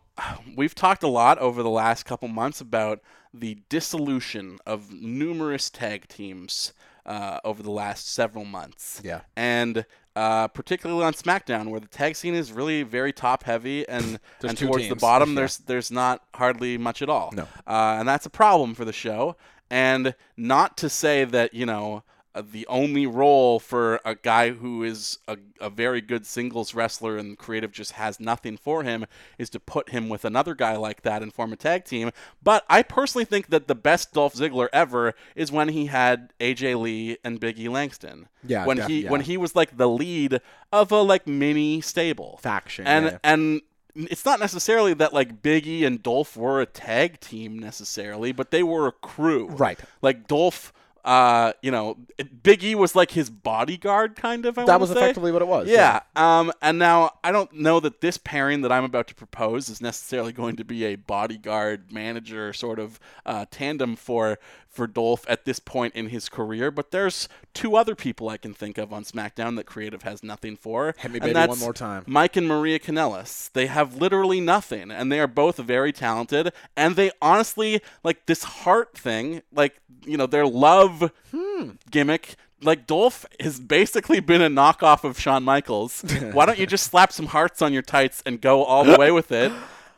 [SPEAKER 3] we've talked a lot over the last couple months about the dissolution of numerous tag teams uh, over the last several months.
[SPEAKER 4] Yeah.
[SPEAKER 3] And uh, particularly on SmackDown, where the tag scene is really very top heavy, and, and
[SPEAKER 4] two
[SPEAKER 3] towards the
[SPEAKER 4] teams.
[SPEAKER 3] bottom,
[SPEAKER 4] [LAUGHS] Yeah.
[SPEAKER 3] there's there's not hardly much at all.
[SPEAKER 4] No.
[SPEAKER 3] Uh, and that's a problem for the show. And not to say that, you know, uh, the only role for a guy who is a, a very good singles wrestler and creative just has nothing for him is to put him with another guy like that and form a tag team. But I personally think that the best Dolph Ziggler ever is when he had AJ Lee and Big E Langston.
[SPEAKER 4] Yeah,
[SPEAKER 3] When
[SPEAKER 4] def-
[SPEAKER 3] he
[SPEAKER 4] yeah.
[SPEAKER 3] when he was like the lead of a like mini stable
[SPEAKER 4] Faction,
[SPEAKER 3] And
[SPEAKER 4] yeah, yeah.
[SPEAKER 3] and it's not necessarily that like Biggie and Dolph were a tag team necessarily, but they were a crew.
[SPEAKER 4] Right.
[SPEAKER 3] Like Dolph, uh, you know, Biggie was like his bodyguard kind of. I
[SPEAKER 4] That
[SPEAKER 3] wanna
[SPEAKER 4] was
[SPEAKER 3] say.
[SPEAKER 4] effectively what it was,
[SPEAKER 3] Yeah. Um. And now I don't know that this pairing that I'm about to propose is necessarily going to be a bodyguard manager sort of uh, tandem for for Dolph at this point in his career. But there's two other people I can think of on SmackDown that creative has nothing for.
[SPEAKER 4] Hit me,
[SPEAKER 3] and
[SPEAKER 4] baby, one
[SPEAKER 3] that's
[SPEAKER 4] more time.
[SPEAKER 3] Mike and Maria Kanellis. They have literally nothing, and they are both very talented. And they honestly, like this heart thing, like, you know, their love
[SPEAKER 4] Hmm.
[SPEAKER 3] gimmick. Like, Dolph has basically been a knockoff of Shawn
[SPEAKER 4] [LAUGHS]
[SPEAKER 3] Michaels. Why don't you just slap some hearts on your tights and go all the way with
[SPEAKER 4] [LAUGHS]
[SPEAKER 3] it?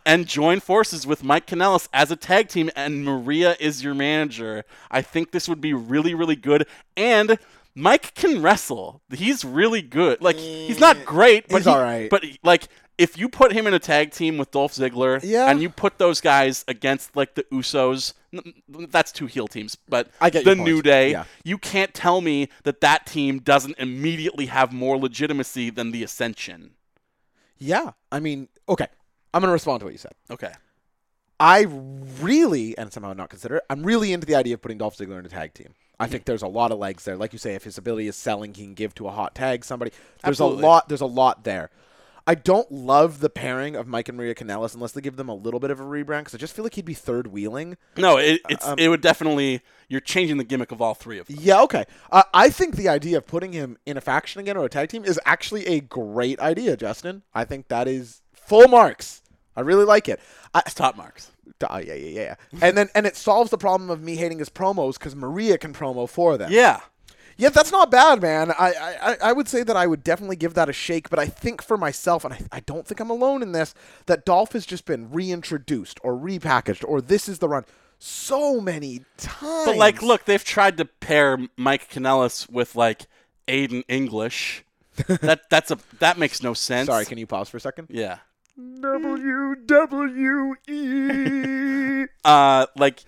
[SPEAKER 3] And join forces with Mike Kanellis as a tag team, and Maria is your manager. I think this would be really, really good. And Mike can wrestle. He's really good. Like, he's not great, but
[SPEAKER 4] Mm, He's
[SPEAKER 3] he-
[SPEAKER 4] all right.
[SPEAKER 3] But but like if you put him in a tag team with Dolph Ziggler
[SPEAKER 4] Yeah.
[SPEAKER 3] and you put those guys against like the Usos, n- n- that's two heel teams, but
[SPEAKER 4] I get
[SPEAKER 3] the
[SPEAKER 4] your point.
[SPEAKER 3] New Day,
[SPEAKER 4] Yeah.
[SPEAKER 3] you can't tell me that that team doesn't immediately have more legitimacy than the Ascension.
[SPEAKER 4] Yeah. I mean, okay. I'm going to respond to what you said.
[SPEAKER 3] Okay.
[SPEAKER 4] I really, and somehow not consider it, I'm really into the idea of putting Dolph Ziggler in a tag team. I think there's a lot of legs there. Like you say, if his ability is selling, he can give to a hot tag somebody. There's
[SPEAKER 3] Absolutely.
[SPEAKER 4] a lot. There's a lot there. I don't love the pairing of Mike and Maria Canellis unless they give them a little bit of a rebrand because I just feel like he'd be third wheeling.
[SPEAKER 3] No, it,
[SPEAKER 4] Uh,
[SPEAKER 3] it's
[SPEAKER 4] um,
[SPEAKER 3] it would definitely you're changing the gimmick of all three of them.
[SPEAKER 4] Yeah, okay. Uh, I think the idea of putting him in a faction again or a tag team is actually a great idea, Justin. I think that is full marks. I really like it. I,
[SPEAKER 3] It's top marks.
[SPEAKER 4] Ah, yeah, yeah, yeah. yeah. and then and it solves the problem of me hating his promos because Maria can promo for them.
[SPEAKER 3] Yeah.
[SPEAKER 4] yeah, that's not bad, man. I, I I- I would say that I would definitely give that a shake, but I think for myself, and I, I don't think I'm alone in this, that Dolph has just been reintroduced or repackaged or this is the run so many times.
[SPEAKER 3] But like, look, they've tried to pair Mike Kanellis with like Aiden
[SPEAKER 4] [LAUGHS]
[SPEAKER 3] English. that that's a that makes no sense.
[SPEAKER 4] Sorry, can you pause for a second?
[SPEAKER 3] yeah.
[SPEAKER 4] WWE.
[SPEAKER 3] [LAUGHS] Uh, like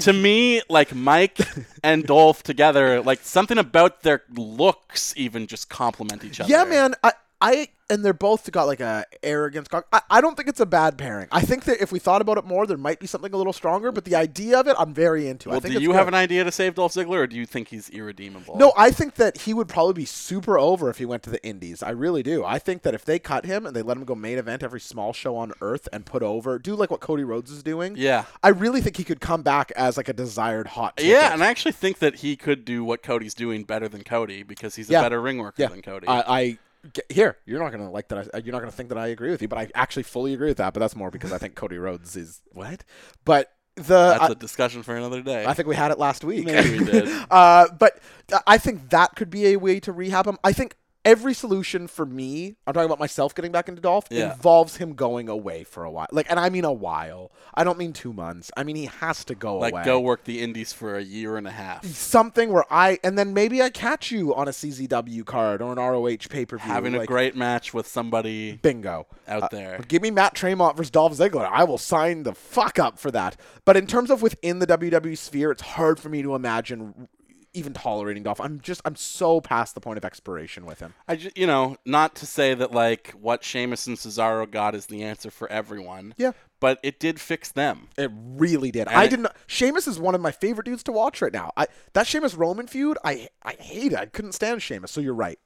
[SPEAKER 3] to me, like Mike and Dolph together, like something about their looks even just complement each other.
[SPEAKER 4] Yeah, man. I, I and they're both got like a arrogance. cock- I, I don't think it's a bad pairing. I think that if we thought about it more, there might be something a little stronger. But the idea of it, I'm very into. I
[SPEAKER 3] Well, do
[SPEAKER 4] think
[SPEAKER 3] you
[SPEAKER 4] it's
[SPEAKER 3] have
[SPEAKER 4] good.
[SPEAKER 3] an idea to save Dolph Ziggler, or do you think he's irredeemable?
[SPEAKER 4] No, I think that he would probably be super over if he went to the Indies. I really do. I think that if they cut him and they let him go main event every small show on Earth and put over, do like what Cody Rhodes is doing.
[SPEAKER 3] Yeah.
[SPEAKER 4] I really think he could come back as like a desired hot. Ticket.
[SPEAKER 3] Yeah, and I actually think that he could do what Cody's doing better than Cody because he's a
[SPEAKER 4] Yeah.
[SPEAKER 3] better ring worker than Cody.
[SPEAKER 4] I, I g- here you're not gonna like that. I, uh, you're not gonna think that I agree with you, but I actually fully agree with that. But that's more because I think Cody Rhodes is what. But the
[SPEAKER 3] That's
[SPEAKER 4] I
[SPEAKER 3] a discussion for another day.
[SPEAKER 4] I think we had it last week.
[SPEAKER 3] Maybe we did.
[SPEAKER 4] [LAUGHS] uh, but I think that could be a way to rehab him. I think every solution for me, I'm talking about myself getting back into Dolph,
[SPEAKER 3] Yeah.
[SPEAKER 4] involves him going away for a while. Like, and I mean a while. I don't mean two months. I mean he has to go
[SPEAKER 3] like
[SPEAKER 4] away
[SPEAKER 3] go work the indies for a year and a half.
[SPEAKER 4] something where I and then maybe I catch you on a CZW card or an ROH pay per view.
[SPEAKER 3] Having a great match with somebody
[SPEAKER 4] bingo
[SPEAKER 3] out
[SPEAKER 4] Uh,
[SPEAKER 3] there.
[SPEAKER 4] give me Matt Tremont versus Dolph Ziggler. I will sign the fuck up for that. But in terms of within the WWE sphere, it's hard for me to imagine even tolerating Dolph. I'm just I'm so past the point of expiration with him.
[SPEAKER 3] I just, you know, not to say that like what Sheamus and Cesaro got is the answer for everyone.
[SPEAKER 4] Yeah.
[SPEAKER 3] But it did fix them.
[SPEAKER 4] It really did. I
[SPEAKER 3] it-
[SPEAKER 4] did not. Sheamus is one of my favorite dudes to watch right now. I that Sheamus Roman feud, I I hate it. I couldn't stand Sheamus. So you're right.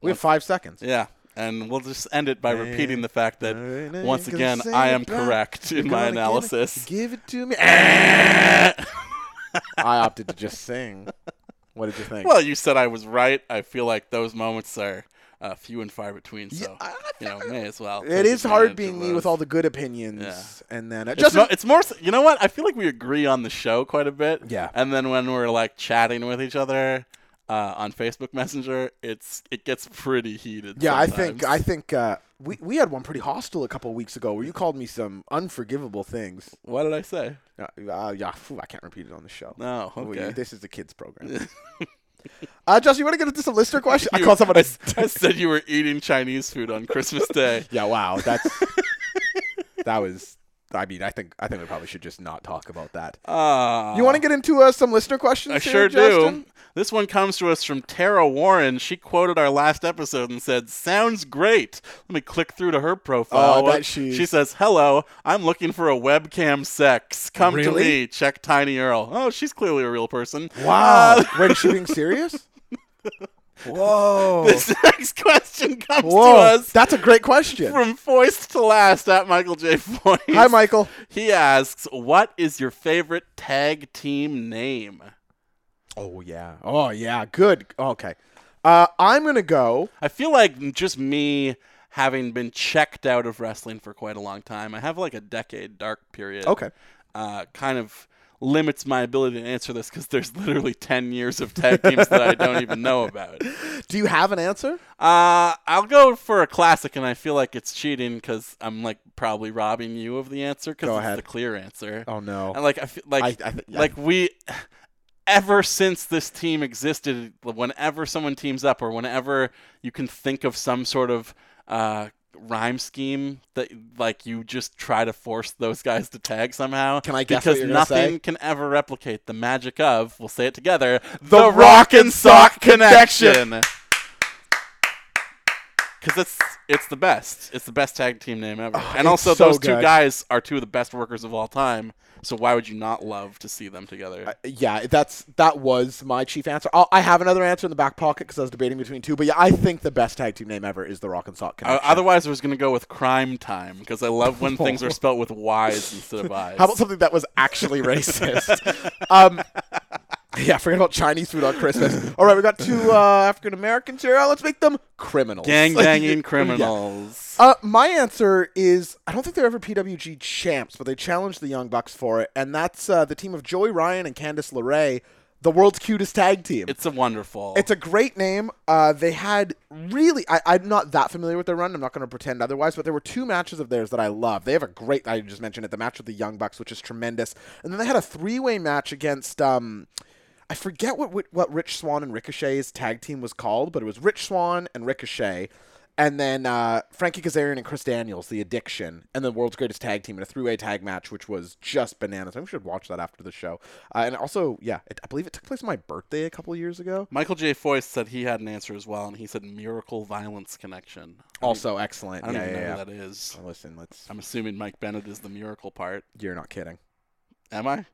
[SPEAKER 4] We have five seconds.
[SPEAKER 3] Yeah. And we'll just end it by repeating the fact that once again I am correct in my analysis.
[SPEAKER 4] Give it [LAUGHS] to me. I opted to just sing. What did you think?
[SPEAKER 3] Well, you said I was right. I feel like those moments are uh, few and far between, so
[SPEAKER 4] I- I
[SPEAKER 3] you know, may as well.
[SPEAKER 4] it is hard being me with all the good opinions,
[SPEAKER 3] Yeah.
[SPEAKER 4] and then uh,
[SPEAKER 3] It's,
[SPEAKER 4] Justin,
[SPEAKER 3] mo- it's more. s- You know what? I feel like we agree on the show quite a bit.
[SPEAKER 4] Yeah.
[SPEAKER 3] And then when we're like chatting with each other uh, on Facebook Messenger, it's it gets pretty heated.
[SPEAKER 4] yeah, I
[SPEAKER 3] sometimes.
[SPEAKER 4] think I think uh, we we had one pretty hostile a couple of weeks ago where you called me some unforgivable things.
[SPEAKER 3] What did I say? [LAUGHS]
[SPEAKER 4] Uh, uh, yeah, phew, I can't repeat it on the show.
[SPEAKER 3] No,
[SPEAKER 4] We-
[SPEAKER 3] okay.
[SPEAKER 4] this is the
[SPEAKER 3] [LAUGHS]
[SPEAKER 4] kids program. uh, Justin, you want to get into some listener questions? I
[SPEAKER 3] You-
[SPEAKER 4] called someone.
[SPEAKER 3] I, s- [LAUGHS] I said you were eating Chinese food on Christmas
[SPEAKER 4] [LAUGHS]
[SPEAKER 3] Day.
[SPEAKER 4] Yeah, wow.
[SPEAKER 3] [LAUGHS]
[SPEAKER 4] That's that was. I mean, I think I think we probably should just not talk about that.
[SPEAKER 3] Ah.
[SPEAKER 4] you want to get into uh, some listener questions?
[SPEAKER 3] I
[SPEAKER 4] here,
[SPEAKER 3] sure
[SPEAKER 4] Justin?
[SPEAKER 3] do. This one comes to us from Tara Warren. She quoted our last episode and said, "Sounds great." Let me click through to her profile.
[SPEAKER 4] Oh, I bet she-
[SPEAKER 3] She says, "Hello, I'm looking for a webcam sex. Come to
[SPEAKER 4] Really?
[SPEAKER 3] me. Check Tiny Earl." Oh, she's clearly a real person.
[SPEAKER 4] Wow.
[SPEAKER 3] Uh,
[SPEAKER 4] Wait, is she being serious? Whoa.
[SPEAKER 3] [LAUGHS] This next question comes to
[SPEAKER 4] Whoa.
[SPEAKER 3] us
[SPEAKER 4] That's a great question.
[SPEAKER 3] from Foist to Last at Michael J. Foist.
[SPEAKER 4] Hi, Michael.
[SPEAKER 3] He asks, "What is your favorite tag team name?"
[SPEAKER 4] Oh yeah. Oh yeah. Good. Okay. Uh, I'm gonna go.
[SPEAKER 3] I feel like just me having been checked out of wrestling for quite a long time. I have like a decade dark period.
[SPEAKER 4] Okay.
[SPEAKER 3] Uh, kind of limits my ability to answer this because there's literally 10 years of tag teams that I don't even know
[SPEAKER 4] [LAUGHS]
[SPEAKER 3] about.
[SPEAKER 4] Do you have an answer?
[SPEAKER 3] Uh, I'll go for a classic, and I feel like it's cheating because I'm like probably robbing you of the answer because
[SPEAKER 4] Go
[SPEAKER 3] it's
[SPEAKER 4] ahead.
[SPEAKER 3] the clear answer.
[SPEAKER 4] Oh no.
[SPEAKER 3] And like I feel like
[SPEAKER 4] I- I th- I-
[SPEAKER 3] like we ever since this team existed, whenever someone teams up or whenever you can think of some sort of uh, rhyme scheme that like you just try to force those guys to tag somehow.
[SPEAKER 4] Can I guess what
[SPEAKER 3] Because
[SPEAKER 4] you're gonna
[SPEAKER 3] nothing
[SPEAKER 4] say?
[SPEAKER 3] can ever replicate the magic of. We'll say it together.
[SPEAKER 4] The Rock and Sock Connection.
[SPEAKER 3] Because it's it's the best. It's the best tag team name ever. and
[SPEAKER 4] Oh, it's
[SPEAKER 3] also,
[SPEAKER 4] so
[SPEAKER 3] those two
[SPEAKER 4] good.
[SPEAKER 3] guys are two of the best workers of all time. So why would you not love to see them together?
[SPEAKER 4] yeah, that's that was my chief answer. I'll, I have another answer in the back pocket because I was debating between two. But yeah, I think the best tag team name ever is the Rock and Sock
[SPEAKER 3] Uh,
[SPEAKER 4] Connection.
[SPEAKER 3] otherwise, I was going to go with crime time because I love when things are spelt with Y's instead of I's.
[SPEAKER 4] [LAUGHS] How about something that was actually racist? um, yeah, forget about Chinese food on
[SPEAKER 3] [LAUGHS]
[SPEAKER 4] Christmas. All right, we got two uh, African Americans here. Uh, let's make them
[SPEAKER 3] [LAUGHS]
[SPEAKER 4] criminals. [LAUGHS]
[SPEAKER 3] gang banging
[SPEAKER 4] Yeah.
[SPEAKER 3] criminals?
[SPEAKER 4] Uh, my answer is I don't think they're ever PWG champs, but they challenged the Young Bucks for it, and that's uh, the team of Joey Ryan and Candice LeRae, the world's cutest tag team.
[SPEAKER 3] It's a wonderful.
[SPEAKER 4] It's a great name. Uh, they had really. I, I'm not that familiar with their run. I'm not going to pretend otherwise. But there were two matches of theirs that I love. They have a great. I just mentioned it. The match with the Young Bucks, which is tremendous. And then they had a three way match against. Um, I forget what, what what Rich Swan and Ricochet's tag team was called, but it was Rich Swan and Ricochet. And then uh, Frankie Kazarian and Chris Daniels, The Addiction, and the World's Greatest Tag Team in a three-way tag match, which was just bananas. I think we should watch that after the show. Uh, and also, yeah, it, I believe it took place on my birthday a couple years ago.
[SPEAKER 3] Michael J. Foyce said he had an answer as well, and he said miracle violence connection.
[SPEAKER 4] Also excellent.
[SPEAKER 3] I don't
[SPEAKER 4] yeah,
[SPEAKER 3] even
[SPEAKER 4] yeah,
[SPEAKER 3] know
[SPEAKER 4] yeah. Oh.
[SPEAKER 3] who that is.
[SPEAKER 4] Listen, let's.
[SPEAKER 3] I'm assuming Mike Bennett is the miracle part.
[SPEAKER 4] You're not [LAUGHS] kidding.
[SPEAKER 3] Am I?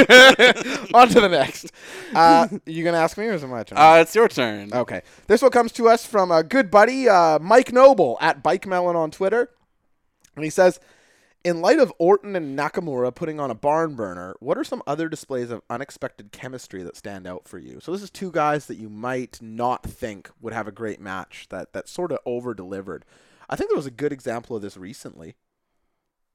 [SPEAKER 4] On to the next. [LAUGHS] Uh, you gonna ask me or is it my turn?
[SPEAKER 3] Uh, it's your turn.
[SPEAKER 4] okay. This one comes to us from a good buddy, uh, Mike Noble at Bike Melon on Twitter, and he says, "In light of Orton and Nakamura putting on a barn burner, what are some other displays of unexpected chemistry that stand out for you?" So this is two guys that you might not think would have a great match that that sort of over delivered. I think there was a good example of this recently.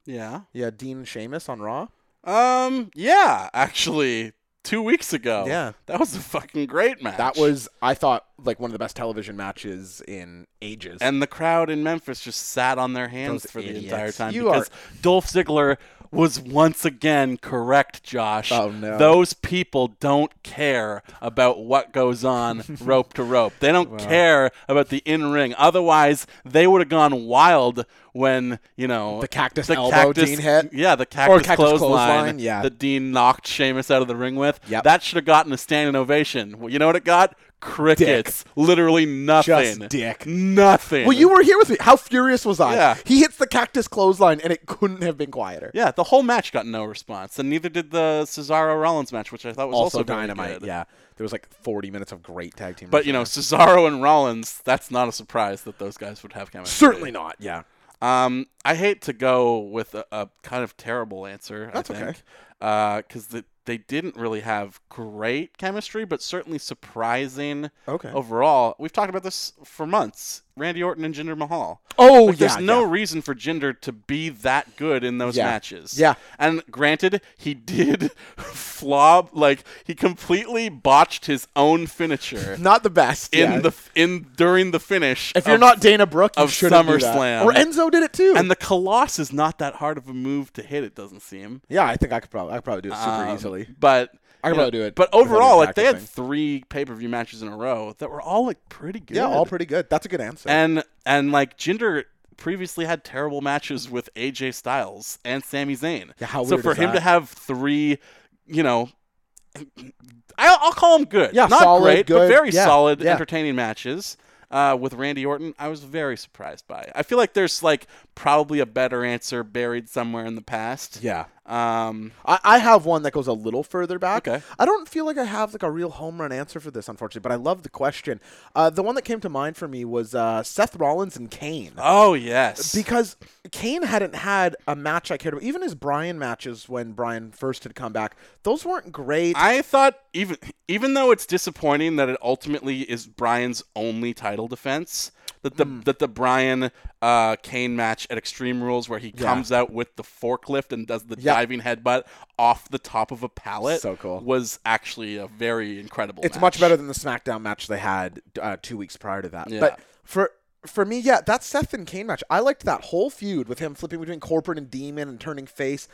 [SPEAKER 3] Yeah.
[SPEAKER 4] Yeah, Dean and Sheamus on Raw.
[SPEAKER 3] Um. Yeah. Actually, two weeks ago.
[SPEAKER 4] Yeah.
[SPEAKER 3] That was a fucking great match.
[SPEAKER 4] That was, I thought, like one of the best television matches in ages.
[SPEAKER 3] And the crowd in Memphis just sat on their hands
[SPEAKER 4] Those
[SPEAKER 3] for
[SPEAKER 4] idiots.
[SPEAKER 3] the entire time
[SPEAKER 4] You
[SPEAKER 3] because
[SPEAKER 4] are-
[SPEAKER 3] Dolph Ziggler was once again correct, Josh.
[SPEAKER 4] Oh, no.
[SPEAKER 3] Those people don't care about what goes
[SPEAKER 4] [LAUGHS]
[SPEAKER 3] on rope to rope. They don't care about the in ring. Otherwise, they would have gone wild when, you know,
[SPEAKER 4] The cactus elbow Dean hit?
[SPEAKER 3] Yeah, the cactus,
[SPEAKER 4] cactus
[SPEAKER 3] clothesline,
[SPEAKER 4] clothesline, yeah.
[SPEAKER 3] that Dean knocked Sheamus out of the ring with.
[SPEAKER 4] Yep.
[SPEAKER 3] That should have gotten a standing ovation. Well, you know what it got? Crickets. Literally nothing.
[SPEAKER 4] dick.
[SPEAKER 3] Nothing.
[SPEAKER 4] well, you were here with me. How furious was I?
[SPEAKER 3] Yeah.
[SPEAKER 4] He hits the cactus clothesline, and it couldn't have been quieter.
[SPEAKER 3] Yeah, the whole match got no response, and neither did the Cesaro Rollins match, which I thought was also,
[SPEAKER 4] Also,
[SPEAKER 3] very
[SPEAKER 4] dynamite.
[SPEAKER 3] good.
[SPEAKER 4] Yeah, there was like 40 minutes of great tag team.
[SPEAKER 3] But you know,
[SPEAKER 4] wrestling.
[SPEAKER 3] Cesaro and Rollins—that's not a surprise that those guys would have chemistry.
[SPEAKER 4] certainly not. Yeah,
[SPEAKER 3] Um, I hate to go with a, a kind of terrible answer.
[SPEAKER 4] That's
[SPEAKER 3] I think,
[SPEAKER 4] okay.
[SPEAKER 3] Because the, they didn't really have great chemistry, but certainly surprising.
[SPEAKER 4] Okay.
[SPEAKER 3] Overall, we've talked about this for months. Randy Orton and Jinder Mahal.
[SPEAKER 4] Oh,
[SPEAKER 3] Like,
[SPEAKER 4] yeah,
[SPEAKER 3] There's no
[SPEAKER 4] yeah.
[SPEAKER 3] reason for Jinder to be that good in those
[SPEAKER 4] Yeah.
[SPEAKER 3] matches.
[SPEAKER 4] Yeah.
[SPEAKER 3] And granted, he did [LAUGHS] flob. Like he completely botched his own
[SPEAKER 4] [LAUGHS]
[SPEAKER 3] finisher
[SPEAKER 4] not the best.
[SPEAKER 3] in
[SPEAKER 4] yeah.
[SPEAKER 3] the in during the finish.
[SPEAKER 4] if you're
[SPEAKER 3] of-
[SPEAKER 4] not Dana Brooke, you
[SPEAKER 3] of
[SPEAKER 4] shouldn't do that.
[SPEAKER 3] SummerSlam.
[SPEAKER 4] or Enzo did it [LAUGHS] too.
[SPEAKER 3] And the Colossus is not that hard of a move to hit. It doesn't seem
[SPEAKER 4] yeah, I think I could probably I could probably do it super
[SPEAKER 3] Um,
[SPEAKER 4] easily.
[SPEAKER 3] but
[SPEAKER 4] I
[SPEAKER 3] you
[SPEAKER 4] could
[SPEAKER 3] know,
[SPEAKER 4] probably do it
[SPEAKER 3] But
[SPEAKER 4] without even
[SPEAKER 3] overall, like they had
[SPEAKER 4] practicing.
[SPEAKER 3] three pay per view matches in a row that were all like pretty good.
[SPEAKER 4] Yeah, all pretty good. That's a good answer.
[SPEAKER 3] And and like Jinder previously had terrible matches with AJ Styles and Sami Zayn.
[SPEAKER 4] Yeah, how
[SPEAKER 3] so
[SPEAKER 4] weird
[SPEAKER 3] for
[SPEAKER 4] is
[SPEAKER 3] him
[SPEAKER 4] that?
[SPEAKER 3] to have three, you know, I'll, I'll call them good.
[SPEAKER 4] Yeah,
[SPEAKER 3] not
[SPEAKER 4] solid,
[SPEAKER 3] great, but
[SPEAKER 4] good.
[SPEAKER 3] very
[SPEAKER 4] Yeah,
[SPEAKER 3] solid,
[SPEAKER 4] yeah.
[SPEAKER 3] entertaining matches. Uh, with Randy Orton, I was very surprised by. I feel like there's like probably a better answer buried somewhere in the past.
[SPEAKER 4] yeah.
[SPEAKER 3] Um,
[SPEAKER 4] I, I have one that goes a little further back.
[SPEAKER 3] Okay.
[SPEAKER 4] I don't feel like I have like a real home run answer for this, unfortunately, but I love the question. Uh, the one that came to mind for me was uh, Seth Rollins and Kane.
[SPEAKER 3] oh yes.
[SPEAKER 4] Because Kane hadn't had a match I cared about. Even his Bryan matches when Bryan first had come back, those weren't great.
[SPEAKER 3] I thought even even though it's disappointing that it ultimately is Brian's only title defense, that the
[SPEAKER 4] Hmm.
[SPEAKER 3] that the Brian uh, Kane match at Extreme Rules where he comes out with the forklift and does the
[SPEAKER 4] Yeah.
[SPEAKER 3] diving headbutt off the top of a pallet
[SPEAKER 4] So cool.
[SPEAKER 3] was actually a very incredible.
[SPEAKER 4] it's much better than the SmackDown match they had uh, two weeks prior to that.
[SPEAKER 3] Yeah.
[SPEAKER 4] But for for me, yeah, that Seth and Kane match, I liked that whole feud with him flipping between corporate and demon and turning face.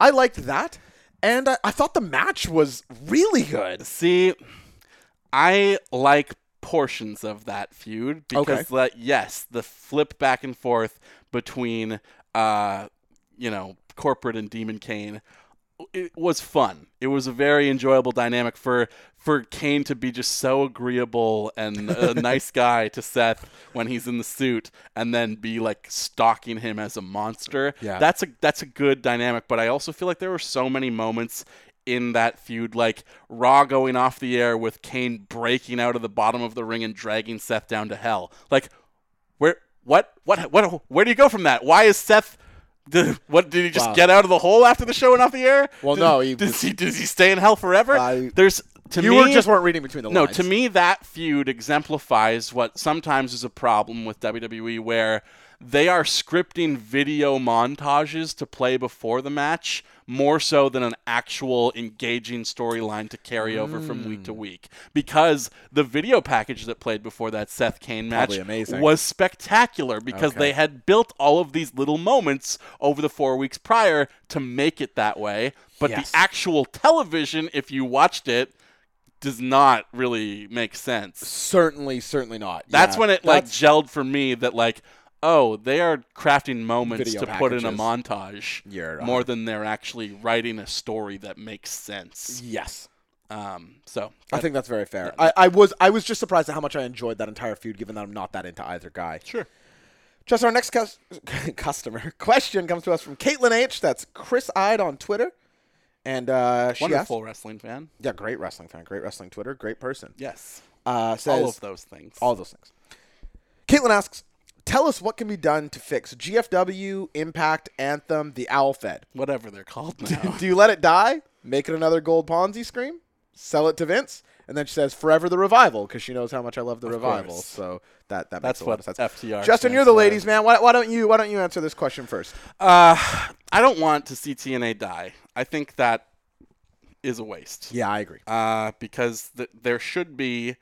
[SPEAKER 4] I liked that, and I, I thought the match was really good.
[SPEAKER 3] See, I like portions of that feud because
[SPEAKER 4] Okay.
[SPEAKER 3] that yes, the flip back and forth between uh, you know corporate and Demon Kane it was fun. It was a very enjoyable dynamic for for Kane to be just so agreeable and a nice guy to Seth when he's in the suit, and then be like stalking him as a monster.
[SPEAKER 4] Yeah.
[SPEAKER 3] that's a that's a good dynamic. But I also feel like there were so many moments in that feud, like Raw going off the air with Kane breaking out of the bottom of the ring and dragging Seth down to hell. Like where what what what where do you go from that? Why is Seth did, what did he just
[SPEAKER 4] Wow.
[SPEAKER 3] get out of the hole after the show and off the air?
[SPEAKER 4] Well,
[SPEAKER 3] Did-
[SPEAKER 4] no, he
[SPEAKER 3] does
[SPEAKER 4] was-
[SPEAKER 3] he does he stay in hell forever?
[SPEAKER 4] I-
[SPEAKER 3] There's to
[SPEAKER 4] you
[SPEAKER 3] me
[SPEAKER 4] were, just weren't reading between the
[SPEAKER 3] no
[SPEAKER 4] lines.
[SPEAKER 3] to me that feud exemplifies what sometimes is a problem with WWE where they are scripting video montages to play before the match more so than an actual engaging storyline to carry over from week to
[SPEAKER 4] Hmm.
[SPEAKER 3] week because the video package that played before that Seth Kane match
[SPEAKER 4] Probably amazing.
[SPEAKER 3] was spectacular because
[SPEAKER 4] Okay.
[SPEAKER 3] they had built all of these little moments over the four weeks prior to make it that way. But
[SPEAKER 4] Yes.
[SPEAKER 3] the actual television, if you watched it, does not really make sense.
[SPEAKER 4] certainly, certainly not.
[SPEAKER 3] That's
[SPEAKER 4] Yeah,
[SPEAKER 3] when it like
[SPEAKER 4] that's-
[SPEAKER 3] gelled for me that like, oh, they are crafting moments
[SPEAKER 4] Video
[SPEAKER 3] to put in a
[SPEAKER 4] packages.
[SPEAKER 3] montage
[SPEAKER 4] You're
[SPEAKER 3] more
[SPEAKER 4] right.
[SPEAKER 3] than they're actually writing a story that makes sense.
[SPEAKER 4] yes.
[SPEAKER 3] Um, so
[SPEAKER 4] I think that's very fair. I, I was I was just surprised at how much I enjoyed that entire feud, given that I'm not that into either guy. Sure. Just our next cus- [LAUGHS] customer question comes to us from Caitlin H. That's Chris Ide on Twitter, and uh, she
[SPEAKER 3] wonderful
[SPEAKER 4] asked,
[SPEAKER 3] wrestling fan.
[SPEAKER 4] yeah, great wrestling fan, great wrestling Twitter, great person.
[SPEAKER 3] Yes,
[SPEAKER 4] Uh, says,
[SPEAKER 3] all of those things.
[SPEAKER 4] all those things. Caitlin asks, tell us what can be done to fix GFW, Impact, Anthem, the Owl Fed.
[SPEAKER 3] whatever they're
[SPEAKER 4] [LAUGHS]
[SPEAKER 3] called now.
[SPEAKER 4] Do you let it die? Make it another gold Ponzi scream? Sell it to Vince? And then she says, "Forever the revival," because she knows how much I love the revival.
[SPEAKER 3] course.
[SPEAKER 4] So that that
[SPEAKER 3] That's
[SPEAKER 4] makes a lot of
[SPEAKER 3] what
[SPEAKER 4] sense.
[SPEAKER 3] FTR
[SPEAKER 4] Justin,
[SPEAKER 3] stands
[SPEAKER 4] you're the
[SPEAKER 3] for.
[SPEAKER 4] ladies' man. Why, why don't you Why don't you answer this question first?
[SPEAKER 3] Uh, I don't want to see TNA die. I think that is a waste.
[SPEAKER 4] Yeah, I agree.
[SPEAKER 3] Uh, because th- there should be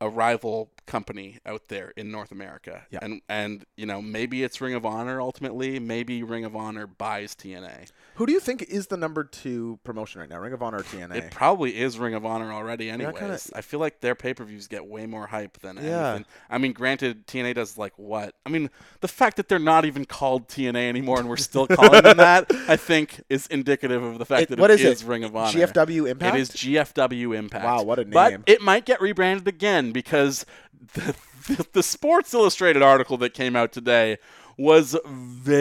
[SPEAKER 3] a rival company out there in North America.
[SPEAKER 4] Yeah.
[SPEAKER 3] And and you know maybe it's Ring of Honor ultimately. Maybe Ring of Honor buys TNA.
[SPEAKER 4] Who do you think is the number two promotion right now? Ring of Honor, or TNA.
[SPEAKER 3] It probably is Ring of Honor already. Anyways,
[SPEAKER 4] kinda-
[SPEAKER 3] I feel like their pay per views get way more hype than
[SPEAKER 4] Yeah.
[SPEAKER 3] anything. I mean, granted, TNA does like what? I mean, the fact that they're not even called TNA anymore and we're still calling them
[SPEAKER 4] [LAUGHS]
[SPEAKER 3] that, I think, is indicative of the fact
[SPEAKER 4] It-
[SPEAKER 3] that
[SPEAKER 4] what
[SPEAKER 3] it
[SPEAKER 4] is it?
[SPEAKER 3] Ring of Honor.
[SPEAKER 4] GFW Impact?
[SPEAKER 3] It is GFW Impact.
[SPEAKER 4] Wow, what a
[SPEAKER 3] But
[SPEAKER 4] name.
[SPEAKER 3] it might get rebranded again because the, the, the Sports Illustrated article that came out today was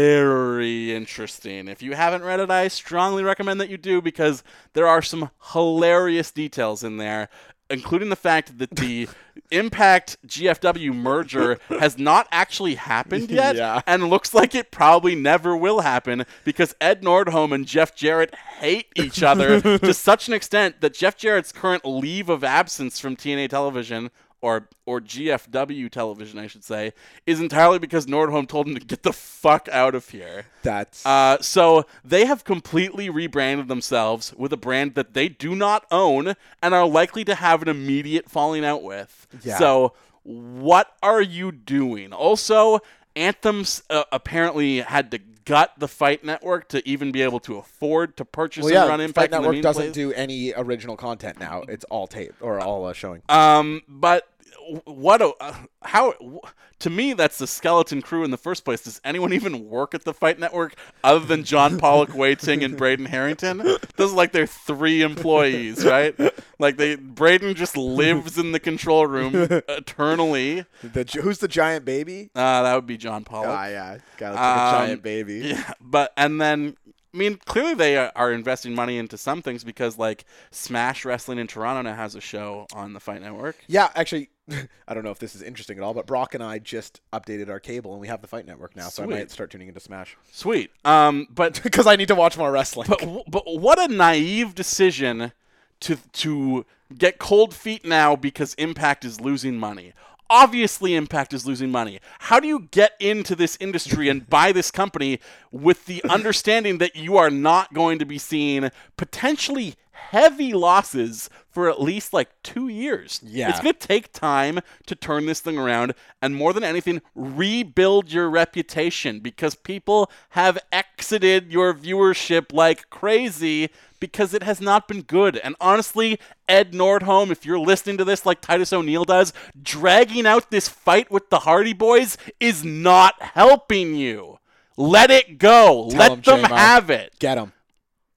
[SPEAKER 3] very interesting. If you haven't read it, I strongly recommend that you do because there are some hilarious details in there. Including the fact that the Impact GFW merger has not actually happened yet,
[SPEAKER 4] Yeah.
[SPEAKER 3] [LAUGHS] and looks like it probably never will happen because Ed Nordholm and Jeff Jarrett hate each other to such an extent that Jeff Jarrett's current leave of absence from TNA television or or GFW television, I should say, is entirely because Nordholm told him to get the fuck out of here.
[SPEAKER 4] That's
[SPEAKER 3] Uh, so they have completely rebranded themselves with a brand that they do not own and are likely to have an immediate falling out with.
[SPEAKER 4] Yeah.
[SPEAKER 3] So what are you doing? Also, Anthem's uh, apparently had to gut the Fight Network to even be able to afford to purchase
[SPEAKER 4] well,
[SPEAKER 3] and
[SPEAKER 4] yeah.
[SPEAKER 3] run
[SPEAKER 4] Fight
[SPEAKER 3] Impact. in the
[SPEAKER 4] Network
[SPEAKER 3] main
[SPEAKER 4] doesn't
[SPEAKER 3] place.
[SPEAKER 4] do any original content now. It's all tape or all uh, showing.
[SPEAKER 3] Um, but what a uh, how to me that's the skeleton crew in the first place. Does anyone even work at the Fight Network other than John Pollock, Wei Ting, and Braden Harrington? Those are like their three employees, right? Like they Braden just lives in the control room eternally.
[SPEAKER 4] The gi- who's the giant baby?
[SPEAKER 3] Uh, that would be John Pollock.
[SPEAKER 4] Ah, yeah, gotta
[SPEAKER 3] Um,
[SPEAKER 4] a giant baby.
[SPEAKER 3] Yeah, but and then I mean, clearly they are, are investing money into some things because like Smash Wrestling in Toronto now has a show on the Fight Network.
[SPEAKER 4] Yeah, actually, [LAUGHS] I don't know if this is interesting at all, but Brock and I just updated our cable, and we have the Fight Network now, so I
[SPEAKER 3] Sweet.
[SPEAKER 4] might start tuning into Smash
[SPEAKER 3] Sweet. Um,
[SPEAKER 4] [LAUGHS]
[SPEAKER 3] but
[SPEAKER 4] because I need to watch more [LAUGHS] wrestling.
[SPEAKER 3] But w- but what a naive decision to to get cold feet now because Impact is losing money. Obviously, Impact is losing money. How do you get into this industry
[SPEAKER 4] [LAUGHS]
[SPEAKER 3] and buy this company with the understanding that you are not going to be seeing potentially heavy losses for at least like two years?
[SPEAKER 4] Yeah.
[SPEAKER 3] It's going to take time to turn this thing around. And more than anything, rebuild your reputation because people have exited your viewership like crazy because it has not been good. And honestly, Ed Nordholm, if you're listening to this like Titus O'Neil does, dragging out this fight with the Hardy Boys is not helping you. Let it go. Let
[SPEAKER 4] 'em,
[SPEAKER 3] them
[SPEAKER 4] J-Mo.
[SPEAKER 3] have it.
[SPEAKER 4] Get him.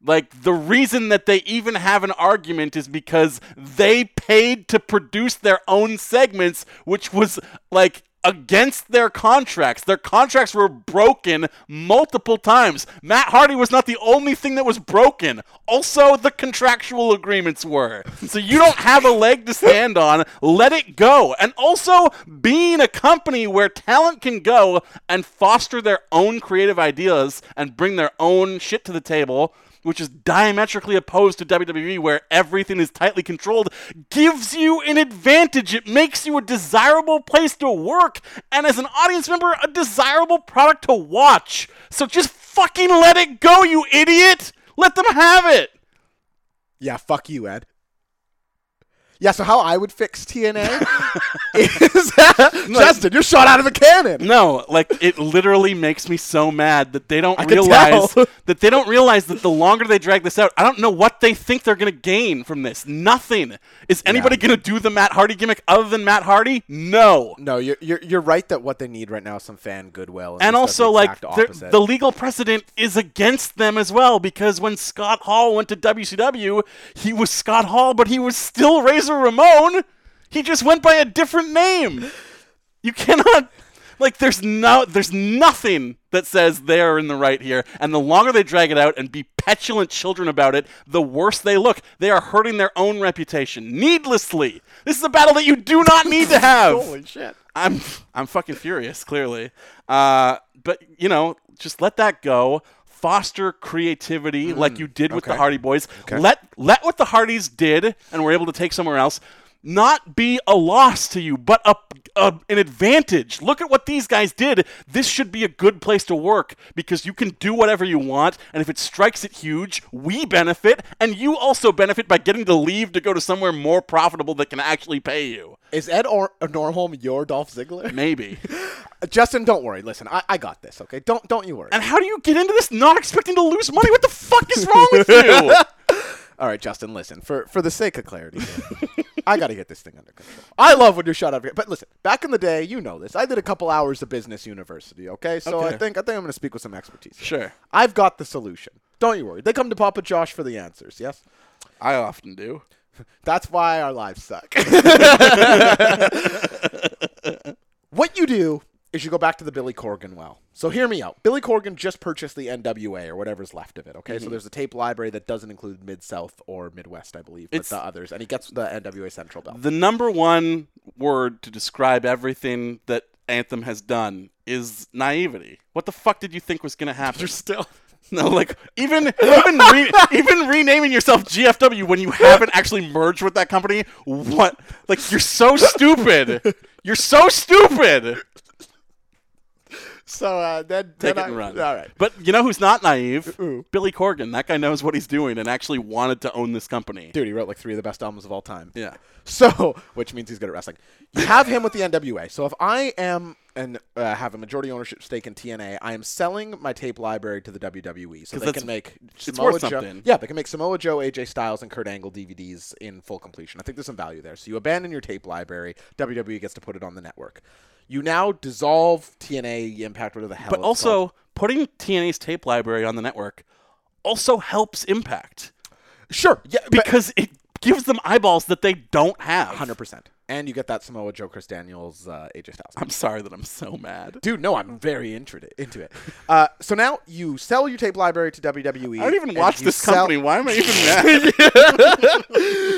[SPEAKER 3] Like the reason that they even have an argument is because they paid to produce their own segments, which was like against their contracts. Their contracts were broken multiple times. Matt Hardy was not the only thing that was broken. Also, the contractual agreements were. So you don't have a leg to stand on. Let it go. And also, being a company where talent can go and foster their own creative ideas and bring their own shit to the table which is diametrically opposed to WWE, where everything is tightly controlled, gives you an advantage. It makes you a desirable place to work, and as an audience member, a desirable product to watch. So just fucking let it go, you idiot! Let them have it!
[SPEAKER 4] Yeah, fuck you, Ed. Yeah, so how I would fix [LAUGHS] TNA is Justin, you're shot out of a cannon.
[SPEAKER 3] No, like it literally makes me so mad that they don't
[SPEAKER 4] I could
[SPEAKER 3] realize
[SPEAKER 4] tell. [LAUGHS]
[SPEAKER 3] that they don't realize that the longer they drag this out, I don't know what they think they're gonna gain from this. Nothing. Is anybody gonna do the Matt Hardy gimmick other than Matt Hardy? No.
[SPEAKER 4] No, you're, you're you're right that what they need right now is some fan goodwill,
[SPEAKER 3] and
[SPEAKER 4] this does
[SPEAKER 3] also
[SPEAKER 4] the
[SPEAKER 3] like
[SPEAKER 4] exact
[SPEAKER 3] the,
[SPEAKER 4] opposite.
[SPEAKER 3] the legal precedent is against them as well because when Scott Hall went to WCW, he was Scott Hall, but he was still Razor Ramon. He just went by a different name. You cannot like there's no there's nothing that says they're in the right here. And the longer they drag it out and be petulant children about it, the worse they look. They are hurting their own reputation needlessly. This is a battle that you do not need
[SPEAKER 4] [LAUGHS]
[SPEAKER 3] to have.
[SPEAKER 4] holy shit.
[SPEAKER 3] I'm I'm fucking furious, clearly. Uh, but you know, just let that go. Foster creativity, like you did with the
[SPEAKER 4] Mm, okay.
[SPEAKER 3] Hardy Boys. Let let what the Hardys did and were able to take somewhere else not be a loss to you, but a, a an advantage. Look at what these guys did. This should be a good place to work because you can do whatever you want, and if it strikes it huge, we benefit, and you also benefit by getting to leave to go to somewhere more profitable that can actually pay you.
[SPEAKER 4] Is Ed or- Norholm your Dolph Ziggler?
[SPEAKER 3] Maybe. [LAUGHS]
[SPEAKER 4] Justin, don't worry. Listen, I, I got this. Okay, don't don't you worry.
[SPEAKER 3] And how do you get into this not expecting to lose money? What the fuck is wrong with you? [LAUGHS]
[SPEAKER 4] [LAUGHS] All right, Justin, listen. For for the sake of clarity, here, I got to get this thing under control. I love when you're shut up. But listen, back in the day, you know this. I did a couple hours of business university. Okay, so I
[SPEAKER 3] Okay.
[SPEAKER 4] think I think I'm going to speak with some expertise. here.
[SPEAKER 3] Sure.
[SPEAKER 4] I've got the solution. Don't you worry. They come to Papa Josh for the answers. Yes.
[SPEAKER 3] I often do.
[SPEAKER 4] That's why our lives [LAUGHS] suck. what you do is you go back to the Billy Corgan well. So hear me out. Billy Corgan just purchased the NWA or whatever's left of it. Okay, so there's a tape library that doesn't include Mid South or Midwest, I believe, but
[SPEAKER 3] It's-
[SPEAKER 4] the others, and he gets the NWA Central belt.
[SPEAKER 3] The number one word to describe everything that Anthem has done is naivety. What the fuck did you think was going to happen? You're still. [LAUGHS] No, like even even [LAUGHS] re- even renaming yourself GFW when you haven't actually merged with that company, what? Like you're so stupid. You're so stupid.
[SPEAKER 4] So uh, then,
[SPEAKER 3] Take
[SPEAKER 4] then
[SPEAKER 3] it
[SPEAKER 4] I-
[SPEAKER 3] and run.
[SPEAKER 4] All right.
[SPEAKER 3] But you know who's not naive? Billy Corgan. That guy knows what he's doing and actually wanted to own this company.
[SPEAKER 4] Dude, he wrote like three of the best albums of all time.
[SPEAKER 3] Yeah.
[SPEAKER 4] [LAUGHS] So, which means he's good at wrestling. You have him with the NWA. So if I am and uh, have a majority ownership stake in TNA, I am selling my tape library to the WWE, so
[SPEAKER 3] 'Cause
[SPEAKER 4] they
[SPEAKER 3] that's-
[SPEAKER 4] can make
[SPEAKER 3] it's
[SPEAKER 4] Samoa
[SPEAKER 3] worth
[SPEAKER 4] Joe-
[SPEAKER 3] something.
[SPEAKER 4] Yeah, they can make Samoa Joe, AJ Styles, and Kurt Angle DVDs in full completion. I think there's some value there. So you abandon your tape library. WWE gets to put it on the network. You now dissolve TNA, Impact, whatever the hell.
[SPEAKER 3] But
[SPEAKER 4] it's called.
[SPEAKER 3] also, putting TNA's tape library on the network also helps Impact
[SPEAKER 4] sure, yeah, because.
[SPEAKER 3] because it gives them eyeballs that they don't have.
[SPEAKER 4] Hundred percent, and you get that Samoa Joe, Chris Daniels, uh, AJ Styles.
[SPEAKER 3] I'm sorry that I'm so mad.
[SPEAKER 4] Dude, no, I'm very into it. Into it. Uh, so now you sell your tape library to WWE.
[SPEAKER 3] I don't even
[SPEAKER 4] and
[SPEAKER 3] watch
[SPEAKER 4] you
[SPEAKER 3] this
[SPEAKER 4] sell-
[SPEAKER 3] company. Why am I [LAUGHS] even mad?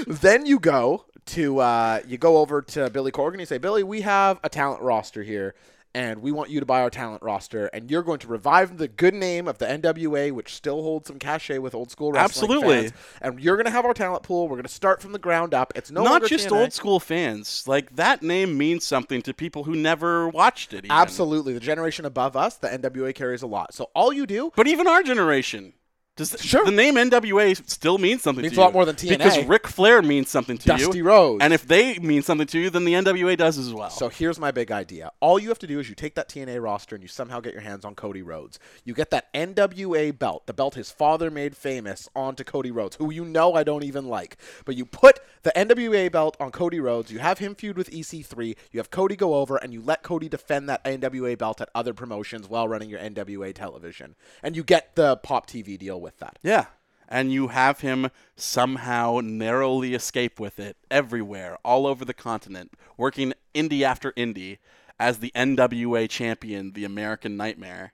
[SPEAKER 4] Then you go to uh, you go over to Billy Corgan. You say, Billy, we have a talent roster here, and we want you to buy our talent roster, and you're going to revive the good name of the NWA, which still holds some cachet with old school wrestling
[SPEAKER 3] Absolutely.
[SPEAKER 4] fans, And you're going to have our talent pool. We're going to start from the ground up. It's no
[SPEAKER 3] Not
[SPEAKER 4] longer
[SPEAKER 3] just
[SPEAKER 4] TNA.
[SPEAKER 3] old school fans. Like that name means something to people who never watched it. Even.
[SPEAKER 4] Absolutely, the generation above us, the NWA carries a lot. So all you do
[SPEAKER 3] But even our generation. Does
[SPEAKER 4] Sure.
[SPEAKER 3] the name NWA still means something
[SPEAKER 4] Means
[SPEAKER 3] to
[SPEAKER 4] a
[SPEAKER 3] you?
[SPEAKER 4] lot more than TNA.
[SPEAKER 3] Because Ric Flair means something to you.
[SPEAKER 4] Dusty Rhodes.
[SPEAKER 3] And if they mean something to you, then the NWA does as well.
[SPEAKER 4] So here's my big idea. All you have to do is you take that TNA roster and you somehow get your hands on Cody Rhodes. You get that NWA belt, the belt his father made famous, onto Cody Rhodes, who you know I don't even like. But you put the NWA belt on Cody Rhodes, you have him feud with EC3, you have Cody go over, and you let Cody defend that NWA belt at other promotions while running your NWA television. And you get the Pop TV deal with that.
[SPEAKER 3] yeah. And you have him somehow narrowly escape with it everywhere, all over the continent, working indie after indie as the NWA champion, the American Nightmare.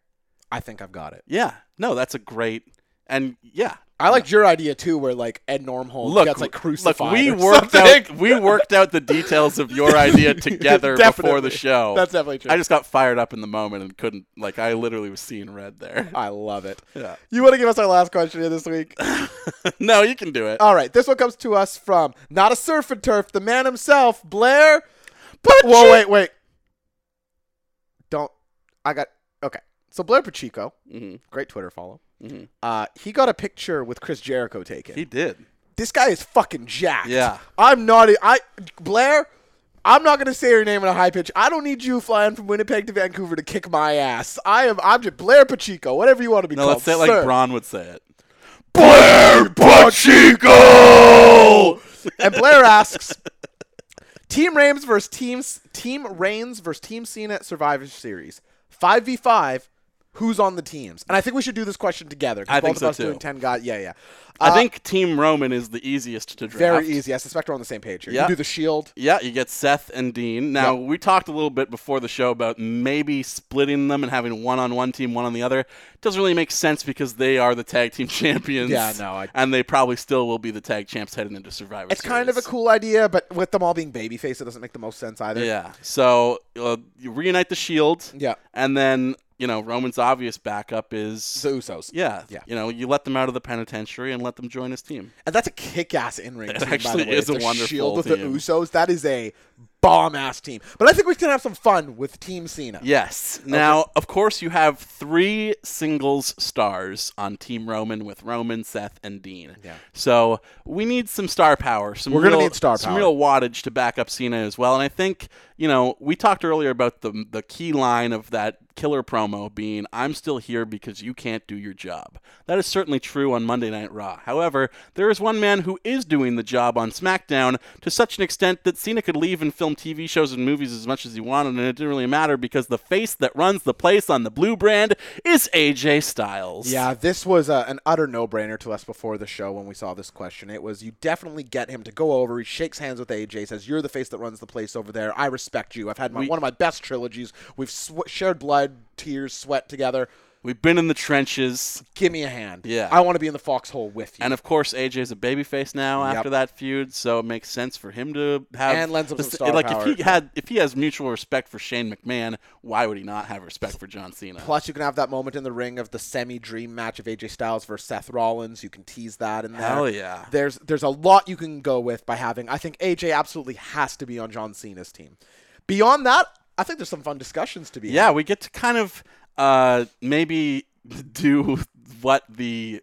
[SPEAKER 4] I think I've got it.
[SPEAKER 3] Yeah. No, that's a great. And yeah,
[SPEAKER 4] I liked your idea too, where like Ed Normholm
[SPEAKER 3] look,
[SPEAKER 4] gets like crucified.
[SPEAKER 3] Look, we
[SPEAKER 4] or
[SPEAKER 3] worked
[SPEAKER 4] something.
[SPEAKER 3] out [LAUGHS] we worked out the details of your
[SPEAKER 4] [LAUGHS]
[SPEAKER 3] idea together before
[SPEAKER 4] Definitely.
[SPEAKER 3] the show.
[SPEAKER 4] That's definitely true.
[SPEAKER 3] I just got fired up in the moment and couldn't like I literally was seeing red there.
[SPEAKER 4] I love it.
[SPEAKER 3] Yeah.
[SPEAKER 4] You want to give us our last question here this week?
[SPEAKER 3] [LAUGHS] no, you can do it.
[SPEAKER 4] All right. This one comes to us from not a surf and turf, the man himself, Blair. But Whoa, wait, wait. Don't. I got. Okay. So Blair Pacheco,
[SPEAKER 3] Mhm.
[SPEAKER 4] great Twitter follow. Uh, he got a picture with Chris Jericho taken.
[SPEAKER 3] Mm-hmm. He did.
[SPEAKER 4] this guy is fucking jacked.
[SPEAKER 3] Yeah.
[SPEAKER 4] I'm not. e, I Blair. I'm not gonna say your name in a high pitch. I don't need you flying from Winnipeg to Vancouver to kick my ass. I am. I'm just Blair Pacheco, whatever you want to be
[SPEAKER 3] No,
[SPEAKER 4] called.
[SPEAKER 3] let's say it
[SPEAKER 4] sir.
[SPEAKER 3] like Braun would say it. Blair Pacheco.
[SPEAKER 4] And Blair asks, Team Reigns versus teams Team Reigns versus Team Cena at Survivor Series, five v five. Who's on the teams? And I think we should do this question together. 'cause
[SPEAKER 3] I
[SPEAKER 4] both
[SPEAKER 3] think
[SPEAKER 4] of
[SPEAKER 3] so,
[SPEAKER 4] us
[SPEAKER 3] too.
[SPEAKER 4] doing ten guys. Yeah, yeah.
[SPEAKER 3] I
[SPEAKER 4] Uh,
[SPEAKER 3] think Team Roman is the easiest to draft.
[SPEAKER 4] very easy. I suspect we're on the same page here.
[SPEAKER 3] Yeah.
[SPEAKER 4] You do the Shield.
[SPEAKER 3] Yeah, you get Seth and Dean. Now, we talked a little bit before the show about maybe splitting them and having one on one team, one on the other. doesn't really make sense because they are the tag team [LAUGHS] champions.
[SPEAKER 4] Yeah, no, I-
[SPEAKER 3] and they probably still will be the tag champs heading into Survivor
[SPEAKER 4] It's kind of a
[SPEAKER 3] Series.
[SPEAKER 4] cool idea, but with them all being babyface, it doesn't make the most sense either.
[SPEAKER 3] Yeah. So uh, you reunite the Shield.
[SPEAKER 4] Yeah.
[SPEAKER 3] And then, you know, Roman's obvious backup is.
[SPEAKER 4] The Usos.
[SPEAKER 3] yeah.
[SPEAKER 4] Yeah.
[SPEAKER 3] You know, you let them out of the penitentiary and let them join his team.
[SPEAKER 4] And that's a kick-ass in-ring team, by
[SPEAKER 3] actually
[SPEAKER 4] the way.
[SPEAKER 3] is
[SPEAKER 4] The
[SPEAKER 3] a wonderful
[SPEAKER 4] Shield with
[SPEAKER 3] team.
[SPEAKER 4] the Usos. That is a bomb-ass team. But I think we can have some fun with Team Cena.
[SPEAKER 3] Yes. Now, of course, you have three singles stars on Team Roman with Roman, Seth, and Dean.
[SPEAKER 4] Yeah.
[SPEAKER 3] So we need some star power. Some
[SPEAKER 4] We're gonna
[SPEAKER 3] real-
[SPEAKER 4] need star
[SPEAKER 3] Some
[SPEAKER 4] power.
[SPEAKER 3] real wattage to back up Cena as well. And I think you know we talked earlier about the the key line of that killer promo being "I'm still here because you can't do your job." That is certainly true on Monday Night Raw. However, there is one man who is doing the job on SmackDown to such an extent that Cena could leave and film TV shows and movies as much as he wanted, and it didn't really matter because the face that runs the place on the blue brand is AJ Styles.
[SPEAKER 4] Yeah, this was uh an utter no-brainer to us before the show when we saw this question. It was you definitely get him to go over. He shakes hands with AJ, says, "You're the face that runs the place over there. I respect you. I've had my, one of my best trilogies. We've sw- shared blood, tears, sweat together.
[SPEAKER 3] We've been in the trenches.
[SPEAKER 4] Give me a hand.
[SPEAKER 3] Yeah.
[SPEAKER 4] I want to be in the foxhole with you."
[SPEAKER 3] And of course, AJ's a babyface now
[SPEAKER 4] Yep.
[SPEAKER 3] after that feud, so it makes sense for him to have
[SPEAKER 4] And lends him
[SPEAKER 3] the
[SPEAKER 4] some
[SPEAKER 3] s-
[SPEAKER 4] star
[SPEAKER 3] like
[SPEAKER 4] power.
[SPEAKER 3] if he had if he has mutual respect for Shane McMahon, why would he not have respect for John Cena?
[SPEAKER 4] Plus, you can have that moment in the ring of the semi-dream match of AJ Styles versus Seth Rollins. You can tease that in there.
[SPEAKER 3] Hell yeah.
[SPEAKER 4] There's there's a lot you can go with by having. I think AJ absolutely has to be on John Cena's team. Beyond that, I think there's some fun discussions to be.
[SPEAKER 3] yeah,
[SPEAKER 4] had.
[SPEAKER 3] we get to kind of uh, maybe [LAUGHS] do what the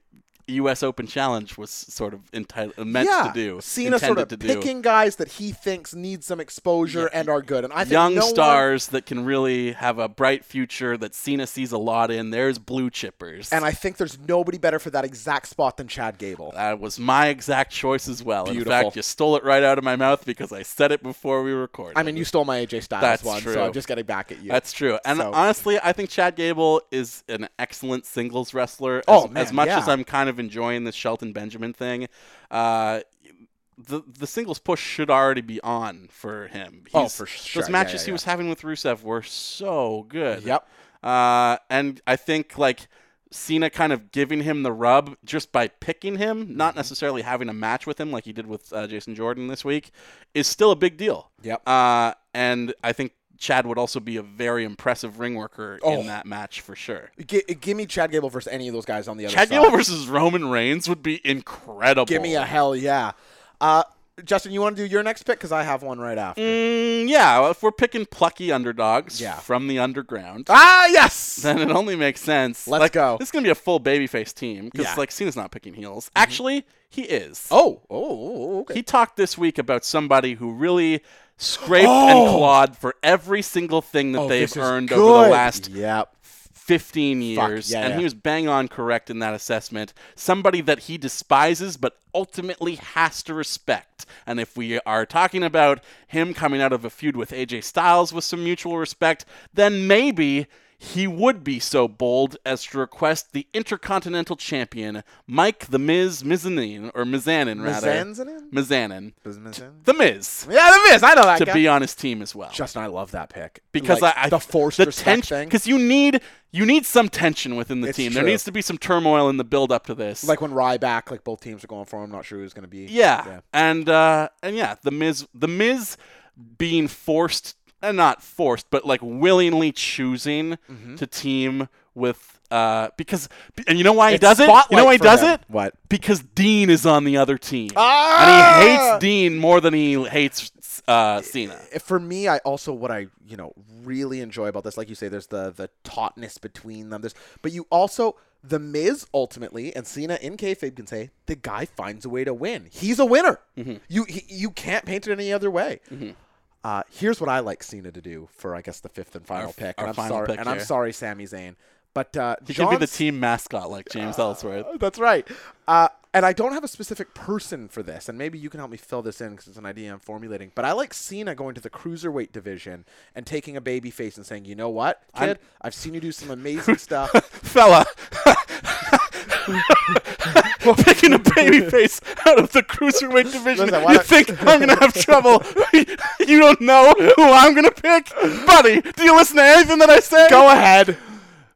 [SPEAKER 3] U.S. Open Challenge was sort of entitled meant to do.
[SPEAKER 4] Cena sort
[SPEAKER 3] intended
[SPEAKER 4] of
[SPEAKER 3] to do.
[SPEAKER 4] picking guys that he thinks need some exposure and are good. And I think
[SPEAKER 3] young
[SPEAKER 4] no one-
[SPEAKER 3] stars that can really have a bright future that Cena sees a lot in. There's blue chippers.
[SPEAKER 4] and I think there's nobody better for that exact spot than Chad Gable.
[SPEAKER 3] That was my exact choice as well.
[SPEAKER 4] Beautiful.
[SPEAKER 3] In fact, you stole it right out of my mouth because I said it before we recorded.
[SPEAKER 4] I mean, you stole my AJ Styles
[SPEAKER 3] That's
[SPEAKER 4] one,
[SPEAKER 3] true.
[SPEAKER 4] so I'm just getting back at you.
[SPEAKER 3] That's true. And
[SPEAKER 4] So-
[SPEAKER 3] honestly, I think Chad Gable is an excellent singles wrestler. As,
[SPEAKER 4] Oh, man,
[SPEAKER 3] as much
[SPEAKER 4] yeah.
[SPEAKER 3] as I'm kind of enjoying this Shelton Benjamin thing, uh, the the singles push should already be on for him.
[SPEAKER 4] Oh,
[SPEAKER 3] He's-
[SPEAKER 4] for sure.
[SPEAKER 3] Those
[SPEAKER 4] Yeah,
[SPEAKER 3] matches
[SPEAKER 4] yeah,
[SPEAKER 3] he
[SPEAKER 4] yeah.
[SPEAKER 3] was having with Rusev were so good.
[SPEAKER 4] Yep.
[SPEAKER 3] Uh, and I think like Cena kind of giving him the rub just by picking him,
[SPEAKER 4] Mm-hmm.
[SPEAKER 3] not necessarily having a match with him like he did with uh, Jason Jordan this week, is still a big deal.
[SPEAKER 4] Yep.
[SPEAKER 3] Uh, and I think Chad would also be a very impressive ring worker
[SPEAKER 4] Oh.
[SPEAKER 3] in that match for sure.
[SPEAKER 4] G- give me Chad Gable versus any of those guys on the other
[SPEAKER 3] Chad
[SPEAKER 4] side.
[SPEAKER 3] Gable versus Roman Reigns would be incredible.
[SPEAKER 4] Give me a hell yeah. Uh, Justin, you want to do your next pick because I have one right after.
[SPEAKER 3] Mm, yeah, if we're picking plucky underdogs
[SPEAKER 4] Yeah.
[SPEAKER 3] from the underground,
[SPEAKER 4] Ah,
[SPEAKER 3] [LAUGHS]
[SPEAKER 4] yes.
[SPEAKER 3] then it only makes sense.
[SPEAKER 4] Let's
[SPEAKER 3] like,
[SPEAKER 4] go.
[SPEAKER 3] This is gonna be a full babyface team because
[SPEAKER 4] Yeah. Mm-hmm.
[SPEAKER 3] like Cena's not picking heels. Actually, he is.
[SPEAKER 4] Oh, oh, okay.
[SPEAKER 3] He talked this week about somebody who really scraped and
[SPEAKER 4] Oh!
[SPEAKER 3] clawed for every single thing that they've
[SPEAKER 4] this is
[SPEAKER 3] earned over the
[SPEAKER 4] good.
[SPEAKER 3] last
[SPEAKER 4] Yep.
[SPEAKER 3] 15 years.
[SPEAKER 4] yeah,
[SPEAKER 3] and
[SPEAKER 4] yeah.
[SPEAKER 3] he was bang on correct in that assessment. Somebody that he despises but ultimately has to respect. And if we are talking about him coming out of a feud with AJ Styles with some mutual respect, then maybe. He would be so bold as to request the Intercontinental Champion, Mike the Miz Mizanin, or Mizanin rather.
[SPEAKER 4] Mizanin?
[SPEAKER 3] Mizanin.
[SPEAKER 4] Business.
[SPEAKER 3] The Miz
[SPEAKER 4] Yeah, the Miz. I know that
[SPEAKER 3] to
[SPEAKER 4] guy.
[SPEAKER 3] be on his team as well.
[SPEAKER 4] Justin, I love that pick
[SPEAKER 3] because
[SPEAKER 4] Like,
[SPEAKER 3] I, I
[SPEAKER 4] the forced
[SPEAKER 3] the
[SPEAKER 4] respect
[SPEAKER 3] tension
[SPEAKER 4] thing.
[SPEAKER 3] because you need you need some tension within the
[SPEAKER 4] It's
[SPEAKER 3] team. There
[SPEAKER 4] true.
[SPEAKER 3] needs to be some turmoil in the build up to this.
[SPEAKER 4] like when Ryback, like both teams are going for him. Not sure who's going to be.
[SPEAKER 3] yeah. and uh, and yeah, the Miz the Miz being forced and not forced, but like willingly choosing
[SPEAKER 4] Mm-hmm.
[SPEAKER 3] to team with uh because and you know why he
[SPEAKER 4] It's
[SPEAKER 3] does it? You know
[SPEAKER 4] spotlight
[SPEAKER 3] why he
[SPEAKER 4] for
[SPEAKER 3] does
[SPEAKER 4] him.
[SPEAKER 3] it?
[SPEAKER 4] What?
[SPEAKER 3] Because Dean is on the other team,
[SPEAKER 4] Ah!
[SPEAKER 3] and he hates Dean more than he hates uh, Cena.
[SPEAKER 4] If- For me, I also what I you know really enjoy about this, like you say, there's the the tautness between them. There's but you also the Miz ultimately and Cena in kayfabe can say the guy finds a way to win. He's a winner.
[SPEAKER 3] Mm-hmm.
[SPEAKER 4] You he, you can't paint it any other way. Uh, here's what I like Cena to do for I guess the fifth and final pick.
[SPEAKER 3] our
[SPEAKER 4] and I'm
[SPEAKER 3] final
[SPEAKER 4] sorry,
[SPEAKER 3] pick
[SPEAKER 4] and I'm
[SPEAKER 3] here.
[SPEAKER 4] sorry, Sami Zayn, but uh,
[SPEAKER 3] He should be the
[SPEAKER 4] John's-
[SPEAKER 3] team mascot like James
[SPEAKER 4] Uh,
[SPEAKER 3] Ellsworth.
[SPEAKER 4] [LAUGHS] That's right. Uh, and I don't have a specific person for this, and maybe you can help me fill this in because it's an idea I'm formulating. But I like Cena going to the cruiserweight division and taking a baby face and saying, "You know what, kid? i have seen you do some amazing stuff." [LAUGHS]
[SPEAKER 3] fella picking a baby face out of the cruiserweight division.
[SPEAKER 4] Listen, why
[SPEAKER 3] you
[SPEAKER 4] don't-
[SPEAKER 3] think I'm gonna have trouble? [LAUGHS] you don't know who I'm gonna pick, buddy. Do you listen to anything that I say?
[SPEAKER 4] Go ahead.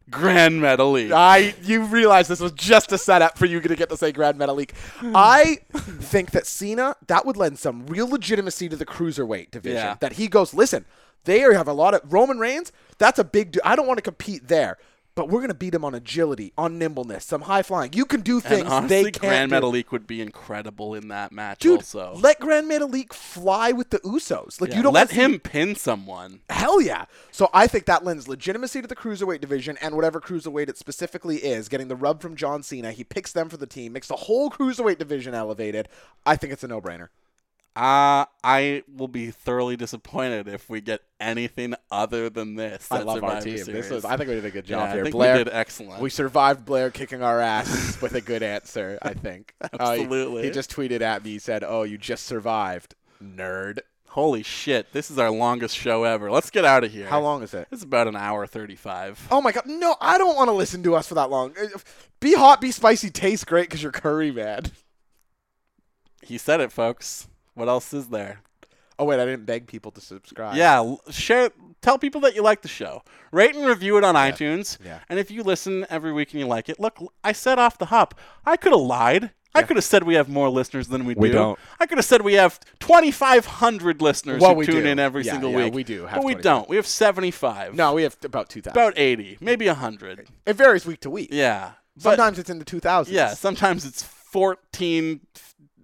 [SPEAKER 3] Grand Metalik.
[SPEAKER 4] I you realize this was just a setup for you to get to say Grand Metalik. I think that Cena that would lend some real legitimacy to the cruiserweight division.
[SPEAKER 3] Yeah.
[SPEAKER 4] That he goes, listen, they are- have a lot of Roman Reigns. That's a big. Du- I don't want to compete there, but we're gonna beat him on agility, on nimbleness, some high flying. You can do things
[SPEAKER 3] and honestly,
[SPEAKER 4] they can't.
[SPEAKER 3] Grand
[SPEAKER 4] do.
[SPEAKER 3] Metalik would be incredible in that match.
[SPEAKER 4] Dude,
[SPEAKER 3] also,
[SPEAKER 4] let Grand Metalik fly with the Usos. Like
[SPEAKER 3] Yeah,
[SPEAKER 4] you don't
[SPEAKER 3] let
[SPEAKER 4] wanna see-
[SPEAKER 3] him pin someone.
[SPEAKER 4] Hell yeah. So I think that lends legitimacy to the cruiserweight division and whatever cruiserweight it specifically is, getting the rub from John Cena. He picks them for the team, makes the whole cruiserweight division elevated. I think it's a no brainer.
[SPEAKER 3] Uh, I will be thoroughly disappointed if we get anything other than this.
[SPEAKER 4] I
[SPEAKER 3] at
[SPEAKER 4] love our
[SPEAKER 3] Survivor
[SPEAKER 4] team. This
[SPEAKER 3] Series.
[SPEAKER 4] is, I think we did a good job
[SPEAKER 3] Yeah, I
[SPEAKER 4] here.
[SPEAKER 3] think we
[SPEAKER 4] Blair
[SPEAKER 3] did excellent.
[SPEAKER 4] We survived Blair kicking our ass [LAUGHS] with a good answer, I think.
[SPEAKER 3] [LAUGHS]
[SPEAKER 4] Uh, he-
[SPEAKER 3] Absolutely.
[SPEAKER 4] he, just tweeted at me, he said, Oh, you just survived, nerd.
[SPEAKER 3] Holy shit, this is our longest show ever. Let's get out of here.
[SPEAKER 4] How long is it?
[SPEAKER 3] It's about an hour 35.
[SPEAKER 4] Oh my god, no, I don't want to listen to us for that long. Uh, Be hot, be spicy, taste great because you're curry, man.
[SPEAKER 3] He said it, folks. What else is there?
[SPEAKER 4] Oh wait, I didn't beg people to subscribe.
[SPEAKER 3] Yeah, l- share tell people that you like the show. Rate and review it on iTunes.
[SPEAKER 4] Yeah.
[SPEAKER 3] And if you listen every week and you like it, look, l- I said off the hop, I could have lied. I could have said we have more listeners than we,
[SPEAKER 4] We
[SPEAKER 3] do.
[SPEAKER 4] don't.
[SPEAKER 3] I could have said we have 2,500 listeners
[SPEAKER 4] Well,
[SPEAKER 3] who
[SPEAKER 4] we
[SPEAKER 3] tune
[SPEAKER 4] do.
[SPEAKER 3] in every
[SPEAKER 4] Yeah,
[SPEAKER 3] single
[SPEAKER 4] yeah,
[SPEAKER 3] week.
[SPEAKER 4] we do have
[SPEAKER 3] But we
[SPEAKER 4] 25.
[SPEAKER 3] don't. We have 75.
[SPEAKER 4] No, we have about 2,000.
[SPEAKER 3] About 80, maybe 100.
[SPEAKER 4] it varies week to week.
[SPEAKER 3] Yeah. But-
[SPEAKER 4] Sometimes it's in the 2000s.
[SPEAKER 3] Yeah, sometimes it's 14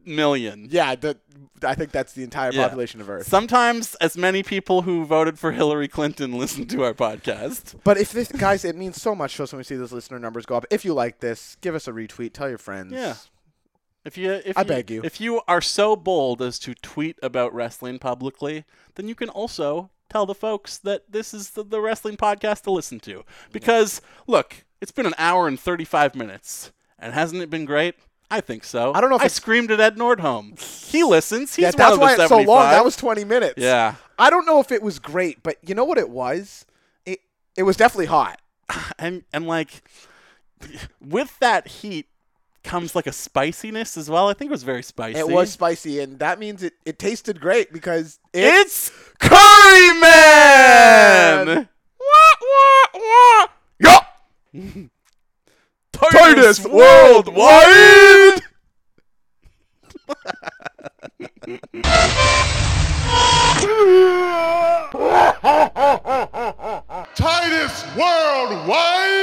[SPEAKER 3] million.
[SPEAKER 4] Yeah, the, I think that's the entire
[SPEAKER 3] Yeah.
[SPEAKER 4] population of Earth.
[SPEAKER 3] Sometimes as many people who voted for Hillary Clinton listen to our podcast.
[SPEAKER 4] But if this, guys, it means so much to us when we see those listener numbers go up. If you like this, give us a retweet, tell your friends.
[SPEAKER 3] Yeah. If you, if
[SPEAKER 4] I beg you.
[SPEAKER 3] if you are so bold as to tweet about wrestling publicly, then you can also tell the folks that this is the, the wrestling podcast to listen to. Because look, it's been an hour and thirty-five minutes, and hasn't it been great? I think so.
[SPEAKER 4] I don't know if
[SPEAKER 3] I
[SPEAKER 4] it's-
[SPEAKER 3] screamed at Ed Nordholm. He listens. He's
[SPEAKER 4] Yeah,
[SPEAKER 3] one
[SPEAKER 4] that's
[SPEAKER 3] of the
[SPEAKER 4] why it's so long.
[SPEAKER 3] 75.
[SPEAKER 4] That was 20 minutes.
[SPEAKER 3] Yeah.
[SPEAKER 4] I don't know if it was great, but you know what it was? It, it was definitely hot.
[SPEAKER 3] and and like with that heat comes like a spiciness as well. I think it was very spicy.
[SPEAKER 4] It was spicy, and that means it, it tasted great because it,
[SPEAKER 3] It's Curry Man.
[SPEAKER 4] Man!
[SPEAKER 3] Wah, wah, wah.
[SPEAKER 4] Yeah!
[SPEAKER 3] [LAUGHS] Titus worldwide.
[SPEAKER 1] Titus Worldwide!